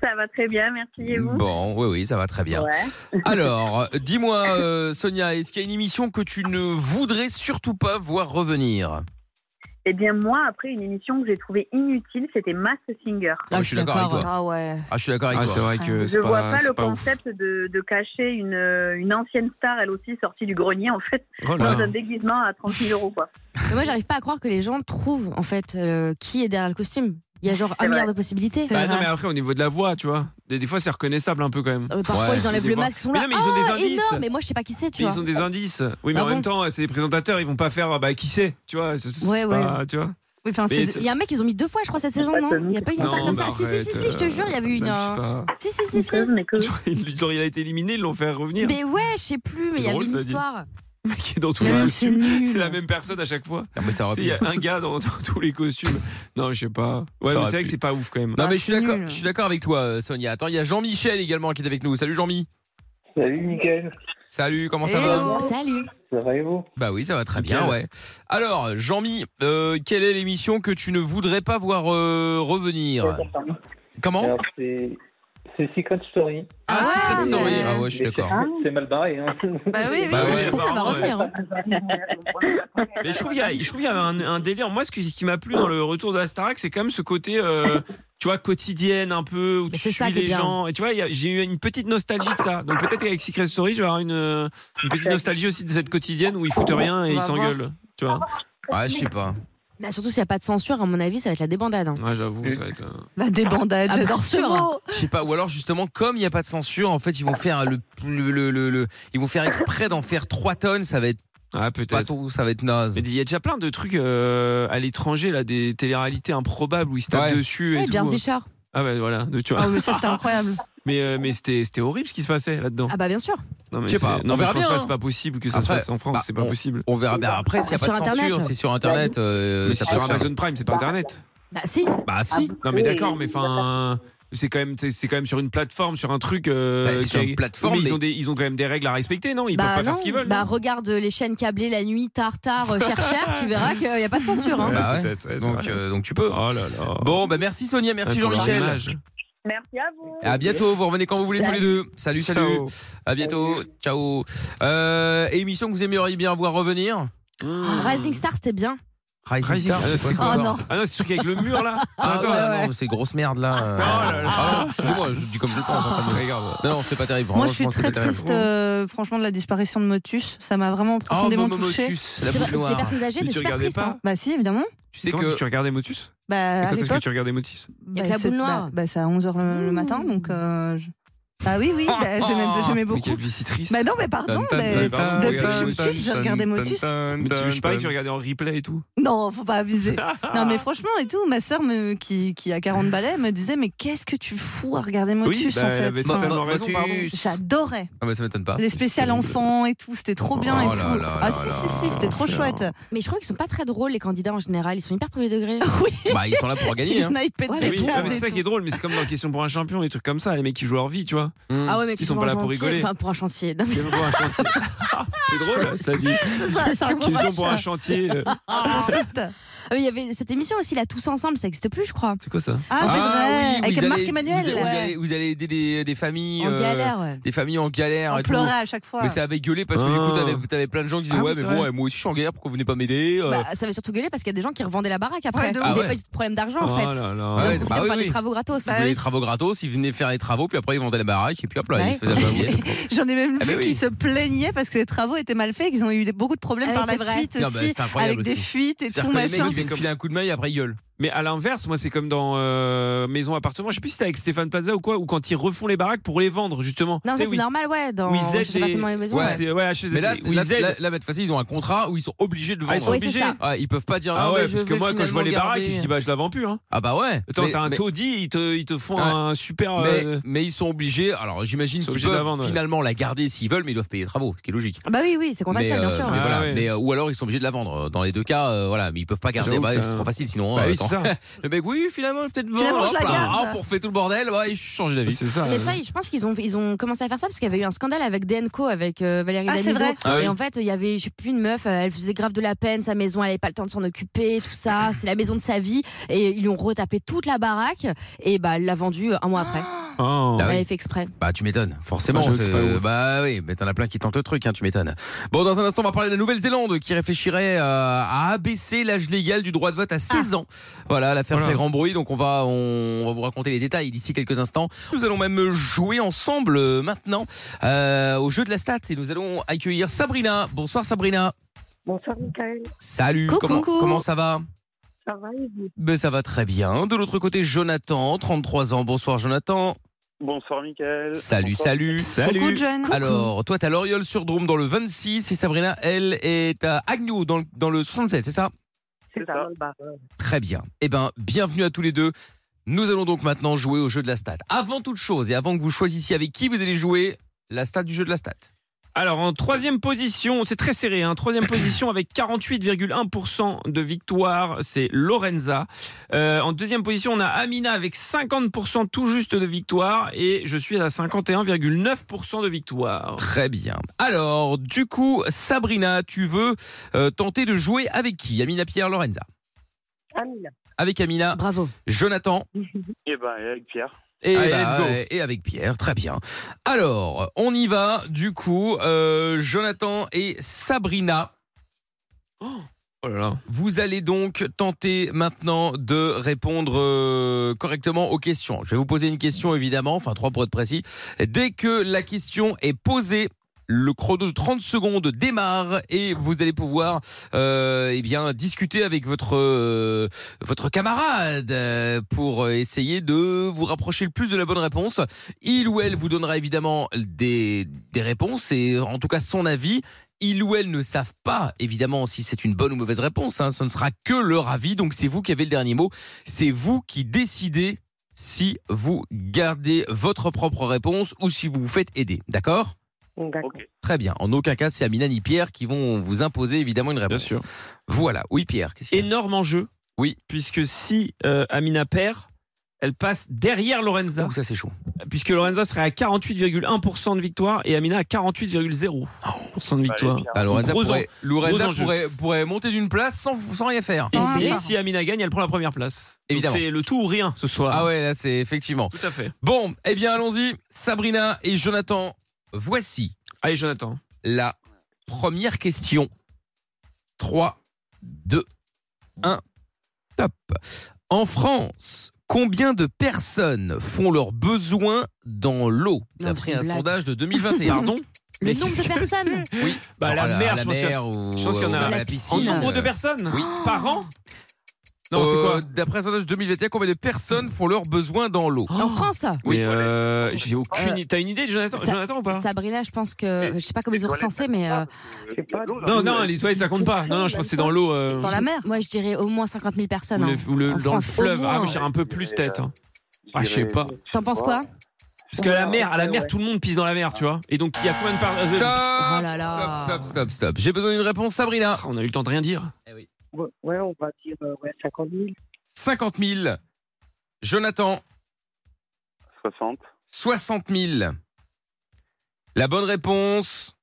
Speaker 6: Ça va très bien, merci. Et vous
Speaker 1: Bon, oui, oui, ça va très bien.
Speaker 6: Ouais.
Speaker 1: Alors, euh, dis-moi, euh, Sonia, est-ce qu'il y a une émission que tu ne voudrais surtout pas voir revenir Ah,
Speaker 2: Ah,
Speaker 6: Eh bien, moi, après une émission que j'ai trouvée inutile, c'était Mass Singer.
Speaker 1: Ah, je suis d'accord avec toi.
Speaker 4: Ah ouais.
Speaker 1: Ah, je suis d'accord avec
Speaker 3: Ah, c'est
Speaker 1: toi.
Speaker 3: vrai que
Speaker 6: Je
Speaker 3: c'est
Speaker 6: vois
Speaker 3: pas,
Speaker 6: pas le
Speaker 3: c'est pas ouf.
Speaker 6: concept de, de cacher une, euh, une ancienne star, elle aussi sortie du grenier, en fait,
Speaker 3: Oh là.
Speaker 6: dans un déguisement à 30 000 euros, quoi.
Speaker 2: Mais moi, j'arrive pas à croire que les gens trouvent en fait euh, qui est derrière le costume. Il y a genre
Speaker 6: C'est
Speaker 2: un
Speaker 6: vrai.
Speaker 2: milliard de possibilités.
Speaker 4: C'est
Speaker 3: Bah non,
Speaker 4: vrai.
Speaker 3: mais après, au niveau de la voix, tu vois, des, des fois c'est reconnaissable un peu quand même.
Speaker 2: Euh, parfois,
Speaker 1: Ouais.
Speaker 2: ils enlèvent
Speaker 3: Des
Speaker 2: le
Speaker 3: fois.
Speaker 2: masque, ils sont
Speaker 3: Mais
Speaker 2: là.
Speaker 3: non, mais ils ont des
Speaker 2: Ah,
Speaker 3: indices.
Speaker 2: énorme, mais moi, je sais pas qui c'est, tu
Speaker 3: Mais
Speaker 2: vois.
Speaker 3: ils ont des indices. Oui, mais
Speaker 2: Ah
Speaker 3: en
Speaker 2: bon
Speaker 3: même temps, c'est des présentateurs, ils vont pas faire, ah, bah qui c'est, tu vois. c'est- c'est
Speaker 2: Ouais,
Speaker 3: pas- tu vois.
Speaker 4: Oui, enfin,
Speaker 3: Mais
Speaker 4: c'est-
Speaker 2: Il y a un mec, ils ont mis deux fois, je crois, cette saison, non Il y a pas une
Speaker 3: Non,
Speaker 2: histoire comme
Speaker 3: mais
Speaker 2: ça. Si, si, si,
Speaker 3: arrête,
Speaker 2: si, je te
Speaker 3: euh,
Speaker 2: jure, il y avait une.
Speaker 3: Même, je
Speaker 2: euh,
Speaker 3: sais pas.
Speaker 2: Si, si, si, si.
Speaker 6: Mais que-
Speaker 3: Genre, il- genre, il a été éliminé, ils l'ont fait revenir.
Speaker 2: Mais ouais, je sais plus, mais
Speaker 3: C'est
Speaker 2: il y avait
Speaker 3: drôle,
Speaker 2: une
Speaker 3: ça dit.
Speaker 2: histoire.
Speaker 3: Le mec est dans tous
Speaker 4: Mais
Speaker 3: les
Speaker 4: non, c'est
Speaker 3: costumes.
Speaker 4: nul.
Speaker 3: C'est la même personne à chaque fois.
Speaker 1: Non, mais ça aurait
Speaker 3: Tu sais,
Speaker 1: pu.
Speaker 3: Il y a un gars dans, dans tous les costumes. Non, je sais pas. Ouais,
Speaker 1: Ça
Speaker 3: mais
Speaker 1: aurait
Speaker 3: c'est vrai
Speaker 1: pu.
Speaker 3: que c'est pas ouf quand même.
Speaker 1: Non,
Speaker 4: Ah,
Speaker 1: mais je suis
Speaker 4: c'est
Speaker 1: d'accord,
Speaker 4: nul.
Speaker 1: je suis d'accord avec toi, euh, Sonia. Attends, il y a Jean-Michel également qui est avec nous. Salut, Jean-Mi.
Speaker 7: Salut, Mickaël.
Speaker 1: Salut, comment ça
Speaker 4: Eh
Speaker 1: va
Speaker 4: oh.
Speaker 2: Salut.
Speaker 7: Ça va et vous
Speaker 1: Bah oui, ça va très
Speaker 3: Nickel.
Speaker 1: bien, ouais. Alors, Jean-Mi, euh, quelle est l'émission que tu ne voudrais pas voir euh, revenir
Speaker 7: Oh,
Speaker 1: Comment
Speaker 9: Alors, c'est c'est Secret Story.
Speaker 1: Ah,
Speaker 4: Ah
Speaker 1: Secret Story.
Speaker 4: ouais.
Speaker 1: Ah ouais, je suis
Speaker 9: Mais
Speaker 1: d'accord.
Speaker 9: c'est- C'est mal barré. Hein.
Speaker 4: Bah oui, oui.
Speaker 3: Bah ouais,
Speaker 2: Ah, si, ça va
Speaker 3: apparemment,
Speaker 2: revenir. hein.
Speaker 3: Mais je trouve qu'il y, a- je trouve qu'il y avait un, un délire. Moi, ce qui, qui m'a plu dans le retour de la Starac, c'est quand même ce côté, euh, tu vois, quotidienne un peu, où
Speaker 2: Mais
Speaker 3: tu
Speaker 2: c'est
Speaker 3: suis
Speaker 2: ça qui est
Speaker 3: les
Speaker 2: bien.
Speaker 3: gens. Et tu vois, il y a- j'ai eu une petite nostalgie de ça. Donc peut-être qu'avec Secret Story, je vais avoir une, euh, une petite nostalgie aussi de cette quotidienne où ils foutent rien et
Speaker 4: On
Speaker 3: ils
Speaker 4: va
Speaker 3: s'engueulent. Tu vois,
Speaker 1: Ouais, je sais pas.
Speaker 2: Bah, surtout s'il n'y a pas de censure, à mon avis, ça va être la débandade. hein.
Speaker 3: ouais, j'avoue, ça va être. euh,
Speaker 4: La débandade,
Speaker 2: Ah, bah,
Speaker 4: j'adore ce
Speaker 2: c'est sûr.
Speaker 4: mot.
Speaker 1: Je sais pas, ou alors justement, comme il n'y a pas de censure, en fait, ils vont faire le, le, le- le- le- ils vont faire exprès d'en faire 3 tonnes, ça va être
Speaker 3: Ah,
Speaker 1: pas
Speaker 3: peut-être.
Speaker 1: tout, ça va être naze.
Speaker 3: Mais il y a déjà plein de trucs euh, à l'étranger, là, des téléréalités improbables où ils se tapent
Speaker 1: Ouais.
Speaker 3: dessus et
Speaker 2: Ouais,
Speaker 3: tout.
Speaker 2: Jersey Shore.
Speaker 3: Ah, bah voilà, de- tu vois.
Speaker 4: Ah, mais ça, c'était incroyable.
Speaker 3: Mais, euh, mais c'était c'était horrible ce qui se passait là-dedans.
Speaker 2: Ah, bah, bien sûr.
Speaker 3: Non, mais
Speaker 1: Je sais pas,
Speaker 3: c'est-
Speaker 1: on
Speaker 3: non, mais je
Speaker 1: verra
Speaker 3: pense
Speaker 1: bien,
Speaker 3: pas,
Speaker 1: hein.
Speaker 3: c'est pas possible que ça
Speaker 1: Après,
Speaker 3: se fasse en France,
Speaker 1: bah,
Speaker 3: c'est pas
Speaker 1: on-
Speaker 3: possible.
Speaker 1: On verra bien. Après,
Speaker 4: Ah,
Speaker 1: s'il n'y a
Speaker 2: Sur
Speaker 1: pas de censure,
Speaker 2: Internet.
Speaker 1: c'est sur Internet. euh,
Speaker 3: Mais
Speaker 1: ça
Speaker 3: c'est
Speaker 1: peut
Speaker 3: sur
Speaker 1: se faire.
Speaker 3: Amazon Prime, c'est pas internet.
Speaker 2: Bah, si.
Speaker 1: Bah si.
Speaker 3: Non mais d'accord, mais enfin, c'est quand même c'est c'est quand même sur une plateforme, sur un truc. euh,
Speaker 1: Bah, c'est
Speaker 3: qui
Speaker 1: sur
Speaker 3: a-
Speaker 1: une plateforme,
Speaker 3: mais ils
Speaker 1: mais-
Speaker 3: ont des- ils ont quand même des règles à respecter, non Ils peuvent pas faire ce qu'ils veulent.
Speaker 2: Bah,
Speaker 3: non
Speaker 2: regarde les chaînes câblées la nuit, tard, tard, euh, cher, cher, tu verras qu'il n'y a pas de censure. Hein.
Speaker 1: Bah ouais.
Speaker 3: Peut-être, ouais, c'est
Speaker 1: donc,
Speaker 3: vrai.
Speaker 1: euh, donc tu peux.
Speaker 3: Oh là là.
Speaker 1: Bon, bah merci Sonia, merci
Speaker 3: Pour leur
Speaker 1: Jean-Michel.
Speaker 3: image.
Speaker 5: Merci à vous.
Speaker 1: À bientôt, vous revenez quand vous voulez tous les
Speaker 2: Salut.
Speaker 1: deux. Salut, salut.
Speaker 3: Ciao.
Speaker 1: À bientôt. Ciao. Euh, émission que vous aimeriez bien voir revenir
Speaker 3: Mmh.
Speaker 2: Ah, Rising Star, c'était bien.
Speaker 1: Rising
Speaker 3: Rising
Speaker 1: Star,
Speaker 3: Star,
Speaker 1: c'est quoi ce
Speaker 4: Oh
Speaker 1: encore
Speaker 4: non.
Speaker 3: Ah non, c'est sûr qu'avec le mur là.
Speaker 1: Ah,
Speaker 3: Attends,
Speaker 1: ouais,
Speaker 2: ouais, ouais.
Speaker 1: non, c'est grosse merde là. Euh,
Speaker 3: Oh là Ah, là.
Speaker 1: Ah, non, excusez-moi, je dis comme je le pense. hein, ça me regarde. Non, non, c'était pas terrible.
Speaker 4: Moi,
Speaker 1: vraiment,
Speaker 4: je suis
Speaker 1: pense que
Speaker 4: très
Speaker 1: c'était terrible.
Speaker 4: triste, euh, franchement, de la disparition de Motus. Ça m'a vraiment
Speaker 1: Oh,
Speaker 4: profondément
Speaker 1: Momo
Speaker 4: touchée.
Speaker 1: Motus, la
Speaker 2: C'est
Speaker 1: boule
Speaker 2: vrai, Les
Speaker 1: noire.
Speaker 2: personnes âgées
Speaker 3: Mais
Speaker 2: étaient
Speaker 3: tu
Speaker 2: super
Speaker 3: regardais
Speaker 2: tristes.
Speaker 3: pas
Speaker 2: hein.
Speaker 4: Bah si, évidemment.
Speaker 1: Tu sais
Speaker 3: Quand est-ce
Speaker 1: que
Speaker 3: tu regardais Motus
Speaker 4: Bah,
Speaker 3: Et
Speaker 4: à
Speaker 3: Quand est-ce que
Speaker 4: l'époque,
Speaker 3: tu regardais Motus
Speaker 4: bah,
Speaker 2: Avec la
Speaker 4: c'est-
Speaker 2: boule noire.
Speaker 4: bah- bah, c'est à 11h le, le
Speaker 2: Mmh.
Speaker 4: matin, donc... euh, je- Bah oui, oui, bah, j'aimais j'aimais
Speaker 3: Oh, Mais
Speaker 4: beaucoup.
Speaker 3: quelle vie si triste.
Speaker 4: Bah non, mais pardon, mais...
Speaker 3: tan, tan,
Speaker 4: Depuis que je suis
Speaker 3: tan,
Speaker 4: petite, j'ai regardé Motus.
Speaker 3: Mais tu, je parlais que tu regardais en replay et tout.
Speaker 4: Non, faut pas abuser. non, mais franchement, et tout, ma sœur me- qui, qui a 40 balais me disait, mais qu'est-ce que tu fous à regarder Motus,
Speaker 3: bah,
Speaker 4: en
Speaker 3: elle avait
Speaker 4: fait
Speaker 3: tout
Speaker 4: Enfin,
Speaker 3: totalement raison,
Speaker 1: Motus.
Speaker 3: pardon.
Speaker 4: J'adorais.
Speaker 1: Ah, bah ça m'étonne pas.
Speaker 4: Les spéciales enfants et tout, c'était trop bien
Speaker 1: Oh
Speaker 4: et
Speaker 1: là
Speaker 4: tout.
Speaker 1: là là
Speaker 4: ah si,
Speaker 1: là
Speaker 4: si, si, c'était trop
Speaker 3: là.
Speaker 4: chouette.
Speaker 2: Mais je crois qu'ils sont pas très drôles, les candidats en général. Ils sont hyper premier degré.
Speaker 1: Bah, ils sont là pour gagner. Hein.
Speaker 4: Non, il pète
Speaker 2: Ouais,
Speaker 4: des
Speaker 3: Mais oui,
Speaker 4: câbles
Speaker 3: ah, mais
Speaker 4: et
Speaker 3: c'est ça
Speaker 4: tout.
Speaker 3: qui est drôle, mais c'est comme dans Question pour un champion, les trucs comme ça, les mecs qui jouent leur vie, tu vois.
Speaker 2: Ah ouais, mais
Speaker 3: Ils
Speaker 2: qu'ils
Speaker 3: sont
Speaker 2: soient
Speaker 3: pas là
Speaker 2: gentils,
Speaker 3: pour rigoler.
Speaker 2: Enfin, pour un chantier. Non, mais-
Speaker 3: Question pour un chantier. c'est drôle, ça dit.
Speaker 4: Ça, c'est un gros
Speaker 3: Question pour un chantier. euh,
Speaker 4: concept.
Speaker 2: Ah oui, Il y avait cette émission aussi, là, Tous Ensemble, ça n'existe plus, je crois.
Speaker 3: C'est quoi ça
Speaker 4: Ah, c'est vrai.
Speaker 1: oui,
Speaker 4: Avec
Speaker 1: vous
Speaker 4: Marc
Speaker 1: allez-
Speaker 4: Emmanuel.
Speaker 1: Vous, vous
Speaker 2: Ouais.
Speaker 1: allez, vous allez aider des, des familles.
Speaker 2: En
Speaker 1: euh,
Speaker 2: galère, ouais.
Speaker 1: Des familles en galère
Speaker 4: On
Speaker 1: et tout.
Speaker 4: pleurait à chaque fois.
Speaker 1: Mais ça avait gueulé parce que
Speaker 3: Ah.
Speaker 1: du coup, t'avais, t'avais plein de gens qui disaient
Speaker 3: Ah oui,
Speaker 1: Ouais, mais
Speaker 3: c'est
Speaker 1: bon,
Speaker 3: vrai.
Speaker 1: ouais, moi aussi je suis en galère, pourquoi vous venez pas m'aider euh,
Speaker 2: Bah, ça va surtout gueuler parce qu'il y a des gens qui revendaient la baraque après.
Speaker 4: Ouais, de
Speaker 2: Ils
Speaker 1: ouf.
Speaker 2: n'avaient
Speaker 1: Ah
Speaker 2: pas eu de problème d'argent, en
Speaker 3: Oh
Speaker 2: fait.
Speaker 3: là là.
Speaker 1: Ouais,
Speaker 2: Donc,
Speaker 1: bah
Speaker 2: ils
Speaker 1: oui,
Speaker 2: faire les
Speaker 1: oui.
Speaker 2: travaux gratos.
Speaker 4: bah
Speaker 1: Ils faisaient les travaux gratos, ils venaient faire les travaux, puis après ils vendaient la baraque, et puis hop là,
Speaker 2: Ouais.
Speaker 1: ils faisaient la baraque.
Speaker 4: J'en ai même
Speaker 1: Ah,
Speaker 4: vu
Speaker 1: mais oui.
Speaker 4: qui se plaignaient parce que les travaux étaient mal faits, qu'ils ont eu des- beaucoup de problèmes
Speaker 2: Ah,
Speaker 4: par
Speaker 2: c'est
Speaker 4: la
Speaker 2: vrai.
Speaker 4: suite
Speaker 1: Non, bah,
Speaker 4: aussi,
Speaker 1: c'est incroyable
Speaker 4: avec des
Speaker 1: aussi.
Speaker 4: fuites et tout
Speaker 1: C'est-à-dire que les mecs,
Speaker 4: machin.
Speaker 1: ils viennent filer un coup de main et après ils gueulent.
Speaker 3: Mais à l'inverse, moi, c'est comme dans euh, Maison Appartement, je sais plus si c'était avec Stéphane Plaza ou quoi, ou quand ils refont les baraques pour les vendre, justement.
Speaker 2: Non,
Speaker 3: Tu sais,
Speaker 2: ça
Speaker 3: oui.
Speaker 2: c'est normal, ouais. Dans
Speaker 3: où ils aident
Speaker 2: je sais pas
Speaker 3: les-
Speaker 2: tellement les maisons.
Speaker 1: Ouais.
Speaker 2: ouais.
Speaker 3: C'est- ouais, HSBC,
Speaker 1: Mais là,
Speaker 3: où
Speaker 1: là,
Speaker 3: ils aident.
Speaker 1: là, là, cette fois-ci, ils ont un contrat où ils sont obligés de le
Speaker 3: Ah, ils
Speaker 1: vendre.
Speaker 3: sont
Speaker 2: Oui, c'est
Speaker 3: obligés.
Speaker 2: ça.
Speaker 1: Ah, ils peuvent pas dire
Speaker 3: Ah ouais,
Speaker 1: mais je
Speaker 3: parce que
Speaker 1: vais
Speaker 3: moi, quand je vois les
Speaker 1: finalement
Speaker 3: baraques,
Speaker 1: garder-
Speaker 3: je dis bah je la vends plus. Hein.
Speaker 1: Ah bah ouais.
Speaker 3: Attends,
Speaker 1: Mais-
Speaker 3: t'as un
Speaker 1: mais-
Speaker 3: taudis, ils te, ils te font
Speaker 1: Ouais.
Speaker 3: un super.
Speaker 1: mais,
Speaker 3: euh,
Speaker 1: mais ils sont obligés, alors j'imagine
Speaker 3: Ils sont
Speaker 1: qu'ils
Speaker 3: obligés de la
Speaker 1: peuvent
Speaker 3: vendre, ouais.
Speaker 1: finalement la garder s'ils veulent, mais ils doivent payer les travaux, ce qui est logique.
Speaker 2: Ah bah oui, oui, c'est
Speaker 1: mais,
Speaker 2: contractuel,
Speaker 1: euh,
Speaker 2: bien sûr. hein.
Speaker 1: mais
Speaker 3: Ah
Speaker 1: voilà,
Speaker 3: ouais.
Speaker 1: mais, euh, ou alors ils sont obligés de la vendre. Dans les deux cas, euh, voilà, mais ils peuvent pas garder.
Speaker 3: J'avoue
Speaker 1: bah,
Speaker 3: que ça-
Speaker 1: c'est trop facile sinon.
Speaker 3: bah
Speaker 1: euh,
Speaker 3: oui, c'est
Speaker 1: attends.
Speaker 3: ça.
Speaker 1: le mec, oui, finalement, je vais peut-être
Speaker 4: Finalement,
Speaker 1: vendre.
Speaker 4: je la
Speaker 1: hop là,
Speaker 4: garde.
Speaker 1: ah, pour faire tout le bordel, ouais, je change d'avis.
Speaker 3: C'est ça.
Speaker 2: Mais ça, je pense qu'ils ont, ils ont commencé à faire ça parce qu'il y avait eu un scandale avec DNCO, avec euh, Valérie
Speaker 4: Ah, c'est
Speaker 2: Damido.
Speaker 4: vrai.
Speaker 1: Ah oui.
Speaker 2: Et en fait, il y avait, je sais plus, une meuf, euh, elle faisait grave de la peine, sa maison, elle avait pas le temps de s'en occuper, tout ça. C'était la maison de sa vie. Et ils lui ont retapé toute la baraque. Et bah, elle l'a vendue un mois après.
Speaker 3: Oh.
Speaker 1: Ah oui.
Speaker 2: Elle avait fait exprès.
Speaker 1: Bah tu m'étonnes, forcément.
Speaker 3: Ah, j'avoue que
Speaker 1: c'est-
Speaker 3: c'est pas ouf.
Speaker 1: bah oui, mais t'en as plein qui tentent le truc, hein, tu m'étonnes. Bon, dans un instant, on va parler de la Nouvelle-Zélande qui réfléchirait euh, à abaisser l'âge légal du droit de
Speaker 2: Ah.
Speaker 1: vote à 16 ans. Voilà, l'affaire
Speaker 3: Voilà.
Speaker 1: fait grand bruit, donc on va, on, va vous raconter les détails d'ici quelques instants. Nous allons même jouer ensemble euh, maintenant euh, au jeu de la stat et nous allons accueillir Sabrina. Bonsoir Sabrina.
Speaker 6: Bonsoir, Michael.
Speaker 1: Salut.
Speaker 2: Coucou.
Speaker 1: Comment, comment ça va
Speaker 6: Ça va et vous
Speaker 1: Ben ça va très bien. De l'autre côté, Jonathan, 33 ans. Bonsoir Jonathan.
Speaker 9: Bonsoir, Michael.
Speaker 1: Salut,
Speaker 9: Bonsoir.
Speaker 1: salut.
Speaker 4: Beaucoup de jeunes.
Speaker 1: Alors, toi, t'as L'Oriole sur Drôme dans le 26 et Sabrina, elle, est à Agnew dans le, dans le 67, c'est ça
Speaker 6: C'est ça, dans le bar.
Speaker 1: Très bien. Eh ben, bienvenue à tous les deux. Nous allons donc maintenant jouer au jeu de la stat. Avant toute chose et avant que vous choisissiez avec qui vous allez jouer, la stat du jeu de la stat.
Speaker 3: Alors en troisième position, c'est très serré, hein, troisième position avec 48,1% de victoire, c'est Lorenza. Euh, en deuxième position, on a Amina avec 50% tout juste de victoire et je suis à 51,9% de victoire.
Speaker 1: Très bien. Alors, du coup, Sabrina, tu veux euh, tenter de jouer avec qui Amina Pierre Lorenza.
Speaker 6: Amina.
Speaker 1: Avec Amina,
Speaker 2: Bravo.
Speaker 1: Jonathan,
Speaker 9: Eh ben, avec Pierre.
Speaker 1: Et,
Speaker 3: Allez,
Speaker 1: bah,
Speaker 3: let's go.
Speaker 1: ouais, et avec Pierre, très bien. Alors, on y va, du coup, euh, Jonathan et Sabrina,
Speaker 3: Oh là là.
Speaker 1: vous allez donc tenter maintenant de répondre euh, correctement aux questions. Je vais vous poser une question, évidemment, enfin trois pour être précis. Dès que la question est posée, le chrono de 30 secondes démarre et vous allez pouvoir euh, eh bien discuter avec votre euh, votre camarade euh, pour euh, essayer de vous rapprocher le plus de la bonne réponse. Il ou elle vous donnera évidemment des, des réponses et en tout cas son avis. Ils ou elles ne savent pas, évidemment, si c'est une bonne ou mauvaise réponse. hein. Ce ne sera que leur avis. Donc, c'est vous qui avez le dernier mot. C'est vous qui décidez si vous gardez votre propre réponse ou si vous vous faites aider. D'accord
Speaker 6: D'accord.
Speaker 9: Ok.
Speaker 1: Très bien. En aucun cas, c'est Amina ni Pierre qui vont vous imposer évidemment une réponse.
Speaker 3: sûr.
Speaker 1: Voilà. Oui, Pierre. qu'est-ce qu'il y a
Speaker 3: Énorme enjeu.
Speaker 1: Oui.
Speaker 3: Puisque si euh, Amina perd, Elle passe derrière Lorenza,
Speaker 1: Donc ça c'est chaud.
Speaker 3: puisque Lorenza serait à 48,1% de victoire et Amina à 48,0%
Speaker 10: Bah,
Speaker 3: de victoire.
Speaker 1: Ah, Lorenza,
Speaker 3: Gros
Speaker 1: pourrait, Lorenza
Speaker 3: gros enjeu.
Speaker 1: pourrait, pourrait monter d'une place sans, sans rien faire.
Speaker 3: Et
Speaker 2: Ah,
Speaker 3: si,
Speaker 2: d'accord.
Speaker 3: si Amina gagne, elle prend la première place. Donc
Speaker 1: Évidemment.
Speaker 3: C'est le tout ou rien ce soir.
Speaker 1: Ah ouais, là c'est effectivement.
Speaker 3: Tout à fait.
Speaker 1: Bon, eh bien allons-y. Sabrina et Jonathan, voici
Speaker 3: Allez, Jonathan.
Speaker 1: la première question. 3, 2, 1, top. En France, combien de personnes font leurs besoins dans l'eau
Speaker 2: Non, c'est
Speaker 1: D'après
Speaker 2: une
Speaker 1: un
Speaker 2: blague.
Speaker 1: sondage de 2021.
Speaker 3: Pardon
Speaker 2: Le
Speaker 1: Mais
Speaker 2: nombre de
Speaker 1: qu'est-ce que
Speaker 2: personnes
Speaker 1: Oui,
Speaker 3: Bah,
Speaker 1: genre
Speaker 3: la
Speaker 1: à à
Speaker 3: mer,
Speaker 1: Oh la
Speaker 3: je pense qu'il y a-
Speaker 1: mer ou,
Speaker 3: Je pense qu'il y en a
Speaker 1: ou même à
Speaker 2: la
Speaker 1: la
Speaker 3: En
Speaker 1: piscine.
Speaker 2: piscine. Ah.
Speaker 3: nombre de
Speaker 1: Euh,
Speaker 3: personnes
Speaker 1: oui.
Speaker 3: Par an Non, c'est
Speaker 1: Euh,
Speaker 3: quoi
Speaker 1: D'après un sondage 2021, combien de personnes font leurs besoins dans l'eau
Speaker 2: En France
Speaker 3: Mais euh, j'ai aucune. i- T'as une idée, de Jonathan,
Speaker 2: ça-
Speaker 3: Jonathan ou pas
Speaker 2: Sabrina, je pense que. Je sais pas comment ils ont recensé, mais. euh,
Speaker 9: C'est pas
Speaker 3: Non, non, les toilettes ça compte pas. Non, non, je pense que c'est dans l'eau. euh,
Speaker 4: Dans la mer.
Speaker 2: Moi, je dirais au moins 50 000 personnes.
Speaker 3: ou
Speaker 2: hein.
Speaker 3: le- ou le-
Speaker 2: En
Speaker 3: dans le
Speaker 2: France, au
Speaker 3: fleuve. Ah,
Speaker 2: moins.
Speaker 3: moi, j'ai un peu plus tête. hein. Ah, je sais pas.
Speaker 2: T'en penses quoi
Speaker 3: Parce que à la mer, à la mer, tout le monde pisse dans la mer, tu vois. Et donc, il y a combien de par-
Speaker 1: Stop,
Speaker 2: Oh là là.
Speaker 1: stop, stop, stop, stop. J'ai besoin d'une réponse, Sabrina.
Speaker 3: Ah, On a eu le temps de rien dire.
Speaker 6: Ouais, ouais, on va dire euh, ouais, 50 000.
Speaker 1: 50 000. Jonathan,
Speaker 9: 60.
Speaker 1: 60 000. La bonne réponse.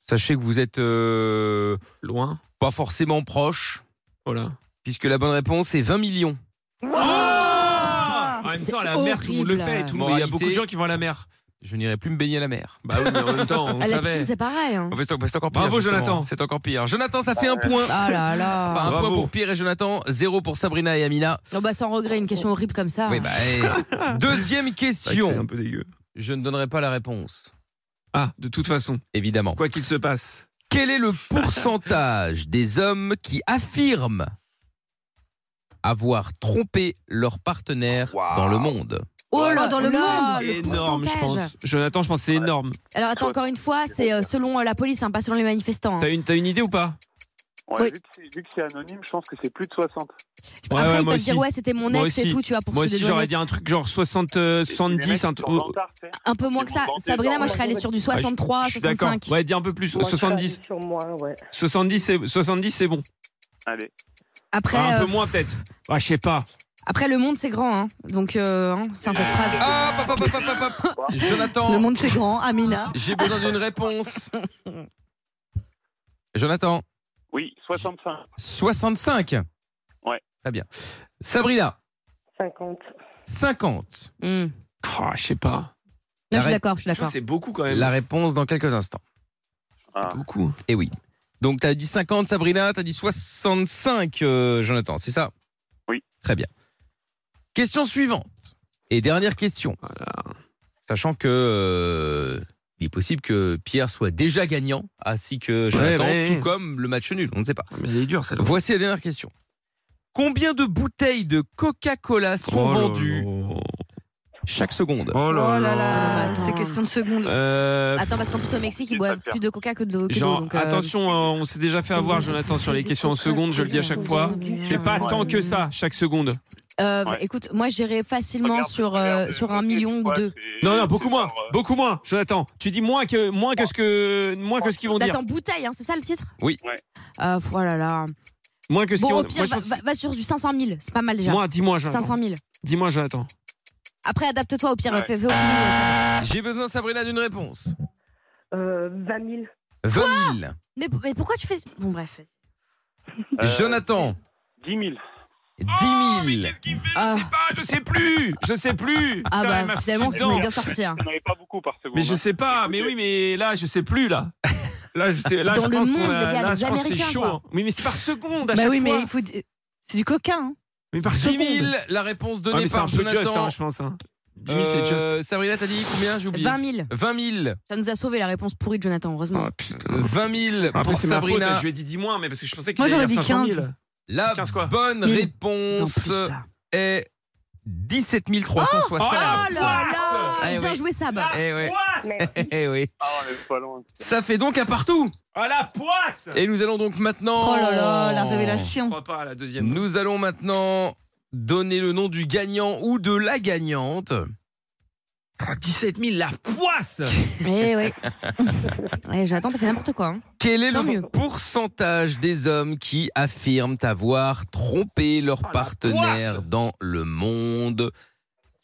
Speaker 1: Sachez que vous êtes euh,
Speaker 3: Loin.
Speaker 1: pas forcément proche,
Speaker 3: Voilà.
Speaker 1: puisque la bonne réponse est 20 millions.
Speaker 3: Oh en même
Speaker 2: Ah, C'est
Speaker 3: temps, à la mer, tout le monde le fait. et tout le monde- Il y a
Speaker 1: Moralité.
Speaker 3: beaucoup de gens qui vont à la mer.
Speaker 1: Je n'irai plus me baigner à la mer.
Speaker 3: Bah oui, mais en même temps, on
Speaker 2: À la
Speaker 3: savait.
Speaker 2: piscine, c'est pareil. hein.
Speaker 1: En fait, c'est c'est encore pire.
Speaker 3: Bravo,
Speaker 1: justement.
Speaker 3: Jonathan.
Speaker 1: C'est encore pire. Jonathan, ça fait un point.
Speaker 2: Ah là là.
Speaker 1: Enfin, un
Speaker 3: Bravo.
Speaker 1: point pour Pierre et Jonathan, zéro pour Sabrina et Amina.
Speaker 2: Non, bah, sans regret, une question horrible comme ça.
Speaker 1: Oui, bah, eh. Deuxième
Speaker 3: C'est vrai que c'est
Speaker 1: question.
Speaker 3: un peu dégueu.
Speaker 1: Je ne donnerai pas la réponse,
Speaker 3: Ah, de toute façon,
Speaker 1: évidemment.
Speaker 3: quoi qu'il se passe.
Speaker 1: Quel est le pourcentage des hommes qui affirment avoir trompé leur partenaire dans le monde
Speaker 2: Oh là,
Speaker 4: dans le
Speaker 2: là, le
Speaker 3: Énorme, je
Speaker 2: pourcentage.
Speaker 3: pense. Jonathan, je pense que c'est énorme.
Speaker 2: Alors attends, encore une fois, c'est euh, selon euh, la police, hein, pas selon les manifestants. hein.
Speaker 3: T'as une, t'as une idée ou pas
Speaker 9: Ouais,
Speaker 2: Oui.
Speaker 9: vu, que c'est, vu que c'est anonyme, je pense que c'est plus de 60.
Speaker 3: Ouais,
Speaker 2: Après,
Speaker 3: ouais,
Speaker 2: ils
Speaker 3: moi
Speaker 2: peuvent dire
Speaker 3: aussi.
Speaker 2: ouais, c'était mon
Speaker 3: Moi
Speaker 2: ex et
Speaker 3: aussi.
Speaker 2: tout, tu vois, pour
Speaker 3: Moi
Speaker 2: se
Speaker 3: aussi,
Speaker 2: dédouaner.
Speaker 3: j'aurais dit un truc genre 60, euh, 70, un truc. oh,
Speaker 2: Un peu moins que ça. Sabrina, moi, je serais allée sur du 63,
Speaker 3: je suis d'accord.
Speaker 2: 65.
Speaker 3: Ouais, dis un peu plus. 70.
Speaker 6: Sur moi, ouais.
Speaker 3: 70, c'est, 70, c'est bon.
Speaker 9: Allez.
Speaker 2: Après,
Speaker 3: Ah, un
Speaker 2: euh,
Speaker 3: peu moins, peut-être. Ah, je sais pas.
Speaker 2: après, le monde, c'est grand. Hein. Donc, euh, hein, c'est cette phrase.
Speaker 1: Hop, hop, hop, hop, hop, hop, hop.
Speaker 4: Le
Speaker 1: Jonathan,
Speaker 4: monde c'est grand, Amina.
Speaker 1: j'ai besoin d'une réponse. Jonathan,
Speaker 9: Oui, 65.
Speaker 1: 65.
Speaker 9: Ouais.
Speaker 1: Très bien. Sabrina,
Speaker 6: 50.
Speaker 1: 50.
Speaker 2: Hmm. Non,
Speaker 3: Ah, je sais pas.
Speaker 2: je suis
Speaker 1: Arrête.
Speaker 2: d'accord, je suis
Speaker 3: Ça,
Speaker 2: d'accord.
Speaker 3: C'est beaucoup quand même.
Speaker 1: La réponse dans quelques instants.
Speaker 9: Ah.
Speaker 3: C'est beaucoup.
Speaker 1: Et Eh oui. Donc, t'as dit 50, Sabrina, t'as dit 65, euh, Jonathan, c'est ça
Speaker 9: Oui.
Speaker 1: Très bien. Question suivante. Et dernière question. Sachant que. euh, il est possible que Pierre soit déjà gagnant, ainsi que Jonathan,
Speaker 3: ouais, ouais.
Speaker 1: tout comme le match nul, on ne sait pas.
Speaker 3: Mais elle est dure celle-là.
Speaker 1: Voici la dernière question. Combien de bouteilles de Coca-Cola sont
Speaker 3: Oh là
Speaker 1: vendues
Speaker 3: là.
Speaker 1: chaque seconde
Speaker 3: Oh
Speaker 4: Oh là
Speaker 2: là.
Speaker 4: là, c'est question de secondes.
Speaker 3: Euh,
Speaker 2: Ah, Attends, parce qu'en plus, au Mexique, ils
Speaker 9: J'ai
Speaker 2: boivent
Speaker 9: pas peur.
Speaker 2: plus de coca que de que d'eau.
Speaker 3: Genre,
Speaker 2: donc, euh,
Speaker 3: attention, euh, on s'est déjà fait avoir, Jonathan, sur les questions en secondes, je le dis à chaque fois. C'est pas tant que ça, chaque seconde.
Speaker 2: euh,
Speaker 9: Ouais.
Speaker 2: écoute, moi, j'irais facilement sur, euh, sur un million ou deux.
Speaker 3: Non, non, beaucoup moins,
Speaker 9: euh.
Speaker 3: beaucoup moins, Jonathan. Tu dis moins que, moins que ce que, moins que ce qu'ils vont dire.
Speaker 2: Attends, bouteille, hein, c'est ça le titre
Speaker 1: Oui.
Speaker 9: Ouais.
Speaker 4: Ah,
Speaker 2: Euh, pff, oh là là.
Speaker 3: Moins que ce qu'ils
Speaker 2: Bon,
Speaker 3: vont
Speaker 2: au pire,
Speaker 3: Moi,
Speaker 2: va,
Speaker 3: je pense-
Speaker 2: va- va sur du 500 000. C'est pas mal déjà.
Speaker 3: Moi, dis-moi, Jonathan.
Speaker 2: 500 000.
Speaker 3: Dis-moi, Jonathan.
Speaker 2: Après, adapte-toi au pire.
Speaker 9: Ouais.
Speaker 2: Fais, fais au feeling, ça.
Speaker 1: J'ai besoin, Sabrina, d'une réponse.
Speaker 6: Euh, 20 000.
Speaker 1: 20 000.
Speaker 2: Mais, mais pourquoi tu fais. Bon, bref.
Speaker 3: Euh,
Speaker 1: Jonathan,
Speaker 9: 10 000.
Speaker 1: 10
Speaker 3: Oh,
Speaker 1: 000.
Speaker 2: Ah.
Speaker 3: Je sais pas, je sais plus, je sais plus.
Speaker 2: Ah
Speaker 3: Putain, elle m'a
Speaker 2: bah,
Speaker 3: foutu
Speaker 2: finalement, ça
Speaker 3: dedans.
Speaker 2: m'est bien sorti. hein.
Speaker 9: Il n'y en avait pas beaucoup par seconde.
Speaker 3: Mais je sais pas, mais oui, mais là, je sais plus, là. Là, je, sais, là,
Speaker 2: Dans
Speaker 3: je
Speaker 2: le
Speaker 3: pense
Speaker 2: monde,
Speaker 3: qu'on a,
Speaker 2: les gars,
Speaker 3: là,
Speaker 2: les
Speaker 3: je pense que c'est
Speaker 2: Américains,
Speaker 3: chaud.
Speaker 2: quoi.
Speaker 3: hein. Oui, mais c'est par seconde à
Speaker 4: Bah
Speaker 3: chaque
Speaker 4: oui,
Speaker 3: fois.
Speaker 4: mais il faut. di- C'est du coca, hein.
Speaker 3: Mais par
Speaker 1: 10
Speaker 3: seconde.
Speaker 1: 000, la réponse
Speaker 3: Ouais,
Speaker 1: donnée
Speaker 3: mais c'est un
Speaker 1: par
Speaker 3: peu
Speaker 1: Jonathan.
Speaker 3: just, hein, je pense. hein. 10 000, c'est just.
Speaker 1: Euh, Sabrina, t'as dit combien J'ai oublié.
Speaker 2: 20 000.
Speaker 1: 20 000.
Speaker 2: Ça nous a sauvé la réponse pourrie de Jonathan, heureusement.
Speaker 3: Ah, putain.
Speaker 1: 20 000
Speaker 3: Après,
Speaker 1: pour
Speaker 3: c'est ma faute,
Speaker 1: Sabrina.
Speaker 3: je lui ai dit 10 moins, mais parce que je pensais que
Speaker 4: Moi,
Speaker 3: c'était
Speaker 4: j'aurais dit
Speaker 3: 500 000.
Speaker 4: 15.
Speaker 1: La
Speaker 3: 15 quoi.
Speaker 4: Mille.
Speaker 1: bonne
Speaker 2: Non, plus,
Speaker 1: réponse
Speaker 2: ça.
Speaker 1: est 17
Speaker 3: Oh
Speaker 2: Oh
Speaker 1: 360.
Speaker 2: là là
Speaker 1: Ah,
Speaker 2: Bien
Speaker 1: oui.
Speaker 2: joué, Sab.
Speaker 1: Eh ouais.
Speaker 6: Merde.
Speaker 1: Eh oui.
Speaker 9: Ah, on est pas loin.
Speaker 1: Ça fait donc un partout.
Speaker 3: Ah la poisse
Speaker 1: Et nous allons donc maintenant.
Speaker 4: Oh là là, la
Speaker 3: Je
Speaker 4: révélation.
Speaker 3: crois pas à la deuxième.
Speaker 1: Nous allons maintenant donner le nom du gagnant ou de la gagnante.
Speaker 3: Oh, 17 000, la poisse
Speaker 2: Eh ouais. ouais Jonathan, t'as fait n'importe quoi. hein.
Speaker 1: Quel est
Speaker 2: Tant
Speaker 1: le
Speaker 2: mieux.
Speaker 1: pourcentage des hommes qui affirment avoir trompé leur
Speaker 3: Oh, la
Speaker 1: partenaire
Speaker 3: poisse
Speaker 1: dans le monde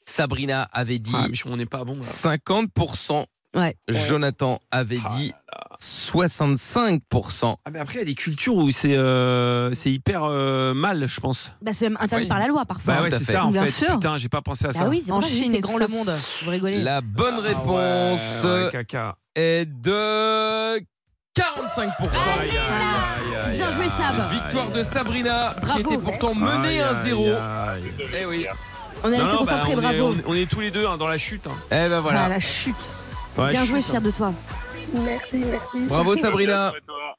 Speaker 1: Sabrina avait dit
Speaker 3: Ah, Michon, on n'est pas bon. Là.
Speaker 1: 50%.
Speaker 2: Ouais.
Speaker 1: Jonathan avait
Speaker 3: Ah
Speaker 1: dit 65%.
Speaker 3: Ah, mais après, il y a des cultures où c'est euh, c'est hyper euh, mal, je pense.
Speaker 2: Bah, c'est même interdit
Speaker 3: Oui.
Speaker 2: par la loi parfois.
Speaker 3: Bah
Speaker 1: Tout
Speaker 3: ouais,
Speaker 1: à
Speaker 3: c'est
Speaker 1: fait.
Speaker 3: ça en
Speaker 4: Bien
Speaker 3: fait.
Speaker 4: sûr.
Speaker 3: Putain, j'ai pas pensé à ça.
Speaker 2: Bah oui, c'est
Speaker 4: En
Speaker 2: pour ça que je dis
Speaker 4: Chine,
Speaker 2: c'est
Speaker 4: et
Speaker 2: grand
Speaker 4: tout
Speaker 2: le
Speaker 4: ça.
Speaker 2: monde. Vous rigolez.
Speaker 1: La bonne
Speaker 3: Ah
Speaker 1: réponse
Speaker 3: ouais, ouais, caca.
Speaker 1: est de 45%.
Speaker 3: Aïe, aïe, aïe, aïe,
Speaker 2: Bien joué,
Speaker 3: aïe.
Speaker 2: Sab.
Speaker 1: Victoire de Sabrina, qui
Speaker 2: Bravo.
Speaker 1: était pourtant menée
Speaker 3: Aïe,
Speaker 1: 1-0.
Speaker 3: aïe, aïe.
Speaker 1: Eh oui.
Speaker 2: On a
Speaker 3: Non,
Speaker 2: resté
Speaker 3: non, bah,
Speaker 2: concentrés,
Speaker 3: on est-
Speaker 2: bravo.
Speaker 3: on est- On est tous les deux hein, dans la chute. hein.
Speaker 1: Eh ben
Speaker 4: Voilà.
Speaker 2: Ah,
Speaker 1: voilà.
Speaker 4: la chute.
Speaker 3: Dans la
Speaker 2: Bien
Speaker 3: chute,
Speaker 2: joué,
Speaker 3: hein.
Speaker 2: je suis fier de toi.
Speaker 6: Merci, merci.
Speaker 1: Bravo Sabrina.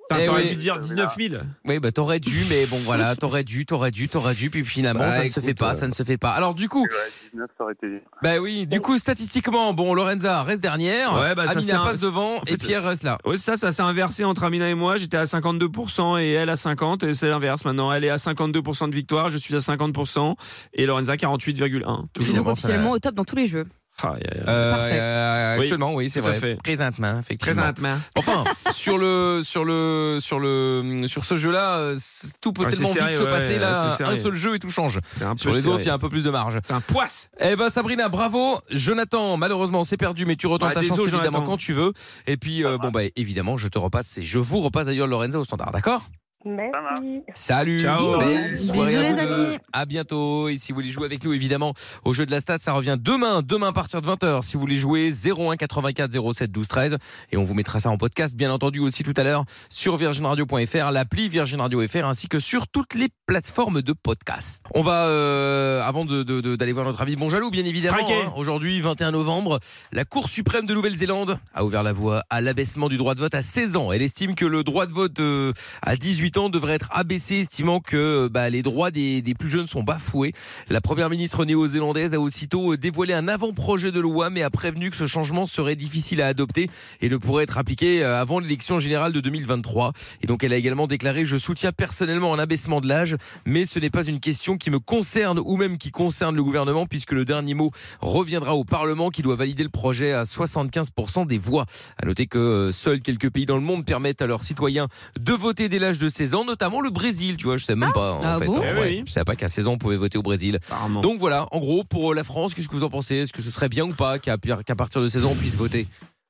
Speaker 3: Putain,
Speaker 1: Eh
Speaker 3: T'aurais
Speaker 1: oui.
Speaker 3: dû dire 19 000.
Speaker 1: Oui, bah t'aurais dû, mais bon voilà, t'aurais dû, t'aurais dû, t'aurais dû, puis finalement
Speaker 9: Bah,
Speaker 1: ça ne se
Speaker 9: écoute,
Speaker 1: fait pas,
Speaker 9: euh,
Speaker 1: ça ne se fait pas. Alors du coup,
Speaker 9: Ouais, 19, ça aurait été bien.
Speaker 1: bah oui, du coup statistiquement, bon Lorenza reste dernière,
Speaker 3: Ouais, bah, ça, c'est
Speaker 1: Amina
Speaker 3: un-
Speaker 1: passe devant
Speaker 3: fait,
Speaker 1: et Pierre reste là.
Speaker 3: Ouais, ça, ça s'est inversé entre Amina et moi. J'étais à 52% et elle à 50%. Et c'est l'inverse maintenant. Elle est à 52% de victoire. Je suis à 50%. Et Lorenza, 48,1.
Speaker 2: Je suis donc
Speaker 1: Évidemment,
Speaker 2: officiellement
Speaker 1: ça-
Speaker 2: au top dans tous les jeux.
Speaker 3: Ah, aïe, aïe, aïe.
Speaker 1: Euh,
Speaker 2: Parfait.
Speaker 1: euh,
Speaker 3: Oui,
Speaker 1: actuellement, oui, c'est
Speaker 3: tout à
Speaker 1: vrai.
Speaker 3: fait.
Speaker 1: Présentement, effectivement.
Speaker 3: Très intimement.
Speaker 1: Enfin, sur le, sur le, sur le, sur ce jeu-là, euh, c- tout peut
Speaker 3: Ouais, c'est
Speaker 1: tellement
Speaker 3: serré,
Speaker 1: vite se
Speaker 3: ouais,
Speaker 1: passer
Speaker 3: ouais,
Speaker 1: là.
Speaker 3: c'est serré.
Speaker 1: Un seul jeu et tout change.
Speaker 3: C'est un peu
Speaker 1: Sur les
Speaker 3: serré.
Speaker 1: autres, il y a un peu plus de marge.
Speaker 3: C'est un poisse.
Speaker 1: Eh ben Sabrina, bravo. Jonathan, malheureusement, c'est perdu, mais tu retentes
Speaker 3: Ah,
Speaker 1: ta chance
Speaker 3: désolé,
Speaker 1: évidemment
Speaker 3: Jonathan.
Speaker 1: quand tu veux. Et puis, euh, bon bah évidemment, je te repasse et je vous repasse d'ailleurs Lorenza au standard, d'accord
Speaker 6: Merci.
Speaker 1: Salut.
Speaker 3: Ciao.
Speaker 1: Belle
Speaker 4: Bisous.
Speaker 1: soirée à
Speaker 4: Bisous, les
Speaker 1: vous deux.
Speaker 4: amis.
Speaker 1: À bientôt. Et si vous voulez jouer avec nous, évidemment, au jeu de la stade, ça revient demain, demain à partir de 20h. Si vous voulez jouer, 01 84 07 12 13. Et on vous mettra ça en podcast, bien entendu, aussi tout à l'heure sur virginradio.fr, l'appli Virgin Radio FR, ainsi que sur toutes les plateformes de podcast. On va, euh, avant d'aller de, de- d'aller voir notre ami Bon Jaloux, bien évidemment,
Speaker 3: Traqué.
Speaker 1: hein. aujourd'hui, 21 novembre, la Cour suprême de Nouvelle-Zélande a ouvert la voie à l'abaissement du droit de vote à 16 ans. Elle estime que le droit de vote euh, à 18 ans devrait être abaissé, estimant que bah, les droits des, des plus jeunes sont bafoués. La première ministre néo-zélandaise a aussitôt dévoilé un avant-projet de loi, mais a prévenu que ce changement serait difficile à adopter et ne pourrait être appliqué euh, avant l'élection générale de 2023. Et donc elle a également déclaré Je soutiens personnellement un abaissement de l'âge, mais ce n'est pas une question qui me concerne ou même qui concerne le gouvernement, puisque le dernier mot reviendra au Parlement qui doit valider le projet à 75% des voix. À noter que euh, seuls quelques pays dans le monde permettent à leurs citoyens de voter dès l'âge de 16 ans, notamment le Brésil. Tu vois, je sais même pas en
Speaker 2: Ah
Speaker 1: fait.
Speaker 2: bon
Speaker 1: hein,
Speaker 3: Eh
Speaker 1: ouais.
Speaker 3: oui.
Speaker 1: Je savais pas qu'à 16 ans on pouvait voter au Brésil.
Speaker 3: Apparemment.
Speaker 1: Donc voilà, en gros pour euh, la France, qu'est-ce que vous en pensez Est-ce que ce serait bien ou pas qu'à qu'à partir de 16 ans on puisse voter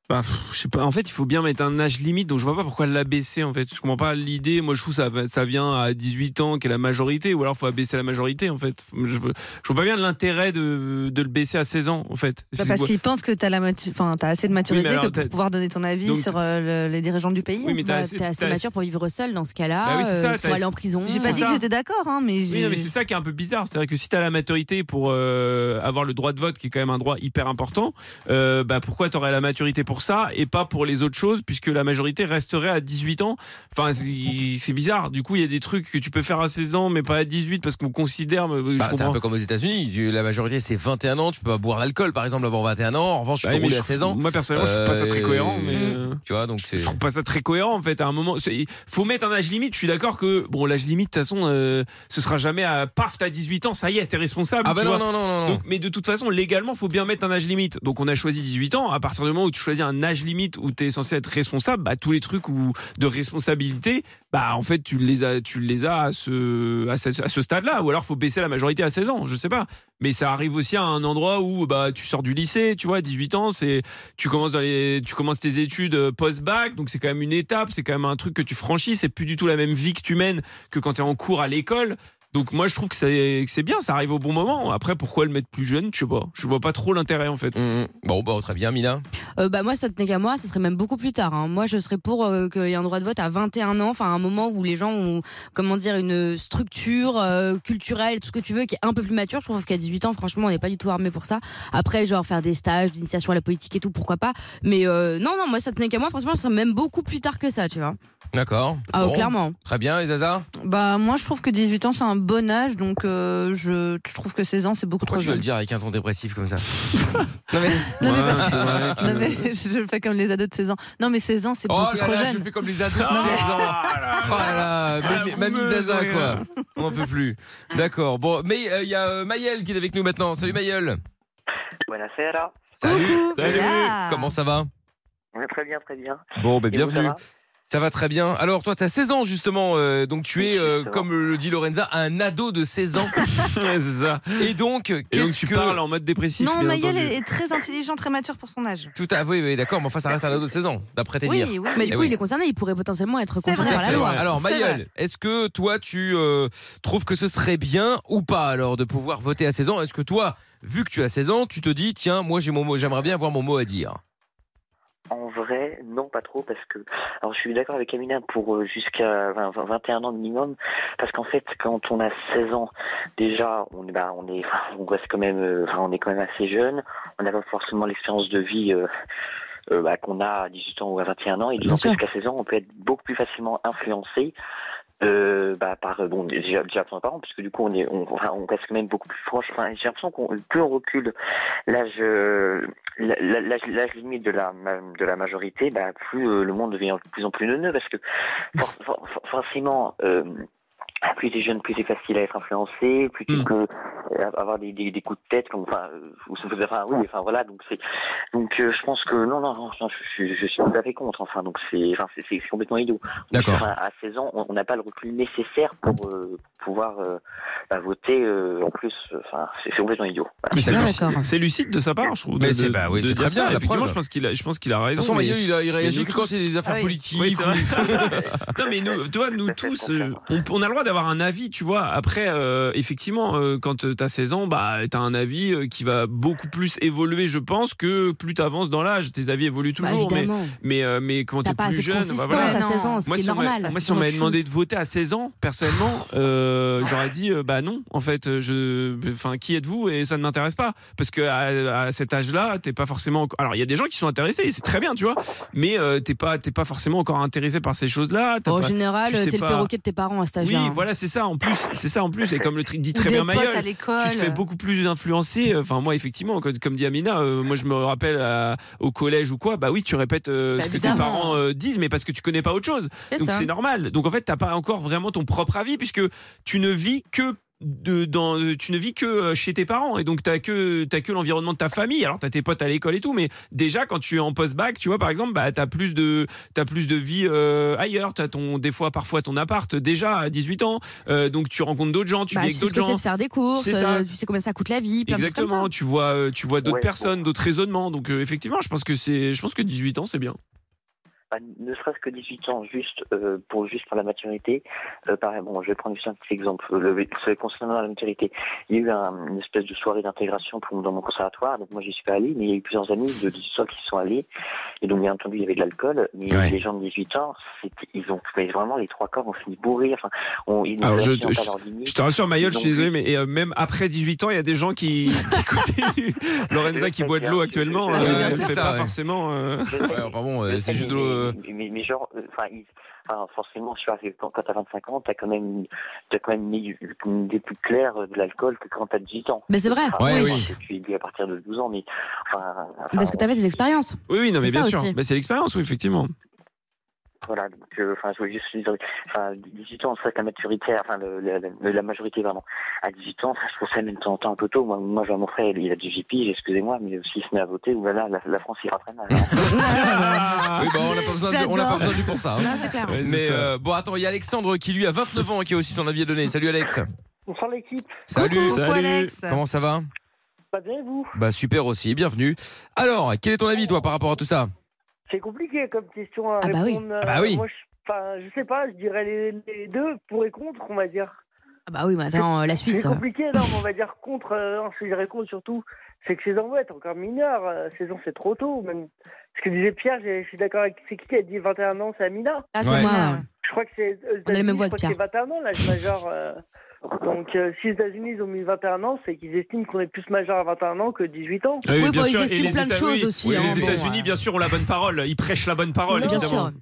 Speaker 3: Bah, pff, je sais pas. En fait, il faut bien mettre un âge limite, donc je vois pas pourquoi l'abaisser. En fait, je comprends pas l'idée. Moi, je trouve ça, ça vient à 18 ans, qui est la majorité, ou alors faut abaisser la majorité. En fait, je, veux- je vois pas bien l'intérêt de, de le baisser à 16 ans. En fait,
Speaker 4: Bah, parce qu'ils pensent que t'as la matu- enfin, t'as assez de maturité
Speaker 3: Oui, mais alors,
Speaker 4: que
Speaker 3: t'as-
Speaker 4: pour pouvoir donner ton avis
Speaker 3: Donc,
Speaker 4: sur euh, le- les dirigeants du pays.
Speaker 3: Oui, mais t'as
Speaker 2: Bah,
Speaker 3: assez-
Speaker 2: T'es assez
Speaker 3: t'as-
Speaker 2: mature pour vivre seul dans ce
Speaker 3: Bah
Speaker 2: cas-là,
Speaker 3: oui, c'est ça,
Speaker 2: euh, pour
Speaker 3: t'as-
Speaker 2: aller en prison.
Speaker 4: J'ai pas
Speaker 3: c'est
Speaker 4: dit
Speaker 3: ça.
Speaker 4: que j'étais d'accord, hein, mais
Speaker 3: Oui,
Speaker 4: j'ai.
Speaker 3: non, mais c'est ça qui est un peu bizarre. C'est-à-dire que si tu as la maturité pour euh, avoir le droit de vote, qui est quand même un droit hyper important, euh, bah pourquoi tu aurais la maturité pour ça et pas pour les autres choses, puisque la majorité resterait à 18 ans Enfin, c'est c'est bizarre. Du coup, il y a des trucs que tu peux faire à 16 ans, mais pas à 18 parce qu'on considère. mais, euh, je
Speaker 1: Bah, C'est un
Speaker 3: comprends.
Speaker 1: peu comme aux États-Unis, tu- la majorité c'est 21 ans, tu peux pas boire d'alcool par exemple avant 21 ans, en revanche tu
Speaker 3: Bah,
Speaker 1: peux
Speaker 3: mais
Speaker 1: rouler
Speaker 3: je-
Speaker 1: à 16 ans.
Speaker 3: Moi, personnellement, je trouve pas ça très
Speaker 1: Euh,
Speaker 3: cohérent. Mais,
Speaker 1: Mm.
Speaker 3: euh,
Speaker 1: Tu vois, donc c'est.
Speaker 3: Je trouve pas ça très cohérent en fait. À un moment, c'est- il faut mettre un âge limite. Je suis d'accord que bon, l'âge limite, de toute façon, euh, ce sera jamais à paf, t'as 18 ans, ça y est, t'es responsable.
Speaker 1: Ah bah
Speaker 3: tu
Speaker 1: non,
Speaker 3: vois.
Speaker 1: non, non, non, non.
Speaker 3: Donc, mais de toute façon, légalement, faut bien mettre un âge limite. Donc, on a choisi 18 ans. À partir du moment où tu choisis un âge limite où tu es censé être responsable, bah, tous les trucs où, de responsabilité, bah, en fait, tu les as, tu les as à ce, à ce, à ce stade-là. Ou alors, faut baisser la majorité à 16 ans. Je sais pas. Mais ça arrive aussi à un endroit où, bah, tu sors du lycée, tu vois, 18 ans, c'est, tu commences dans les, tu commences tes études euh, post-bac. Donc, c'est quand même une étape. C'est quand même un truc que tu franchis. C'est plus du tout la même vie que tu mènes que quand tu es en cours à l'école. Donc moi je trouve que c'est que c'est bien, ça arrive au bon moment. Après pourquoi le mettre plus jeune, je sais pas. Je vois pas trop l'intérêt en fait.
Speaker 1: Mm, mm. Bon, bah, très bien, Mina.
Speaker 2: Euh, bah moi, ça tenait qu'à moi, ce serait même beaucoup plus tard. hein. Moi, je serais pour euh, qu'il y ait un droit de vote à 21 ans, enfin un moment où les gens ont, comment dire, une structure euh, culturelle, tout ce que tu veux, qui est un peu plus mature. Je trouve qu'à 18 ans, franchement, on n'est pas du tout armé pour ça. Après, genre faire des stages d'initiation à la politique et tout, pourquoi pas. Mais euh, non, non, moi, ça tenait qu'à moi. Franchement, ce serait même beaucoup plus tard que ça, tu vois.
Speaker 1: D'accord.
Speaker 2: Ah,
Speaker 1: Bon.
Speaker 2: clairement.
Speaker 1: Très bien, les Zaza.
Speaker 4: Bah, moi, je trouve que 18 ans, c'est un bon âge, donc euh, je, je trouve que 16 ans, c'est beaucoup
Speaker 1: Pourquoi
Speaker 4: trop
Speaker 1: tu veux
Speaker 4: jeune.
Speaker 1: le dire avec un ton dépressif comme ça Non, mais.
Speaker 4: Non, mais
Speaker 3: Ouais,
Speaker 4: parce
Speaker 3: c'est vrai
Speaker 4: que-
Speaker 3: que-
Speaker 4: non, mais je je le fais comme les ados de 16 ans. Non, mais 16 ans, c'est
Speaker 1: Oh
Speaker 4: beaucoup
Speaker 1: là
Speaker 4: trop
Speaker 1: là, je
Speaker 4: jeune.
Speaker 1: fais comme les ados de 16
Speaker 3: Ah
Speaker 1: ans.
Speaker 3: là
Speaker 1: Oh là là,
Speaker 3: Ah,
Speaker 1: mamie-
Speaker 3: vous
Speaker 1: mamie
Speaker 3: me
Speaker 1: Zaza
Speaker 3: souriez.
Speaker 1: quoi. On n'en peut plus. D'accord. Bon, mais euh, il y a euh, Mayel qui est avec nous maintenant. Salut Mayel.
Speaker 11: Buonasera.
Speaker 2: Coucou.
Speaker 4: Voilà.
Speaker 1: Comment ça va
Speaker 11: Très bien, très bien.
Speaker 1: Bon, ben
Speaker 11: Et vous, ça
Speaker 1: bienvenue.
Speaker 11: va
Speaker 1: Ça va très bien. Alors, toi, t'as 16 ans, justement. euh, donc, tu es, euh, comme le dit Lorenza, un ado de 16 ans.
Speaker 3: C'est ça.
Speaker 1: Et donc,
Speaker 3: Et donc
Speaker 1: qu'est-ce
Speaker 3: tu
Speaker 1: que.
Speaker 3: parles en mode dépressif.
Speaker 4: Non,
Speaker 3: bien
Speaker 4: Mayel
Speaker 3: entendu.
Speaker 4: est, est très intelligent, très mature pour son âge.
Speaker 1: Tout à oui, oui, d'accord, mais enfin, ça reste un ado de 16 ans, d'après tes
Speaker 4: Oui,
Speaker 1: dires.
Speaker 4: oui.
Speaker 2: Mais du
Speaker 1: Eh
Speaker 2: coup,
Speaker 1: oui.
Speaker 2: il est concerné, il pourrait potentiellement être concerné
Speaker 4: vrai.
Speaker 2: par la
Speaker 3: C'est
Speaker 2: loi.
Speaker 3: vrai.
Speaker 1: Alors,
Speaker 4: C'est
Speaker 1: Mayel, est-ce que toi, tu euh, trouves que ce serait bien ou pas, alors, de pouvoir voter à 16 ans Est-ce que toi, vu que tu as 16 ans, tu te dis, tiens, moi, j'ai mon mot, j'aimerais bien avoir mon mot à dire
Speaker 11: En vrai, non, pas trop, parce que. Alors, je suis d'accord avec Amina pour euh, jusqu'à 20, 21 ans minimum, parce qu'en fait, quand on a 16 ans, déjà, on, est- bah, on est, enfin, on reste quand même, euh, enfin, on est quand même assez jeune. On n'a pas forcément l'expérience de vie euh, euh, bah, qu'on a à 18 ans ou à 21 ans, et
Speaker 2: Bien
Speaker 11: disons
Speaker 2: sûr.
Speaker 11: que jusqu'à 16 ans, on peut être beaucoup plus facilement influencé. Euh, bah, par euh, bon déjà, déjà par nos parents puisque du coup on est on, enfin, on reste quand même beaucoup plus proche enfin j'ai l'impression qu'on plus on recule l'âge euh, la- la- l'âge l'âge limite de la ma- de la majorité bah plus euh, le monde devient de plus en plus neuneux parce que for- for- for- forcément euh, plus t'es jeune, plus c'est facile à être influencé, plus tu
Speaker 3: Mm.
Speaker 11: peux euh, avoir des, des, des coups de tête, comme, enfin, euh, ou ça peut- enfin, oui, enfin voilà, donc c'est, donc euh, je pense que non, non, non, non, je, je, je suis tout à fait contre, enfin, donc c'est, enfin, c'est- c'est c'est complètement idiot.
Speaker 1: D'accord.
Speaker 11: Enfin, à 16 ans, on on n'a pas le recul nécessaire pour euh, pouvoir euh, bah, voter. euh, en plus, euh, enfin, c'est c'est complètement idiot.
Speaker 3: Mais c'est
Speaker 2: Bien
Speaker 3: lucide.
Speaker 2: d'accord.
Speaker 3: C'est lucide de sa part, je trouve. de-
Speaker 1: Mais c'est-
Speaker 3: de-
Speaker 1: bah oui,
Speaker 3: de
Speaker 1: c'est
Speaker 3: dire
Speaker 1: très bien,
Speaker 3: ça.
Speaker 1: la
Speaker 3: Effectivement,
Speaker 1: preuve.
Speaker 3: je pense qu'il a, je pense qu'il a
Speaker 1: De
Speaker 3: raison.
Speaker 1: toute façon,
Speaker 3: mais-
Speaker 1: Mayol, il, a- il réagit
Speaker 3: nous
Speaker 1: que quand
Speaker 3: tous.
Speaker 1: c'est des affaires
Speaker 4: Ah oui.
Speaker 1: politiques.
Speaker 3: Oui, c'est vrai.
Speaker 1: ou-
Speaker 3: non mais nous, tu vois, nous
Speaker 11: Tout à fait,
Speaker 3: tous,
Speaker 11: contraire.
Speaker 3: euh, on, on a le droit d'avoir un avis, tu vois. Après, euh, effectivement, euh, quand t'as 16 ans, bah t'as un avis euh, qui va beaucoup plus évoluer, je pense, que plus t'avances dans l'âge. Tes avis évoluent
Speaker 2: Bah,
Speaker 3: toujours, mais
Speaker 2: évidemment.
Speaker 3: mais euh, mais quand t'es
Speaker 2: T'as pas
Speaker 3: plus
Speaker 2: assez de
Speaker 3: jeune, bah,
Speaker 2: consistance
Speaker 3: voilà.
Speaker 2: à
Speaker 4: Non.
Speaker 2: 16 ans, ce
Speaker 3: Moi,
Speaker 2: qui est
Speaker 3: si on m'a-
Speaker 2: normal.
Speaker 3: moi, si on m'avait demandé de voter à 16 ans, personnellement, euh, j'aurais dit euh, bah non. En fait, euh, je, enfin, qui êtes-vous et ça ne m'intéresse pas parce que à, à cet âge-là, t'es pas forcément. enco- Alors, il y a des gens qui sont intéressés, et c'est très bien, tu vois, mais euh, t'es pas, t'es pas forcément encore intéressé par ces choses-là. t'as
Speaker 2: En
Speaker 3: pas-
Speaker 2: général,
Speaker 3: tu sais
Speaker 2: t'es le
Speaker 3: pas.
Speaker 2: perroquet de tes parents à cet
Speaker 3: Oui,
Speaker 2: âge-là. hein.
Speaker 3: voilà, c'est ça en plus, c'est ça en plus, et comme le tri- dit
Speaker 4: Ou
Speaker 3: très
Speaker 4: des
Speaker 3: bien
Speaker 4: potes à
Speaker 3: Mayol.
Speaker 4: l'école.
Speaker 3: Tu te fais beaucoup plus influencer. euh, Enfin, moi, effectivement, comme, comme dit Amina, euh, moi, je me rappelle à- au collège ou quoi, bah oui, tu répètes euh,
Speaker 4: Bah,
Speaker 3: ce que tes
Speaker 4: évidemment.
Speaker 3: parents euh, disent, mais parce que tu connais pas autre chose.
Speaker 2: C'est
Speaker 3: Donc
Speaker 2: ça.
Speaker 3: c'est normal. Donc en fait, t'as pas encore vraiment ton propre avis puisque tu ne vis que de, dans, euh, tu ne vis que euh, chez tes parents et donc t'as que t'as que l'environnement de ta famille. Alors t'as tes potes à l'école et tout, mais déjà quand tu es en post bac, tu vois par exemple, bah t'as plus de t'as plus de vie euh, ailleurs. T'as ton des fois parfois ton appart déjà à 18 18 ans, Euh, donc tu rencontres d'autres gens, tu
Speaker 2: Bah,
Speaker 3: vis
Speaker 2: tu
Speaker 3: avec
Speaker 2: sais ce
Speaker 3: d'autres
Speaker 2: que c'est
Speaker 3: gens.
Speaker 2: de faire des courses,
Speaker 3: C'est ça.
Speaker 2: euh, tu sais combien ça coûte la vie, plein de choses comme
Speaker 3: Exactement,
Speaker 2: ça.
Speaker 3: tu vois, euh, tu vois d'autres
Speaker 11: Ouais.
Speaker 3: personnes, d'autres raisonnements. Donc euh, effectivement, je pense que c'est, je pense que 18 ans c'est bien.
Speaker 11: Bah, ne serait-ce que 18 ans, juste euh, pour juste pour la maturité. Euh, pareil, bon, je vais prendre juste un petit exemple. Euh, Le, vous savez, concernant la maturité, il y a eu un- une espèce de soirée d'intégration pour dans mon conservatoire. Donc moi, j'y suis pas allé, mais il y a eu plusieurs amis de 18 ans qui sont allés. Et donc bien entendu, il y avait de l'alcool, mais
Speaker 1: Ouais.
Speaker 11: les gens de 18 ans, c'était- ils ont mais vraiment les trois corps ont fini bourrés. Enfin, on, ils
Speaker 3: Alors,
Speaker 11: n'ont
Speaker 3: je-
Speaker 11: absolument pas
Speaker 3: je-
Speaker 11: leur limite.
Speaker 3: Je te rassure, Mayol, je suis
Speaker 11: Donc-
Speaker 3: désolé, mais euh, même après 18 ans, il y a des gens qui, qui continuent. Lorenza qui boit de l'eau actuellement,
Speaker 11: Ouais,
Speaker 3: euh,
Speaker 1: bien
Speaker 3: elle
Speaker 1: sûr.
Speaker 3: fait
Speaker 1: Ça,
Speaker 3: pas
Speaker 1: ouais.
Speaker 3: forcément. euh,
Speaker 11: Je sais,
Speaker 1: Ouais, enfin bon, euh,
Speaker 11: je
Speaker 1: c'est
Speaker 11: sais,
Speaker 1: juste de
Speaker 11: mais,
Speaker 1: l'eau.
Speaker 11: mais, mais- mais genre, euh, enfin, ils- enfin, forcément, je suis arrivé quand, quand t'as 25 ans, t'as quand même, t'as quand même une, une idée plus claire euh, de l'alcool que quand t'as 18 ans.
Speaker 2: Mais c'est vrai.
Speaker 11: Enfin,
Speaker 1: Ouais,
Speaker 11: je
Speaker 1: oui.
Speaker 11: pense que Tu es dû à partir de 12 ans, mais enfin, enfin,
Speaker 2: Parce que t'avais des expériences.
Speaker 3: Oui, oui, non, mais
Speaker 2: C'est ça
Speaker 3: bien sûr.
Speaker 2: aussi.
Speaker 3: Mais c'est l'expérience, oui, effectivement.
Speaker 11: Voilà, donc, euh, enfin, je voulais juste dire, enfin, 18 ans, c'est la maturité, enfin, le, le- le- la majorité, pardon. À 18 ans, je trouve ça même de temps en temps un peu tôt. Moi, moi, j'ai mon frère, il a 18 piges, excusez-moi, mais s'il se met à voter, oulala, la, la France ira très mal. hein.
Speaker 3: Ah.
Speaker 1: Oui, bah, on n'a pas besoin de- on n'a pas besoin de lui pour ça. hein.
Speaker 2: Non, c'est clair.
Speaker 3: Ouais, c'est
Speaker 1: Mais
Speaker 3: ça.
Speaker 1: euh, bon, attends, il y a Alexandre qui lui a 29 ans et qui a aussi son avis à donner. Salut Alex.
Speaker 9: Bonsoir l'équipe,
Speaker 1: Salut.
Speaker 4: Coucou,
Speaker 3: Salut.
Speaker 4: Alex.
Speaker 1: Comment ça va
Speaker 9: pas bien vous
Speaker 1: Bah super aussi, bienvenue. Alors, quel est ton avis toi par rapport à tout ça
Speaker 9: C'est compliqué comme question à
Speaker 2: Ah bah oui.
Speaker 9: répondre. euh,
Speaker 1: Ah bah oui.
Speaker 9: Moi, je, enfin, je sais pas, je dirais les, les deux pour et contre, on va dire.
Speaker 2: Ah bah oui, mais attends, euh, la
Speaker 9: C'est
Speaker 2: Suisse.
Speaker 9: compliqué, non, mais on va dire contre, euh, non, je dirais contre surtout, c'est que 16 ans, ouais, t'es encore mineur, euh, 16 ans, c'est trop tôt, même. Ce que disait Pierre, j'ai- je suis d'accord avec c'est qui qui a dit 21 ans, c'est Amina.
Speaker 2: Ah, c'est
Speaker 1: Ouais.
Speaker 2: moi.
Speaker 4: Ah,
Speaker 2: ouais.
Speaker 9: Je crois que c'est.
Speaker 2: On a la
Speaker 9: aux
Speaker 2: même
Speaker 9: États-Unis,
Speaker 2: voix
Speaker 9: je
Speaker 2: que
Speaker 9: crois C'est 21 ans, l'âge majeur. euh, donc, euh, si les États-Unis ils ont mis 21 ans, c'est qu'ils estiment qu'on est plus majeur à 21 ans que 18 ans.
Speaker 2: Oui, bien bah, sûr, ils et estiment les plein de États- choses oui, aussi, oui, hein,
Speaker 3: les
Speaker 2: bon,
Speaker 3: États-Unis,
Speaker 2: ouais.
Speaker 3: bien sûr, ont la bonne parole. Ils prêchent la bonne parole,
Speaker 9: Non.
Speaker 2: Bien
Speaker 3: évidemment.
Speaker 2: sûr.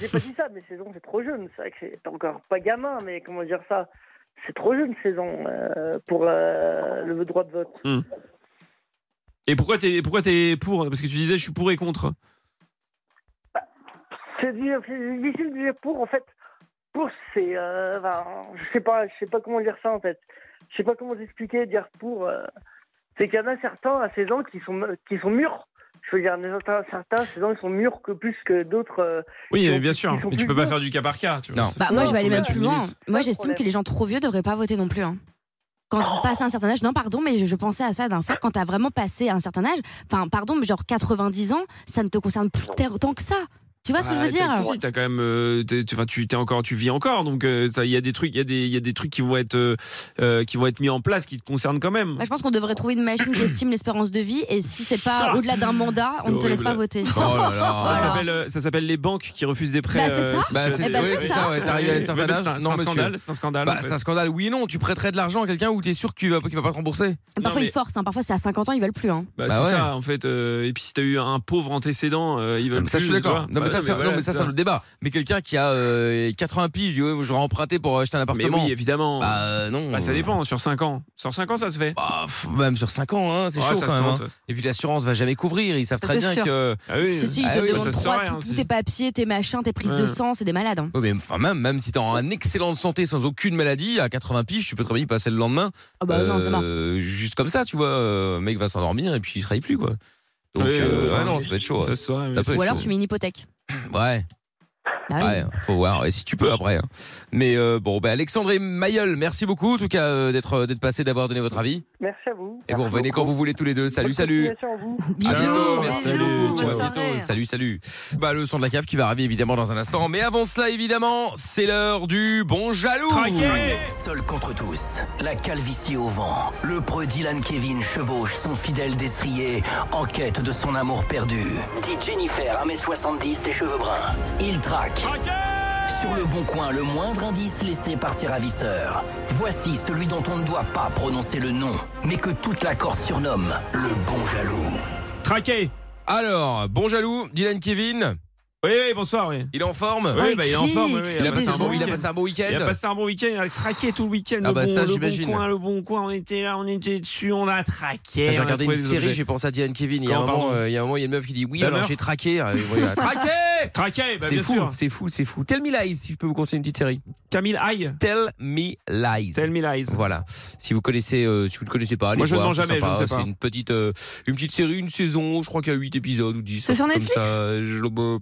Speaker 9: J'ai pas dit ça, mais 16 ans, c'est trop jeune. C'est vrai que c'est t'es encore pas gamin, mais comment dire ça C'est trop jeune, 16 ans, euh, pour euh, le droit de vote.
Speaker 3: Hmm. Et pourquoi t'es, pourquoi t'es pour Parce que tu disais, je suis pour et contre.
Speaker 9: C'est dur- c'est difficile de dire pour, en fait. Pour, c'est. euh, ben, je sais pas, je sais pas comment dire ça, en fait. Je sais pas comment t'expliquer, dire pour. euh, c'est qu'il y en a certains à 16 ans qui sont, qui sont mûrs. Je veux dire, les certains, certains, ces gens, ils sont mûrs que plus que d'autres. euh,
Speaker 3: Oui,
Speaker 9: ils
Speaker 3: mais
Speaker 9: ont-
Speaker 3: bien sûr.
Speaker 9: ils sont
Speaker 3: Mais tu
Speaker 9: plus
Speaker 3: peux pas
Speaker 9: beaux.
Speaker 3: faire du cas par cas. Tu vois.
Speaker 1: Non.
Speaker 3: C'est-
Speaker 2: Bah, moi,
Speaker 3: faut
Speaker 2: je vais aller même
Speaker 3: mettre
Speaker 2: plus
Speaker 3: une
Speaker 2: loin.
Speaker 3: limite.
Speaker 2: Moi, j'estime que les gens trop vieux devraient pas voter non plus. hein. Quand on passe un certain âge, non, pardon, mais je, je pensais à ça d'un fois. Quand t'as vraiment passé un certain âge, enfin, pardon, mais genre 90 ans, ça ne te concerne plus ter- tant que ça. Tu vois ce que je veux
Speaker 3: Bah,
Speaker 2: dire
Speaker 3: t'as- Si, t'as quand même, euh, t'es- tu, enfin, tu t'es encore, tu vis encore, donc euh, ça, il y a des trucs, il y a des, il y a des trucs qui vont être, euh, euh, qui vont être mis en place, qui te concernent quand même.
Speaker 2: Moi, je pense qu'on devrait trouver une machine qui estime l'espérance de vie et si c'est pas au-delà d'un mandat, on ne te laisse
Speaker 3: horrible.
Speaker 2: pas voter.
Speaker 1: Oh là là.
Speaker 3: Ça
Speaker 2: Voilà.
Speaker 3: s'appelle, euh, ça s'appelle les banques qui refusent des prêts.
Speaker 2: Bah, c'est ça.
Speaker 3: euh, si
Speaker 1: Bah,
Speaker 3: tu as
Speaker 1: c'est-
Speaker 3: des-
Speaker 2: bah, c'est ça,
Speaker 1: ouais, t'arrives à un certain
Speaker 3: Mais
Speaker 1: âge,
Speaker 3: c'est un- C'est
Speaker 1: non,
Speaker 3: un
Speaker 1: monsieur.
Speaker 3: scandale. C'est un scandale.
Speaker 1: Bah,
Speaker 3: en fait.
Speaker 1: c'est un scandale. Oui, non, tu prêterais de l'argent à quelqu'un où t'es sûr qu'il va, qu'il va pas te rembourser.
Speaker 2: Parfois,
Speaker 3: mais-
Speaker 2: ils forcent. hein. Parfois, c'est à 50 ans, ils veulent plus. hein.
Speaker 3: Bah,
Speaker 1: Bah
Speaker 3: c'est
Speaker 1: ouais.
Speaker 3: ça en fait. euh, et puis si t'as eu un pauvre antécédent, euh, ils
Speaker 1: Non,
Speaker 3: veulent
Speaker 1: Ah, mais ça, je
Speaker 3: plus, tu vois.
Speaker 1: suis d'accord. Non,
Speaker 3: Bah,
Speaker 1: mais ça, c'est un-
Speaker 3: voilà,
Speaker 1: non, mais ça,
Speaker 3: c'est
Speaker 1: c'est un autre débat. Mais quelqu'un qui a euh, 80 piges, je dis, j'aurais emprunté pour acheter un
Speaker 3: Mais
Speaker 1: appartement.
Speaker 3: oui, évidemment.
Speaker 1: Bah, euh, non.
Speaker 3: Bah, ça dépend. Sur 5 ans, sur 5 ans, ça se fait.
Speaker 1: Bah, pff, même sur 5 ans, hein, c'est
Speaker 3: Ouais,
Speaker 1: chaud
Speaker 3: ça
Speaker 1: quand
Speaker 3: se
Speaker 1: même.
Speaker 3: tente.
Speaker 1: hein. Et puis l'assurance va jamais couvrir. Ils savent
Speaker 4: Ça,
Speaker 1: très
Speaker 4: c'est
Speaker 1: Bah,
Speaker 4: sûr.
Speaker 1: bien que.
Speaker 3: Ah oui.
Speaker 2: Si, si, ils
Speaker 1: Ah
Speaker 2: te
Speaker 1: oui, bah,
Speaker 2: demandent
Speaker 3: ça sert à
Speaker 2: trois,
Speaker 3: rien,
Speaker 2: tout-
Speaker 3: si.
Speaker 2: tous tes papiers, tes machins, tes prises de
Speaker 3: Ouais.
Speaker 2: sang, c'est des malades. hein.
Speaker 1: Oui, mais enfin, même, même si t'es en excellente santé sans aucune maladie, à 80 piges, tu peux très bien y passer le lendemain.
Speaker 2: Ah bah non, ça marche.
Speaker 1: Euh, Juste comme ça, tu vois. euh, Le mec va s'endormir et puis il travaille plus, quoi. Donc,
Speaker 3: Oui,
Speaker 1: euh,
Speaker 3: euh,
Speaker 1: ouais, non, ça peut être chaud.
Speaker 3: Ça
Speaker 1: ouais.
Speaker 3: se saurait, mais
Speaker 1: Ça
Speaker 3: c'est-
Speaker 1: peut
Speaker 2: Ou
Speaker 1: ouais,
Speaker 2: alors,
Speaker 1: c'est-
Speaker 2: tu mets une hypothèque.
Speaker 1: Ouais,
Speaker 2: Bah oui.
Speaker 1: ouais, faut voir. Et si tu peux après. hein. Mais euh, bon, bah, Alexandre et Mayol, merci beaucoup, en tout cas, euh, d'être d'être passé, d'avoir donné votre avis.
Speaker 9: Merci à vous.
Speaker 1: Et vous revenez quand vous voulez tous les deux. Salut,
Speaker 9: Bonne
Speaker 1: salut.
Speaker 9: continuation à vous.
Speaker 1: À
Speaker 2: Bisous.
Speaker 1: bientôt,
Speaker 4: Bisous.
Speaker 1: merci.
Speaker 4: Bisous,
Speaker 1: Salut,
Speaker 4: bonne
Speaker 1: ciao.
Speaker 4: soirée.
Speaker 1: salut, salut. Bah, le son de la cave qui va arriver évidemment dans un instant. Mais avant cela, évidemment, c'est l'heure du bon jaloux.
Speaker 3: Traqué.
Speaker 8: Seul contre tous, la calvitie au vent, le preux Dylan Kevin chevauche son fidèle destrier en quête de son amour perdu. Dit Jennifer, 1m70, les cheveux bruns. Il traque. Sur le bon coin, le moindre indice laissé par ses ravisseurs. Voici celui dont on ne doit pas prononcer le nom, mais que toute la Corse surnomme le bon jaloux.
Speaker 3: Traqué.
Speaker 1: Alors, bon jaloux, Dylan Kevin,
Speaker 3: Oui, oui, bonsoir. Oui.
Speaker 1: il est en forme
Speaker 3: Oui, bah, il est en
Speaker 4: clique.
Speaker 3: forme. oui, oui,
Speaker 1: Ah, il, a passé
Speaker 3: passé
Speaker 1: un bon, il a
Speaker 3: week-end.
Speaker 1: passé un bon
Speaker 3: Il a
Speaker 1: week-end
Speaker 3: passé un bon week-end, il a traqué tout le week-end.
Speaker 1: Ah
Speaker 3: le,
Speaker 1: bah
Speaker 3: bon,
Speaker 1: ça,
Speaker 3: le
Speaker 1: j'imagine.
Speaker 3: bon coin, le bon coin, on était là, on était dessus, on a traqué.
Speaker 1: Ah, J'ai
Speaker 3: on a
Speaker 1: regardé une
Speaker 3: trouvé des
Speaker 1: série,
Speaker 3: objets.
Speaker 1: j'ai pensé à Dylan Kevin. Il y, a un
Speaker 3: Comment,
Speaker 1: moment,
Speaker 3: pardon
Speaker 1: euh, il y a un moment, il y a une meuf qui dit Oui,
Speaker 3: Bah
Speaker 1: alors
Speaker 3: alors
Speaker 1: j'ai traqué. Euh, voilà, traqué
Speaker 3: Traqué, bah,
Speaker 1: C'est
Speaker 3: bien
Speaker 1: fou,
Speaker 3: sûr.
Speaker 1: c'est fou, c'est fou. Tell Me Lies, si je peux vous conseiller une petite série.
Speaker 3: Camille Aïe,
Speaker 1: Tell Me Lies.
Speaker 3: Tell Me Lies.
Speaker 1: Voilà. Si vous connaissez, euh, si vous ne connaissez pas, allez
Speaker 3: Moi, je
Speaker 1: voir,
Speaker 3: ne mens
Speaker 1: c'est
Speaker 3: jamais,
Speaker 1: sympa.
Speaker 3: je ne sais pas.
Speaker 1: C'est une petite, euh, une petite série, une saison. Je crois qu'il y a 8 épisodes ou 10.
Speaker 4: C'est sur
Speaker 1: comme
Speaker 4: Netflix
Speaker 1: ça, je, le-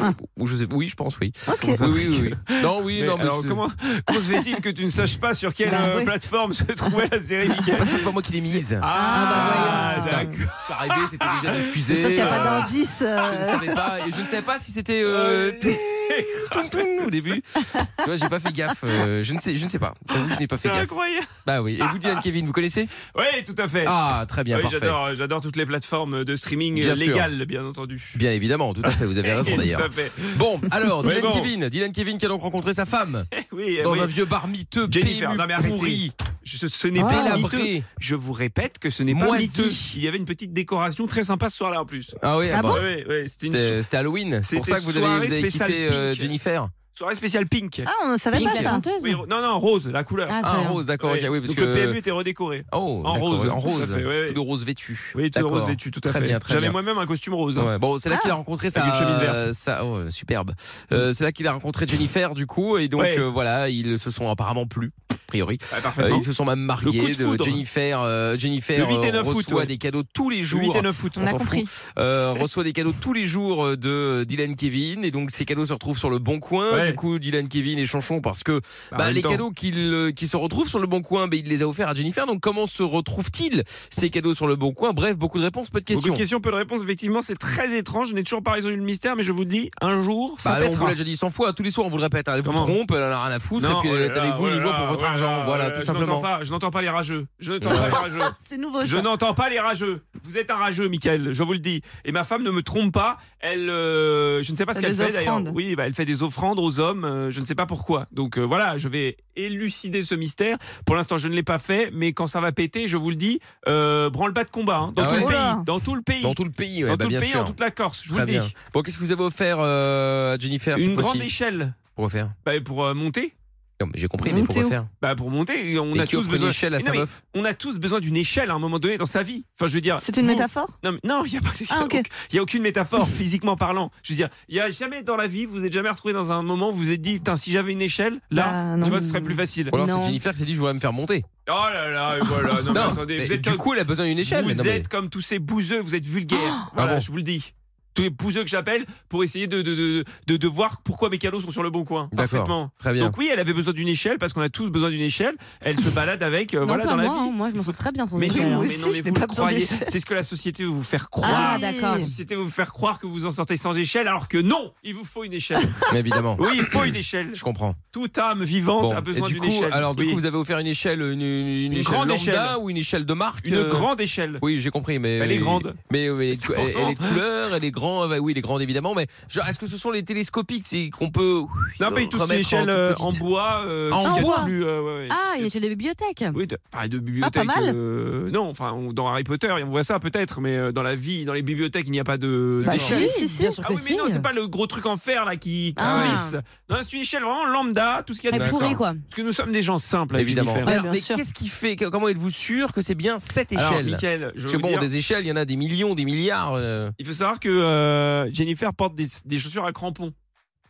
Speaker 4: Ah.
Speaker 1: Ou je sais, oui, je pense, oui.
Speaker 4: Ok.
Speaker 1: Oui, oui, oui, oui. Non, oui,
Speaker 3: Mais
Speaker 1: non, mais
Speaker 3: alors
Speaker 1: c'est-
Speaker 3: comment, comment se fait-il que tu ne saches pas sur quelle
Speaker 2: Bah,
Speaker 3: euh,
Speaker 2: oui.
Speaker 3: plateforme se trouvait la série Mickey
Speaker 1: Parce que Ah, bah, c'est pas moi qui l'ai mise.
Speaker 3: Ah,
Speaker 2: Ah, bah,
Speaker 1: Ça,
Speaker 2: voilà.
Speaker 3: d'accord.
Speaker 1: je suis arrivé, c'était
Speaker 3: Ah,
Speaker 1: déjà diffusé.
Speaker 4: C'est sûr qu'il n'y a
Speaker 1: euh,
Speaker 4: pas d'indice.
Speaker 1: Je ne
Speaker 4: euh,
Speaker 1: savais pas, et je ne savais pas si c'était euh,
Speaker 3: Ouais.
Speaker 1: tout- tout- tout au début. Tu vois, j'ai pas fait gaffe. euh, je ne sais, je ne sais pas. J'avoue, je n'ai pas fait
Speaker 3: C'est
Speaker 1: gaffe.
Speaker 3: incroyable. Ah.
Speaker 1: Bah oui. Et vous, Dylan Kevin, vous connaissez
Speaker 3: Oui, tout à fait.
Speaker 1: Ah, très bien,
Speaker 3: oui,
Speaker 1: parfait.
Speaker 3: j'adore, euh, j'adore toutes les plateformes de streaming
Speaker 1: Bien
Speaker 3: euh,
Speaker 1: sûr.
Speaker 3: légales, bien entendu.
Speaker 1: Bien évidemment, tout à fait. Vous avez raison
Speaker 3: Tout
Speaker 1: d'ailleurs.
Speaker 3: à fait.
Speaker 1: Bon, alors,
Speaker 3: Ouais, bon.
Speaker 1: Dylan Kevin. Dylan Kevin qui a donc rencontré sa femme
Speaker 3: Oui, euh,
Speaker 1: dans
Speaker 3: oui.
Speaker 1: un vieux bar miteux,
Speaker 3: Jennifer,
Speaker 1: PMU,
Speaker 3: non, mais arrêtez.
Speaker 1: pourri,
Speaker 3: Je- ce n'est pas miteux.
Speaker 1: délabré.
Speaker 3: Je vous répète que ce n'est pas
Speaker 1: Moisi.
Speaker 3: miteux. Il y avait une petite décoration très sympa ce soir-là en plus.
Speaker 1: Ah oui,
Speaker 4: Ah
Speaker 1: bah,
Speaker 4: bon
Speaker 3: oui, oui, c'était une
Speaker 1: C'était c'était Halloween, c'est pour
Speaker 3: C'était
Speaker 1: ça que vous avez, vous
Speaker 3: soirée
Speaker 1: avez
Speaker 3: spéciale
Speaker 1: kiffé euh,
Speaker 3: Pink.
Speaker 1: Jennifer.
Speaker 3: soirée spéciale pink.
Speaker 4: Ah, on ne savait
Speaker 2: Pink,
Speaker 4: pas
Speaker 2: la
Speaker 4: ça.
Speaker 2: chanteuse
Speaker 3: Oui, ro- non, non, rose, la couleur.
Speaker 2: Ah,
Speaker 1: Ah,
Speaker 2: très bien.
Speaker 1: rose, d'accord, ok, oui, parce
Speaker 3: Donc
Speaker 1: que.
Speaker 3: le PMU était redécoré.
Speaker 1: Oh,
Speaker 3: en
Speaker 1: d'accord,
Speaker 3: rose.
Speaker 1: En rose,
Speaker 3: Tout à fait, ouais, ouais.
Speaker 1: tout de rose vêtu.
Speaker 3: Oui, tout
Speaker 1: D'accord.
Speaker 3: rose vêtu, tout à
Speaker 1: très
Speaker 3: fait.
Speaker 1: Bien, très
Speaker 3: J'avais
Speaker 1: bien.
Speaker 3: moi-même un costume rose. hein.
Speaker 1: Ouais, Bon,
Speaker 2: Ah.
Speaker 1: c'est là
Speaker 4: Ah.
Speaker 1: qu'il a rencontré sa,
Speaker 3: Avec une chemise verte.
Speaker 1: sa- oh, superbe. Euh, c'est là qu'il a rencontré Jennifer du coup et donc
Speaker 3: Ouais.
Speaker 1: euh, voilà, ils se sont apparemment plus a priori.
Speaker 3: Ah,
Speaker 1: Euh,
Speaker 3: parfaitement.
Speaker 1: ils se sont même
Speaker 3: Le coup
Speaker 1: mariés.
Speaker 3: de
Speaker 1: de-
Speaker 3: foudre.
Speaker 1: Jennifer, euh, Jennifer
Speaker 3: Le huit et
Speaker 1: euh,
Speaker 3: neuf août,
Speaker 1: reçoit
Speaker 3: ouais.
Speaker 1: des cadeaux tous les
Speaker 3: Le
Speaker 1: jours.
Speaker 3: 8 et 9 août.
Speaker 1: On
Speaker 4: On a
Speaker 1: s'en fout.
Speaker 4: compris.
Speaker 1: Euh, reçoit des cadeaux tous les jours euh, de euh, Dylan Kevin et donc ces cadeaux se retrouvent sur le Bon Coin.
Speaker 3: Ouais.
Speaker 1: Du coup, Dylan Kevin et Chanchon parce que
Speaker 3: Bah, en
Speaker 1: bah,
Speaker 3: même
Speaker 1: les
Speaker 3: temps.
Speaker 1: cadeaux qu'il, euh, qui se retrouvent sur le Bon Coin, bah, il les a offerts à Jennifer. Donc comment se retrouvent-ils ces cadeaux sur le Bon Coin Bref, beaucoup de réponses, peu de
Speaker 3: Beaucoup
Speaker 1: questions.
Speaker 3: de questions, peu de réponses. Effectivement, c'est très étrange. Je n'ai toujours pas résolu le mystère, mais je vous le dis, un jour, ça
Speaker 1: Bah, on vous
Speaker 3: pètera.
Speaker 1: l'a déjà dit 100 fois, tous les soirs on vous le répète, hein. elle vous
Speaker 3: hein. Comment
Speaker 1: trompe, elle en a rien à foutre,
Speaker 3: Non,
Speaker 1: et puis euh, elle
Speaker 3: oh
Speaker 1: est
Speaker 3: là
Speaker 1: avec
Speaker 3: là,
Speaker 1: vous ni
Speaker 3: oh
Speaker 1: moi
Speaker 3: là
Speaker 1: pour votre
Speaker 3: là,
Speaker 1: argent,
Speaker 3: oh
Speaker 1: voilà
Speaker 3: là
Speaker 1: tout
Speaker 3: là, je n'entends
Speaker 1: simplement.
Speaker 3: pas- Je n'entends pas les rageux. Je n'entends pas les rageux.
Speaker 4: C'est nouveau.
Speaker 3: Je
Speaker 4: ça.
Speaker 3: n'entends pas les rageux. Vous êtes un rageux, Michael, je vous le dis. Et ma femme ne me trompe pas. Elle, euh, je ne sais pas ce
Speaker 4: Elle
Speaker 3: qu'elle
Speaker 4: des
Speaker 3: fait d'ailleurs.
Speaker 4: offrandes.
Speaker 3: Oui, bah, elle fait des offrandes aux hommes. euh, je ne sais pas pourquoi. Donc euh, voilà, je vais élucider ce mystère. Pour l'instant, je ne l'ai pas fait, mais quand ça va péter, je vous le dis, euh, branle-bas de combat hein, dans,
Speaker 1: Ah
Speaker 3: tout
Speaker 1: ouais.
Speaker 3: le
Speaker 4: Oula.
Speaker 3: pays, dans tout le pays,
Speaker 1: Dans tout le pays, ouais,
Speaker 3: Dans tout
Speaker 1: bah,
Speaker 3: le
Speaker 1: bien
Speaker 3: pays,
Speaker 1: sûr.
Speaker 3: dans toute la Corse. Je vous
Speaker 1: Très
Speaker 3: le dis.
Speaker 1: bien. Bon, qu'est-ce que vous avez offert euh, à Jennifer cette
Speaker 3: Une grande
Speaker 1: fois-ci
Speaker 3: échelle
Speaker 1: pour faire
Speaker 3: bah, pour euh, monter.
Speaker 1: Non, mais J'ai compris, mais
Speaker 8: Monter
Speaker 1: pourquoi
Speaker 8: où
Speaker 1: faire
Speaker 3: Bah pour monter, on
Speaker 1: Et
Speaker 3: a
Speaker 1: qui
Speaker 3: tous
Speaker 1: offre une
Speaker 3: besoin
Speaker 1: échelle à
Speaker 3: Mais
Speaker 1: sa
Speaker 3: non, mais
Speaker 1: meuf
Speaker 3: On a tous besoin d'une échelle à un moment donné dans sa vie. Enfin, je veux dire.
Speaker 8: C'est une
Speaker 3: vous-
Speaker 8: métaphore
Speaker 3: Non, mais- non, il n'y a pas. il y a
Speaker 8: Ah, ok.
Speaker 3: aucune- Il y a aucune métaphore physiquement parlant. Je veux dire, il y a jamais dans la vie, vous êtes jamais retrouvé dans un moment, où vous vous êtes dit, putain, si j'avais une échelle, là,
Speaker 8: Bah, non.
Speaker 3: tu vois, ce serait plus facile.
Speaker 1: Ou alors
Speaker 8: Non.
Speaker 1: c'est Jennifer qui s'est dit je voudrais me faire monter.
Speaker 3: Oh là là, et voilà. Non, mais
Speaker 1: Non,
Speaker 3: attendez,
Speaker 1: mais
Speaker 3: vous êtes
Speaker 1: du
Speaker 3: comme,
Speaker 1: coup elle a besoin d'une échelle.
Speaker 3: vous
Speaker 1: mais non, mais-
Speaker 3: êtes comme tous ces bouseux, vous êtes vulgaires.
Speaker 1: Ah
Speaker 3: voilà,
Speaker 1: bon
Speaker 3: je vous le dis. Tous les bouseux que j'appelle pour essayer de de, de, de- de voir pourquoi mes calots sont sur le bon coin.
Speaker 1: D'accord.
Speaker 3: Parfaitement.
Speaker 1: Très bien.
Speaker 3: Donc oui, elle avait besoin d'une échelle parce qu'on a tous besoin d'une échelle. Elle se balade avec, euh,
Speaker 2: Non,
Speaker 3: voilà,
Speaker 2: pas
Speaker 3: dans
Speaker 2: moi,
Speaker 3: la vie.
Speaker 2: hein. moi je m'en sors très bien sans
Speaker 3: Mais,
Speaker 2: échelle.
Speaker 3: non,
Speaker 2: hein.
Speaker 3: mais
Speaker 8: aussi,
Speaker 3: non, mais
Speaker 8: je n'ai
Speaker 3: vous
Speaker 8: pas
Speaker 3: le
Speaker 8: besoin
Speaker 3: croyez.
Speaker 8: d'échelle.
Speaker 3: C'est ce que la société veut vous faire croire.
Speaker 2: Ah, d'accord.
Speaker 3: La société veut vous faire croire que vous en sortez sans échelle, alors que non, il vous faut une échelle.
Speaker 1: Mais évidemment.
Speaker 3: Oui, il faut une échelle.
Speaker 1: Je comprends.
Speaker 3: Toute âme vivante
Speaker 1: Bon,
Speaker 3: a
Speaker 1: et
Speaker 3: besoin
Speaker 1: du
Speaker 3: d'une
Speaker 1: coup,
Speaker 3: échelle.
Speaker 1: alors du
Speaker 3: Oui.
Speaker 1: coup, vous avez offert une échelle, une, une- une
Speaker 3: Une
Speaker 1: échelle
Speaker 3: grande
Speaker 1: lambda
Speaker 3: échelle.
Speaker 1: ou une échelle de marque
Speaker 3: une
Speaker 1: euh,
Speaker 3: grande échelle.
Speaker 1: Oui, j'ai compris, mais
Speaker 3: Elle est grande.
Speaker 1: Mais, mais elle,
Speaker 3: C'est
Speaker 1: elle- elle est de
Speaker 3: important.
Speaker 1: couleur, elle est grande. bah oui, elle est grande évidemment. Mais genre, est-ce que ce sont les télescopiques c'est qu'on peut
Speaker 3: Non, mais tous
Speaker 1: remettre
Speaker 3: ces
Speaker 1: en
Speaker 3: échelles
Speaker 1: toute
Speaker 3: euh, en,
Speaker 1: petite
Speaker 3: bois. euh,
Speaker 1: En
Speaker 3: qu'il y a de
Speaker 1: bois
Speaker 3: plus, euh, ouais, ouais.
Speaker 2: Ah, il est chez des bibliothèques.
Speaker 3: Oui, de, enfin, Ah, de bibliothèque.
Speaker 8: pas mal.
Speaker 3: euh, non, enfin, on- dans Harry Potter, on voit ça peut-être, mais euh, dans la vie, dans les bibliothèques, il n'y a pas de
Speaker 1: Bah,
Speaker 3: d'échelle.
Speaker 2: Oui,
Speaker 8: si, si.
Speaker 2: bien sûr
Speaker 3: Ah
Speaker 2: que
Speaker 3: oui, mais
Speaker 2: si.
Speaker 3: non, c'est pas le gros truc en fer là qui, qui
Speaker 2: Ah.
Speaker 3: glisse. Non, c'est une échelle vraiment lambda, tout ce qu'il y a
Speaker 2: Elle
Speaker 3: de
Speaker 2: est
Speaker 1: D'accord.
Speaker 2: pourrie, quoi.
Speaker 3: Parce que nous sommes des gens simples, avec
Speaker 1: Évidemment.
Speaker 3: Jennifer.
Speaker 8: Ouais,
Speaker 1: Alors,
Speaker 8: bien
Speaker 1: mais
Speaker 8: sûr.
Speaker 1: qu'est-ce qui fait que- Comment êtes-vous sûr que c'est bien cette échelle
Speaker 3: Alors, Mickaël, je
Speaker 1: Parce
Speaker 3: veux
Speaker 1: que bon,
Speaker 3: dire,
Speaker 1: des échelles, il y en a des millions, des milliards. euh,
Speaker 3: il faut savoir que euh, Jennifer porte des, des chaussures à crampons.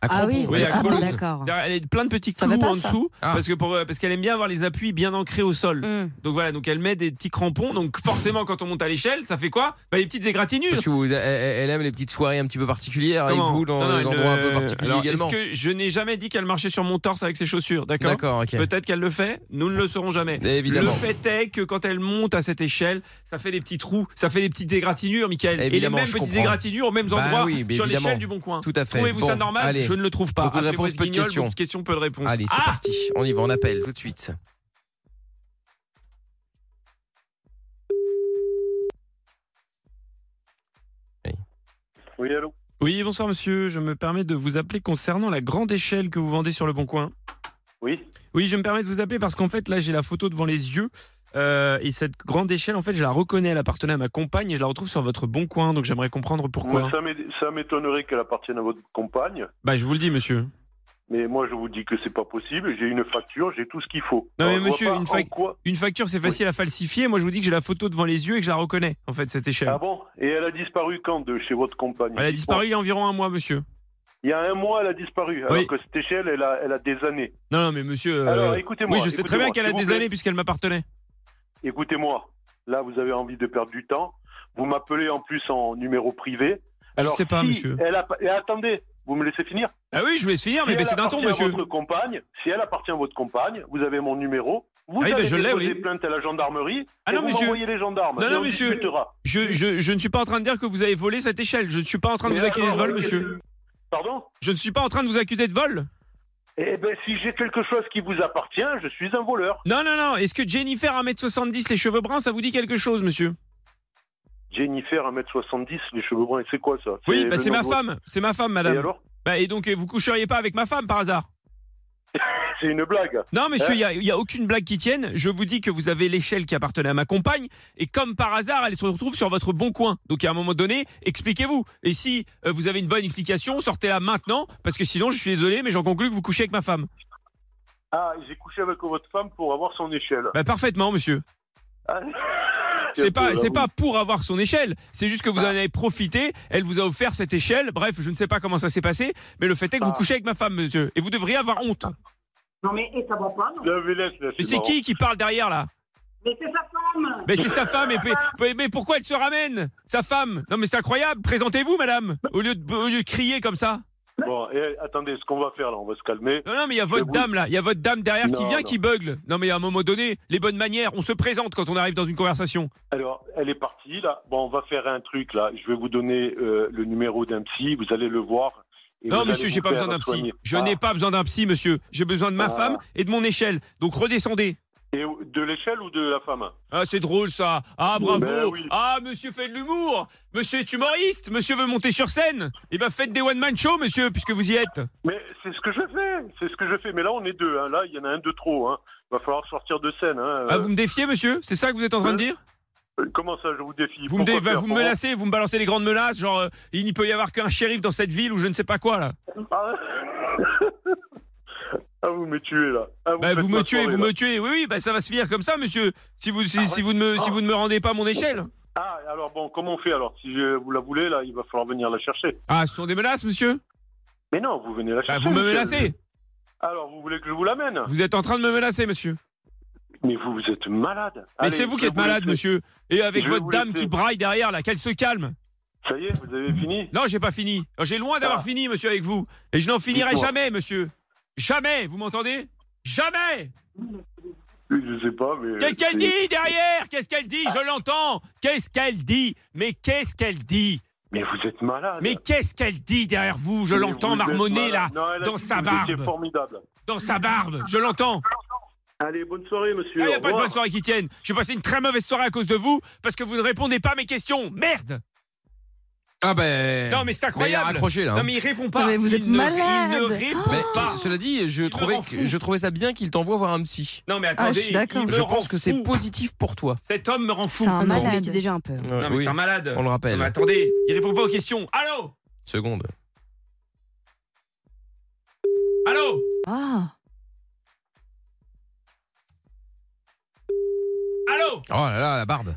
Speaker 1: à
Speaker 2: Ah oui,
Speaker 1: crampons. Elle est
Speaker 3: à
Speaker 2: ah,
Speaker 3: Colosse.
Speaker 2: d'accord.
Speaker 3: C'est-à-dire, Elle a plein de petits
Speaker 8: Ça
Speaker 3: clous
Speaker 8: va pas,
Speaker 3: en
Speaker 8: ça.
Speaker 3: dessous
Speaker 1: Ah.
Speaker 3: parce que pour, parce qu'elle aime bien avoir les appuis bien ancrés au sol.
Speaker 2: Hum.
Speaker 3: Donc voilà, donc elle met des petits crampons. Donc forcément, quand on monte à l'échelle, ça fait quoi Bah des petites égratignures.
Speaker 1: Parce que vous, elle, elle aime les petites soirées un petit peu particulières avec
Speaker 3: Comment
Speaker 1: vous dans
Speaker 3: Non, non,
Speaker 1: des
Speaker 3: elle,
Speaker 1: endroits un peu
Speaker 3: euh,
Speaker 1: particuliers
Speaker 3: alors,
Speaker 1: également.
Speaker 3: Est-ce que je n'ai jamais dit qu'elle marchait sur mon torse avec ses chaussures, d'accord
Speaker 1: D'accord, ok.
Speaker 3: Peut-être qu'elle le fait, nous ne le saurons jamais.
Speaker 1: Évidemment.
Speaker 3: Le fait est que quand elle monte à cette échelle, ça fait des petits trous, ça fait des petites égratignures, Michael. Et les
Speaker 1: Évidemment,
Speaker 3: mêmes
Speaker 1: je
Speaker 3: petites
Speaker 1: comprends.
Speaker 3: égratignures aux mêmes
Speaker 1: Bah
Speaker 3: endroits
Speaker 1: oui, mais
Speaker 3: sur
Speaker 1: évidemment.
Speaker 3: l'échelle du Bon Coin.
Speaker 1: Tout à fait.
Speaker 3: Trouvez-vous ça
Speaker 1: Bon,
Speaker 3: normal
Speaker 1: allez.
Speaker 3: Je ne le trouve pas.
Speaker 1: Beaucoup de
Speaker 3: Appelez
Speaker 1: réponses,
Speaker 3: Brice
Speaker 1: peu de
Speaker 3: Guignol,
Speaker 1: questions.
Speaker 3: beaucoup de questions, peu de réponses.
Speaker 1: Allez, c'est
Speaker 3: Ah
Speaker 1: parti. On y va, on appelle tout de suite.
Speaker 12: Oui, allô
Speaker 3: Oui, bonsoir monsieur, je me permets de vous appeler concernant la grande échelle que vous vendez sur le Bon Coin.
Speaker 12: Oui.
Speaker 3: Oui, je me permets de vous appeler parce qu'en fait, là, j'ai la photo devant les yeux. euh, et cette grande échelle, en fait, je la reconnais, elle appartenait à ma compagne et je la retrouve sur votre bon coin, donc j'aimerais comprendre pourquoi.
Speaker 12: Moi, ça m'é- Ça m'étonnerait qu'elle appartienne à votre compagne,
Speaker 3: Bah, je vous le dis, monsieur.
Speaker 12: mais moi je vous dis que c'est pas possible. J'ai une facture, j'ai tout ce qu'il faut.
Speaker 3: Non, mais
Speaker 12: je vois
Speaker 3: monsieur,
Speaker 12: pas
Speaker 3: une
Speaker 12: en
Speaker 3: fac-
Speaker 12: quoi-
Speaker 3: Une facture, c'est facile à falsifier. Moi, je vous dis que j'ai la photo devant les yeux et que je la reconnais, en fait, cette échelle.
Speaker 12: Ah bon Et elle a disparu quand de chez votre compagne
Speaker 3: Elle a disparu il y a environ un mois, monsieur.
Speaker 12: Il y a un mois, elle a disparu. Alors
Speaker 3: Oui.
Speaker 12: que cette échelle, elle a, elle a des années.
Speaker 3: Non, non, mais monsieur. euh,
Speaker 12: Alors écoutez-moi.
Speaker 3: oui, je sais très bien
Speaker 12: écoutez-moi,
Speaker 3: qu'elle a
Speaker 12: s'il vous
Speaker 3: des
Speaker 12: plaît.
Speaker 3: années puisqu'elle m'appartenait.
Speaker 12: Écoutez-moi. Là, vous avez envie de perdre du temps. Vous m'appelez en plus en numéro privé.
Speaker 3: Ah, Je
Speaker 12: Alors,
Speaker 3: sais pas,
Speaker 12: si
Speaker 3: monsieur.
Speaker 12: Elle a... Et attendez, vous me laissez finir
Speaker 3: Ah oui, je vous laisse finir, mais
Speaker 12: Si
Speaker 3: baissez
Speaker 12: elle
Speaker 3: d'un ton,
Speaker 12: appartient à
Speaker 3: monsieur.
Speaker 12: votre compagne, si elle appartient à votre compagne, vous avez mon numéro. Vous
Speaker 3: Ah oui, ben,
Speaker 12: allez
Speaker 3: je l'ai,
Speaker 12: déposer
Speaker 3: oui.
Speaker 12: plainte à la gendarmerie.
Speaker 3: Ah
Speaker 12: et
Speaker 3: non,
Speaker 12: vous
Speaker 3: monsieur.
Speaker 12: m'envoyez les gendarmes.
Speaker 3: Non,
Speaker 12: et
Speaker 3: non,
Speaker 12: on
Speaker 3: monsieur.
Speaker 12: discutera.
Speaker 3: Je, je- je ne suis pas en train de dire que vous avez volé cette échelle. Je ne suis pas en train de
Speaker 12: Mais
Speaker 3: vous accuser de
Speaker 12: alors,
Speaker 3: vol,
Speaker 12: euh,
Speaker 3: monsieur.
Speaker 12: Pardon
Speaker 3: Je ne suis pas en train de vous accuser de vol.
Speaker 12: Eh ben, si j'ai quelque chose qui vous appartient, je suis un voleur.
Speaker 3: Non, non, non. Est-ce que Jennifer, 1m70, les cheveux bruns, ça vous dit quelque chose, monsieur
Speaker 12: Jennifer, 1m70, les cheveux bruns, c'est quoi ça
Speaker 3: Oui, bah,
Speaker 12: le
Speaker 3: c'est
Speaker 12: nom
Speaker 3: ma
Speaker 12: de votre-
Speaker 3: femme. C'est ma femme,
Speaker 12: Et
Speaker 3: madame.
Speaker 12: alors
Speaker 3: Bah, et donc, euh, vous coucheriez pas avec ma femme par hasard
Speaker 12: C'est une blague.
Speaker 3: Non, monsieur, il n'y a, il y a aucune blague qui tienne. Je vous dis que vous avez l'échelle qui appartenait à ma compagne. Et comme par hasard, elle se retrouve sur votre bon coin. Donc, à un moment donné, expliquez-vous. Et si euh, vous avez une bonne explication, sortez-la maintenant. Parce que sinon, je suis désolé, mais j'en conclus que vous couchez avec ma femme.
Speaker 12: Ah, j'ai couché avec votre femme pour avoir son échelle.
Speaker 3: Bah, parfaitement, monsieur.
Speaker 12: Ah,
Speaker 3: C'est pas,
Speaker 12: euh,
Speaker 3: c'est
Speaker 12: vous-
Speaker 3: pas pour avoir son échelle. C'est juste que
Speaker 12: Ah.
Speaker 3: vous en avez profité. Elle vous a offert cette échelle. Bref, je ne sais pas comment ça s'est passé, mais le fait est que vous
Speaker 12: Ah.
Speaker 3: couchez avec ma femme, monsieur, et vous devriez avoir honte.
Speaker 6: Non, mais et ça va pas, non
Speaker 12: La vélesse, là,
Speaker 3: Mais c'est
Speaker 12: marrant.
Speaker 3: qui qui parle derrière là
Speaker 6: Mais c'est sa femme
Speaker 3: Mais c'est sa femme. Et mais, mais pourquoi elle se ramène Sa femme. Non, mais c'est incroyable. Présentez-vous, madame. Au lieu de, au lieu de crier comme ça.
Speaker 12: Bon, eh, attendez, ce qu'on va faire là, on va se calmer.
Speaker 3: Non, non, mais il y a votre
Speaker 12: vous-
Speaker 3: dame là. Il y a votre dame derrière qui
Speaker 12: Non,
Speaker 3: vient,
Speaker 12: non.
Speaker 3: qui bugle. Non, mais à un moment donné, les bonnes manières, on se présente quand on arrive dans une conversation.
Speaker 12: Alors, elle est partie là. Bon, on va faire un truc là. Je vais vous donner euh, le numéro d'un psy. Vous allez le voir. et vous
Speaker 3: Non,
Speaker 12: allez
Speaker 3: monsieur,
Speaker 12: vous
Speaker 3: j'ai pas
Speaker 12: faire
Speaker 3: besoin d'un psy.
Speaker 12: soigner.
Speaker 3: Je
Speaker 12: Ah,
Speaker 3: n'ai pas besoin d'un psy, monsieur. J'ai besoin de ma
Speaker 12: Ah.
Speaker 3: femme et de mon échelle. Donc redescendez.
Speaker 12: Et de l'échelle ou de la femme
Speaker 3: Ah, c'est drôle ça. Ah, bravo.
Speaker 12: Ben oui.
Speaker 3: Ah, monsieur fait de l'humour. Monsieur est humoriste. Monsieur veut monter sur scène. Eh ben, faites des one-man shows, monsieur, puisque vous y êtes.
Speaker 12: Mais c'est ce que je fais. C'est ce que je fais. Mais là, on est deux. hein. Là, il y en a un de trop. Hein. Va falloir sortir de scène. Hein.
Speaker 3: Ah, vous me défiez, monsieur C'est ça que vous êtes en train de dire
Speaker 12: Euh, Comment ça, je vous défie
Speaker 3: Vous me, dé-
Speaker 12: Pourquoi faire
Speaker 3: vous me
Speaker 12: Pour-
Speaker 3: menacez, vous me balancez les grandes menaces, genre euh, il n'y peut y avoir qu'un shérif dans cette ville ou je ne sais pas quoi là.
Speaker 12: Ah. Ah, vous me tuez là. Ah, vous
Speaker 3: Bah,
Speaker 12: faites
Speaker 3: vous me
Speaker 12: ma
Speaker 3: tuez,
Speaker 12: soirée,
Speaker 3: vous
Speaker 12: là.
Speaker 3: me tuez. Oui, oui, bah, ça va se finir comme ça, monsieur. Si vous, si, si vous ne me, si vous ne me rendez pas à mon échelle.
Speaker 12: Ah, et alors bon, comment on fait alors Si je vous la voulez là, il va falloir venir la chercher.
Speaker 3: Ah, ce sont des menaces, monsieur
Speaker 12: Mais non, vous venez la
Speaker 3: Bah,
Speaker 12: chercher.
Speaker 3: vous me
Speaker 12: monsieur.
Speaker 3: menacez.
Speaker 12: Alors, vous voulez que je vous l'amène
Speaker 3: Vous êtes en train de me menacer, monsieur.
Speaker 12: Mais vous, vous êtes malade.
Speaker 3: Mais
Speaker 12: Allez,
Speaker 3: c'est vous
Speaker 12: je
Speaker 3: qui
Speaker 12: vais
Speaker 3: êtes malade,
Speaker 12: laisser.
Speaker 3: monsieur. Et avec
Speaker 12: Je vais
Speaker 3: votre
Speaker 12: vous
Speaker 3: dame
Speaker 12: laisser.
Speaker 3: qui braille derrière, là, qu'elle se calme.
Speaker 12: Ça y est, vous avez fini
Speaker 3: Non, j'ai pas fini. Oh, J'ai loin d'avoir
Speaker 12: Ah.
Speaker 3: fini, monsieur, avec vous. Et je n'en finirai
Speaker 12: Dites-moi.
Speaker 3: jamais, monsieur. Jamais, vous m'entendez Jamais
Speaker 12: Oui, Je sais pas, mais.
Speaker 3: Qu'est-ce qu'elle
Speaker 12: c'est-
Speaker 3: dit derrière Qu'est-ce qu'elle dit Je l'entends. Qu'est-ce qu'elle dit Mais qu'est-ce qu'elle dit
Speaker 12: Mais vous êtes malade.
Speaker 3: Mais qu'est-ce qu'elle dit derrière vous Je
Speaker 12: Mais
Speaker 3: l'entends
Speaker 12: vous êtes
Speaker 3: marmonner là,
Speaker 12: malade. Non, elle a
Speaker 3: dans
Speaker 12: dit
Speaker 3: sa
Speaker 12: que vous étiez
Speaker 3: barbe.
Speaker 12: formidable.
Speaker 3: Dans sa barbe, je l'entends.
Speaker 12: Allez, bonne soirée, monsieur.
Speaker 3: Il n'y Ah, a
Speaker 12: au
Speaker 3: pas de
Speaker 12: revoir.
Speaker 3: bonne soirée qui tienne. J'ai passé une très mauvaise soirée à cause de vous parce que vous ne répondez pas à mes questions. Merde
Speaker 1: Ah ben.
Speaker 3: Non, mais c'est
Speaker 1: il a
Speaker 3: incroyable.
Speaker 1: raccroché là. hein.
Speaker 3: Non, mais il répond pas.
Speaker 4: Non, mais vous
Speaker 3: Il
Speaker 4: êtes
Speaker 3: ne-
Speaker 4: malade.
Speaker 3: Il ne
Speaker 4: Oh.
Speaker 3: répond
Speaker 1: Mais
Speaker 3: pas.
Speaker 1: cela dit, je
Speaker 3: me
Speaker 1: trouvais,
Speaker 3: rend
Speaker 1: que-
Speaker 3: fou.
Speaker 1: je trouvais ça bien qu'il t'envoie voir un psy.
Speaker 3: Non, mais
Speaker 4: Ah, je
Speaker 3: attendez.
Speaker 4: suis
Speaker 3: il-
Speaker 4: d'accord.
Speaker 3: il me
Speaker 1: je
Speaker 3: rend
Speaker 1: pense que c'est
Speaker 3: fou.
Speaker 1: positif pour toi.
Speaker 3: Cet homme me rend fou.
Speaker 4: C'est un
Speaker 2: Ah non, mais
Speaker 4: malade.
Speaker 2: t'es déjà un peu.
Speaker 3: Non, mais
Speaker 1: Oui,
Speaker 3: c'est un malade.
Speaker 1: on le
Speaker 3: Non,
Speaker 1: rappelle.
Speaker 3: mais attendez, il répond pas aux questions. Allô
Speaker 1: Seconde.
Speaker 3: Allô
Speaker 4: Ah,
Speaker 3: Allô
Speaker 1: Oh là là, la barbe.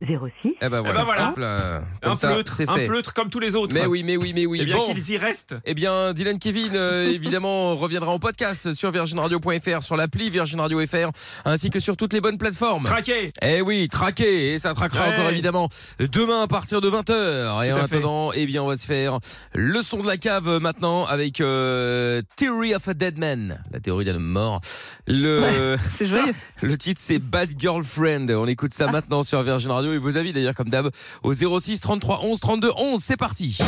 Speaker 5: 06.
Speaker 1: Eh ben voilà.
Speaker 3: ben voilà.
Speaker 1: Hop là. Comme
Speaker 3: Un
Speaker 1: ça,
Speaker 3: pleutre,
Speaker 1: c'est
Speaker 3: un
Speaker 1: fait.
Speaker 3: pleutre comme tous les autres.
Speaker 1: Mais oui, mais oui, mais oui.
Speaker 3: Et bien
Speaker 1: Bon.
Speaker 3: qu'ils y restent.
Speaker 1: Eh bien, Dylan Kevin, euh, évidemment, reviendra en podcast sur virginradio.fr, sur l'appli Virgin Radio FR, ainsi que sur toutes les bonnes plateformes.
Speaker 3: Traqué.
Speaker 1: Eh oui, traqué et ça traquera
Speaker 3: Ouais.
Speaker 1: encore évidemment demain à partir de 20h. Et
Speaker 3: Tout
Speaker 1: en
Speaker 3: à fait.
Speaker 1: attendant, eh bien on va se faire le son de la cave euh, maintenant avec euh, Theory of a Dead Man, la théorie d'un homme mort. Le
Speaker 4: c'est joyeux. Ah.
Speaker 1: le titre c'est Bad Girlfriend. On écoute ça maintenant sur Virgin Radio et vos avis d'ailleurs comme d'hab au 06 33 11 32 11. C'est parti.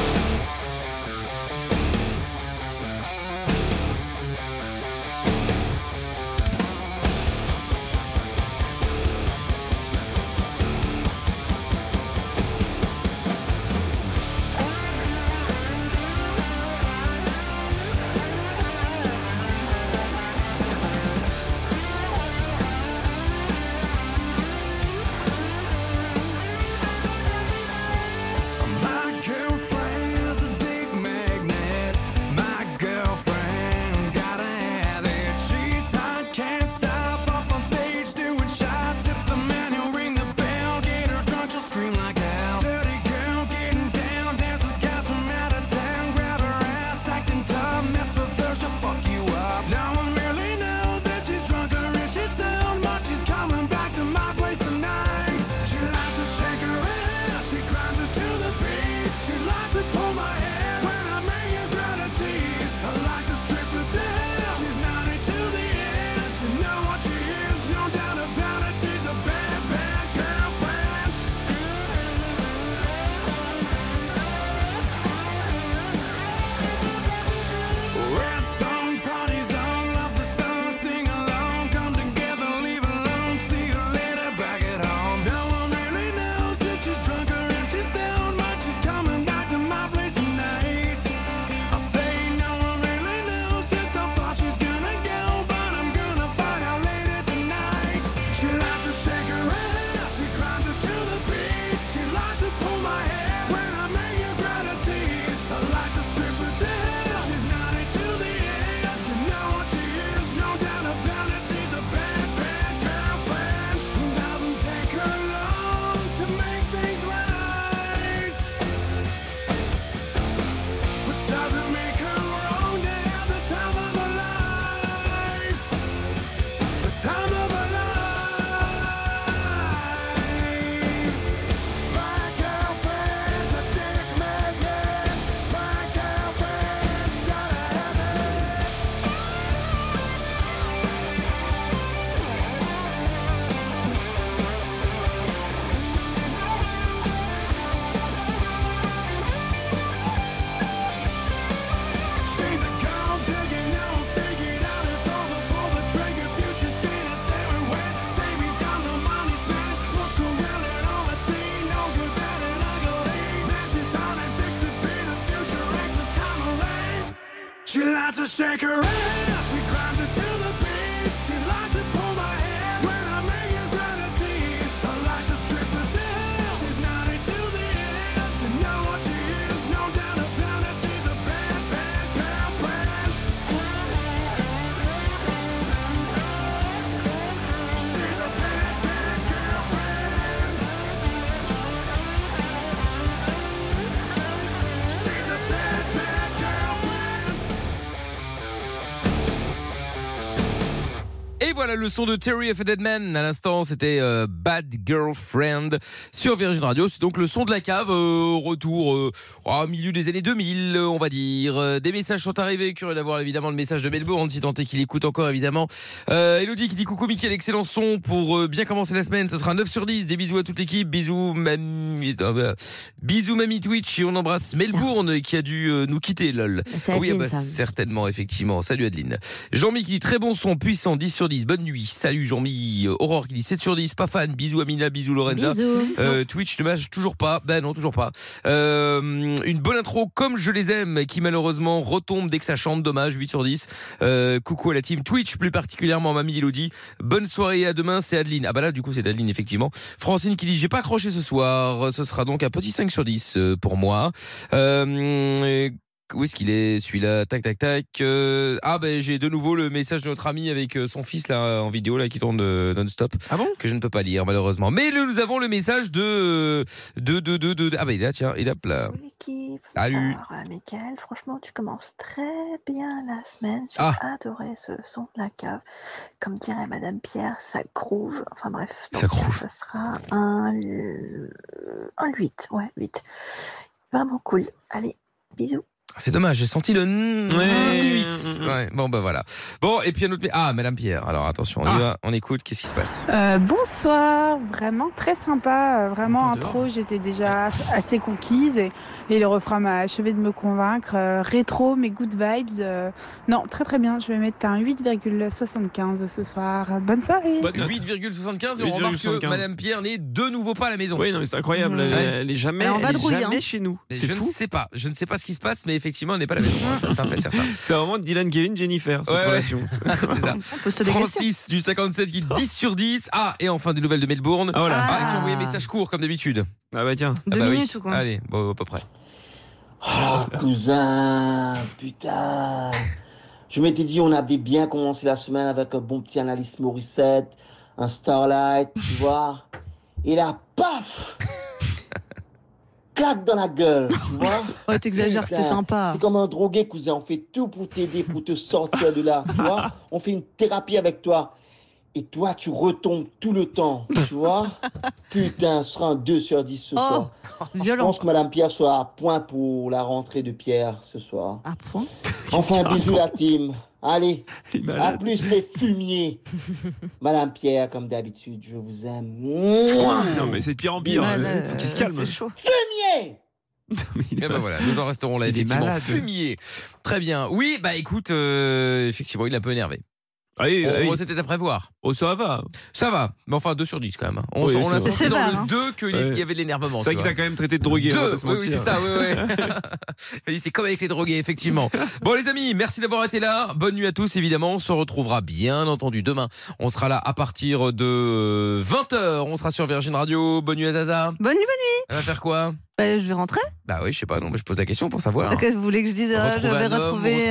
Speaker 8: My girlfriend's a big magnet. My girlfriend got a habit. She's hot, can't stop up on stage doing shots. If the man who ring the bell get her drunk, she'll scream like hell. Dirty girl getting down, dance with guys from out of town. Grab her ass, acting tough, mess with her, she'll fuck you up. No one really knows if she's drunk or if she's down, but she's coming back to my place tonight. She likes to shake her ass, she climbs her to the beach. She likes to pull my hair when I'm in your ground of teeth. I like to strip her down, she's naughty to the end. You know what she is, no doubt about it. She's a bad, bad girlfriend. Red song parties on, love the song, sing along, come together, leave alone, see you later back at home. No one really knows if she's drunk or if she's down, but she's coming back to my place tonight. I say no one really knows just how far she's gonna go, but I'm gonna find out later tonight. She likes to shake her ass, she climbs her to the beach, she likes to pull my hair when I'm in your gratitude. I like to strip her down, she's naughty to the end. You know what she is, no doubt about it. She's a bad, bad girlfriend. Doesn't take her long to make things right. But doesn't make her wrong to have the time of her life. The time of her life. My girlfriend's a dick magnet. My girlfriend's got a habit. She's a gold digger, no one figured out it's over. Pull the trigger, future's finished, staring wet. Savings gone, no money spent. Look around at all I see, no good, bad, and ugly. Matches on and fixed to be the future, act this time away. She likes to shake her ass. She climbs into the beach. She likes to pull my hair when I'm in your gravity. I like to strip her down. She's naughty to the end. You know what she is, no doubt about it. She's a bad, bad girlfriend.
Speaker 1: Et voilà le son de Terry F. Deadman. À l'instant, c'était euh, Bad Girlfriend sur Virgin Radio. C'est donc le son de la cave. euh, retour euh, au milieu des années 2000, euh, on va dire. Euh, Des messages sont arrivés. Curieux d'avoir évidemment le message de Melbourne, si tant est qu'il écoute encore évidemment. Euh, Elodie qui dit coucou Mickaël, excellent son pour euh, bien commencer la semaine. Ce sera un 9 sur 10. Des bisous à toute l'équipe. Bisous mamie. Ah bah, Bisous mamie Twitch et on embrasse Melbourne qui a dû euh, nous quitter, lol.
Speaker 2: C'est
Speaker 1: Ah oui, ah
Speaker 2: Adeline,
Speaker 1: bah,
Speaker 2: ça.
Speaker 1: certainement, effectivement. Salut Adeline. Jean-Mi qui dit très bon son, puissant, 10 sur 10. Bonne nuit. Salut Jean-Mi. Euh, Aurore qui dit 7 sur 10. Pas fan. Bisous Amina, bisous Lorenza.
Speaker 2: Bisous.
Speaker 1: Euh, Twitch, dommage, toujours pas. Ben non, toujours pas. Euh, une bonne intro comme je les aime, qui malheureusement retombe dès que ça chante. Dommage, 8 sur 10. Euh, coucou à la team Twitch, plus particulièrement Mamie Elodie. Bonne soirée et à demain, c'est Adeline. Ah bah là, du coup, c'est Adeline, effectivement. Francine qui dit J'ai pas accroché ce soir. Ce sera donc un petit 5 sur 10 euh, pour moi. Euh, euh, où est-ce qu'il est celui-là Tac tac tac. Euh, ah ben j'ai de nouveau le message de notre ami avec euh, son fils là en vidéo là qui tourne euh, non-stop.
Speaker 3: Ah bon
Speaker 1: Que je ne peux pas lire malheureusement. Mais le- nous avons le message de euh, de de de, de- ah ben il est là tiens il est là.
Speaker 13: l'équipe.
Speaker 1: Salut.
Speaker 13: Alors, euh, Mickaël, franchement, tu commences très bien la semaine. J'ai
Speaker 1: Ah.
Speaker 13: adoré ce son de la cave. Comme dirait Madame Pierre, ça groove. Enfin bref.
Speaker 1: Ça
Speaker 13: groove. Ça sera un, un 8. Ouais, 8. Vraiment cool. Allez, bisous.
Speaker 1: C'est dommage j'ai senti le
Speaker 3: Ouais.
Speaker 1: 8. Ouais bon ben voilà. Bon et puis un autre ah Madame Pierre alors attention on y va on écoute qu'est-ce qui se passe.
Speaker 14: Euh, bonsoir, vraiment très sympa, euh, vraiment intro, j'étais déjà assez conquise et, et le refrain m'a achevé de me convaincre. Euh, rétro, mais good vibes. euh, non, très très bien, je vais mettre un 8,75 ce soir. Bonne soirée.
Speaker 1: 8,75 et on remarque
Speaker 3: 8,75.
Speaker 1: que Madame Pierre n'est de nouveau pas à la maison.
Speaker 3: Oui, non, mais c'est incroyable. Elle,
Speaker 1: Ouais.
Speaker 3: elle est jamais,
Speaker 1: Elle est en
Speaker 3: elle est
Speaker 1: vadrouille,
Speaker 3: jamais
Speaker 1: hein.
Speaker 3: chez nous.
Speaker 1: Mais
Speaker 3: C'est
Speaker 1: je
Speaker 3: fou.
Speaker 1: ne sais pas, je ne sais pas ce qui se passe, mais effectivement, elle n'est pas à la maison. hein, ça, C'est un fait certain.
Speaker 3: C'est vraiment Dylan, Kevin, Jennifer, cette
Speaker 1: Ouais, ouais.
Speaker 3: relation.
Speaker 1: C'est ça. Francis du 57 qui dit 10 sur 10. Ah, et enfin des nouvelles de Melbourne.
Speaker 3: Oh là.
Speaker 1: Ah, qui a envoyé un message court comme d'habitude.
Speaker 3: Ah bah tiens.
Speaker 1: Ah bah oui. Allez, bon, à peu près.
Speaker 10: Oh,
Speaker 4: Ah.
Speaker 10: cousin, putain. Je m'étais dit, on avait bien commencé la semaine avec un bon petit analyse Morissette, un Starlight, tu vois. Et là, paf Claque dans la gueule, tu vois.
Speaker 4: Ouais, Oh, t'exagères, c'était
Speaker 10: Putain,
Speaker 4: sympa.
Speaker 10: T'es comme un drogué, cousin. On fait tout pour t'aider, pour te sortir de là, tu vois. On fait une thérapie avec toi. Et toi, tu retombes tout le temps, tu vois. Putain, ce sera un 2 sur 10 ce soir. Je pense que Madame Pierre soit à point pour la rentrée de Pierre ce soir. À point Enfin, bisous la team. Allez, à plus les fumiers. Madame Pierre, comme d'habitude, je vous aime.
Speaker 3: Non, mais c'est de pire en pire.
Speaker 10: Ouais,
Speaker 3: Il Ah, bah, faut
Speaker 10: ouais,
Speaker 3: qu'il se calme.
Speaker 10: Fumier
Speaker 1: Et ben voilà, nous en resterons là,
Speaker 3: Il est
Speaker 1: effectivement.
Speaker 3: malade.
Speaker 1: Fumier. Très bien. Oui, bah écoute, euh, effectivement, il est un peu énervé.
Speaker 3: Ah oui,
Speaker 1: Bon,
Speaker 3: oui.
Speaker 1: bon, C'était à prévoir.
Speaker 3: Oh, ça va.
Speaker 1: Ça va. Mais enfin, 2 sur 10 quand même. hein. On,
Speaker 3: Oui,
Speaker 1: on
Speaker 3: c'est
Speaker 1: l'a
Speaker 3: vrai.
Speaker 1: senti
Speaker 3: C'est
Speaker 1: dans
Speaker 3: sévère,
Speaker 1: le
Speaker 3: hein.
Speaker 1: 2 qu'il
Speaker 3: Ouais.
Speaker 1: y avait de l'énervement.
Speaker 3: C'est vrai
Speaker 1: tu
Speaker 3: qu'il
Speaker 1: vois.
Speaker 3: t'a quand même traité de drogué. on va
Speaker 1: Deux.
Speaker 3: pas se
Speaker 1: Oui, oui,
Speaker 3: mentir.
Speaker 1: c'est ça, oui, oui. c'est comme avec les drogués, effectivement. Bon, les amis, merci d'avoir été là. Bonne nuit à tous, évidemment. On se retrouvera, bien entendu, demain. On sera là à partir de 20h. On sera sur Virgin Radio. Bonne nuit à Zaza.
Speaker 4: Bonne nuit, bonne nuit.
Speaker 1: Elle va faire quoi
Speaker 4: Bah, je vais rentrer.
Speaker 1: Bah oui, je sais pas, non, mais je pose la question pour savoir.
Speaker 4: Qu'est-ce que vous voulez que je dise euh, Je
Speaker 1: Retrouver
Speaker 4: vais
Speaker 1: un homme, retrouver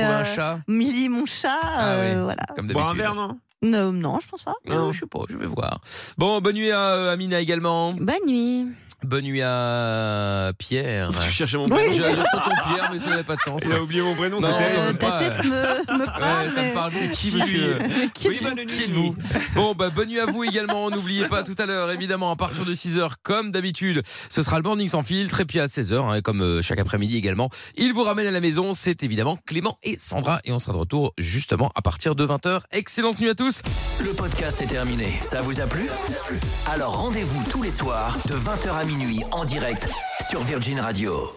Speaker 4: retrouver
Speaker 1: un
Speaker 4: euh,
Speaker 1: chat. Ah
Speaker 4: Millie, mon chat. euh, voilà.
Speaker 1: Comme
Speaker 3: Boire un verre,
Speaker 1: d'habitude.
Speaker 3: non
Speaker 4: Non, non, je pense pas.
Speaker 1: Non, je sais pas, je vais voir. Bon, bonne nuit à euh, Amina également.
Speaker 2: Bonne nuit.
Speaker 1: Bonne nuit à Pierre.
Speaker 3: Tu cherchais mon
Speaker 1: J'ai
Speaker 3: prénom.
Speaker 1: oublié ton Pierre, mais ça n'avait pas de sens.
Speaker 3: Il a oublié mon prénom,
Speaker 1: Non,
Speaker 3: c'était
Speaker 1: même pas.
Speaker 4: me, me parle.
Speaker 1: Ouais, ça me parle, c'est qui
Speaker 4: Qui
Speaker 1: monsieur
Speaker 4: Qui
Speaker 1: Oui, bah, Qui êtes-vous Bon, bah, bonne nuit à vous également. N'oubliez pas tout à l'heure, évidemment, à partir de 6h, comme d'habitude, ce sera le morning sans filtre. Et puis à 16h, hein, comme euh, chaque après-midi également, il vous ramène à la maison. C'est évidemment Clément et Sandra. Et on sera de retour justement à partir de 20h. Excellente nuit à tous.
Speaker 8: Le podcast est terminé. Ça vous a plu Alors rendez-vous tous les soirs de 20h à minuit en direct sur Virgin Radio.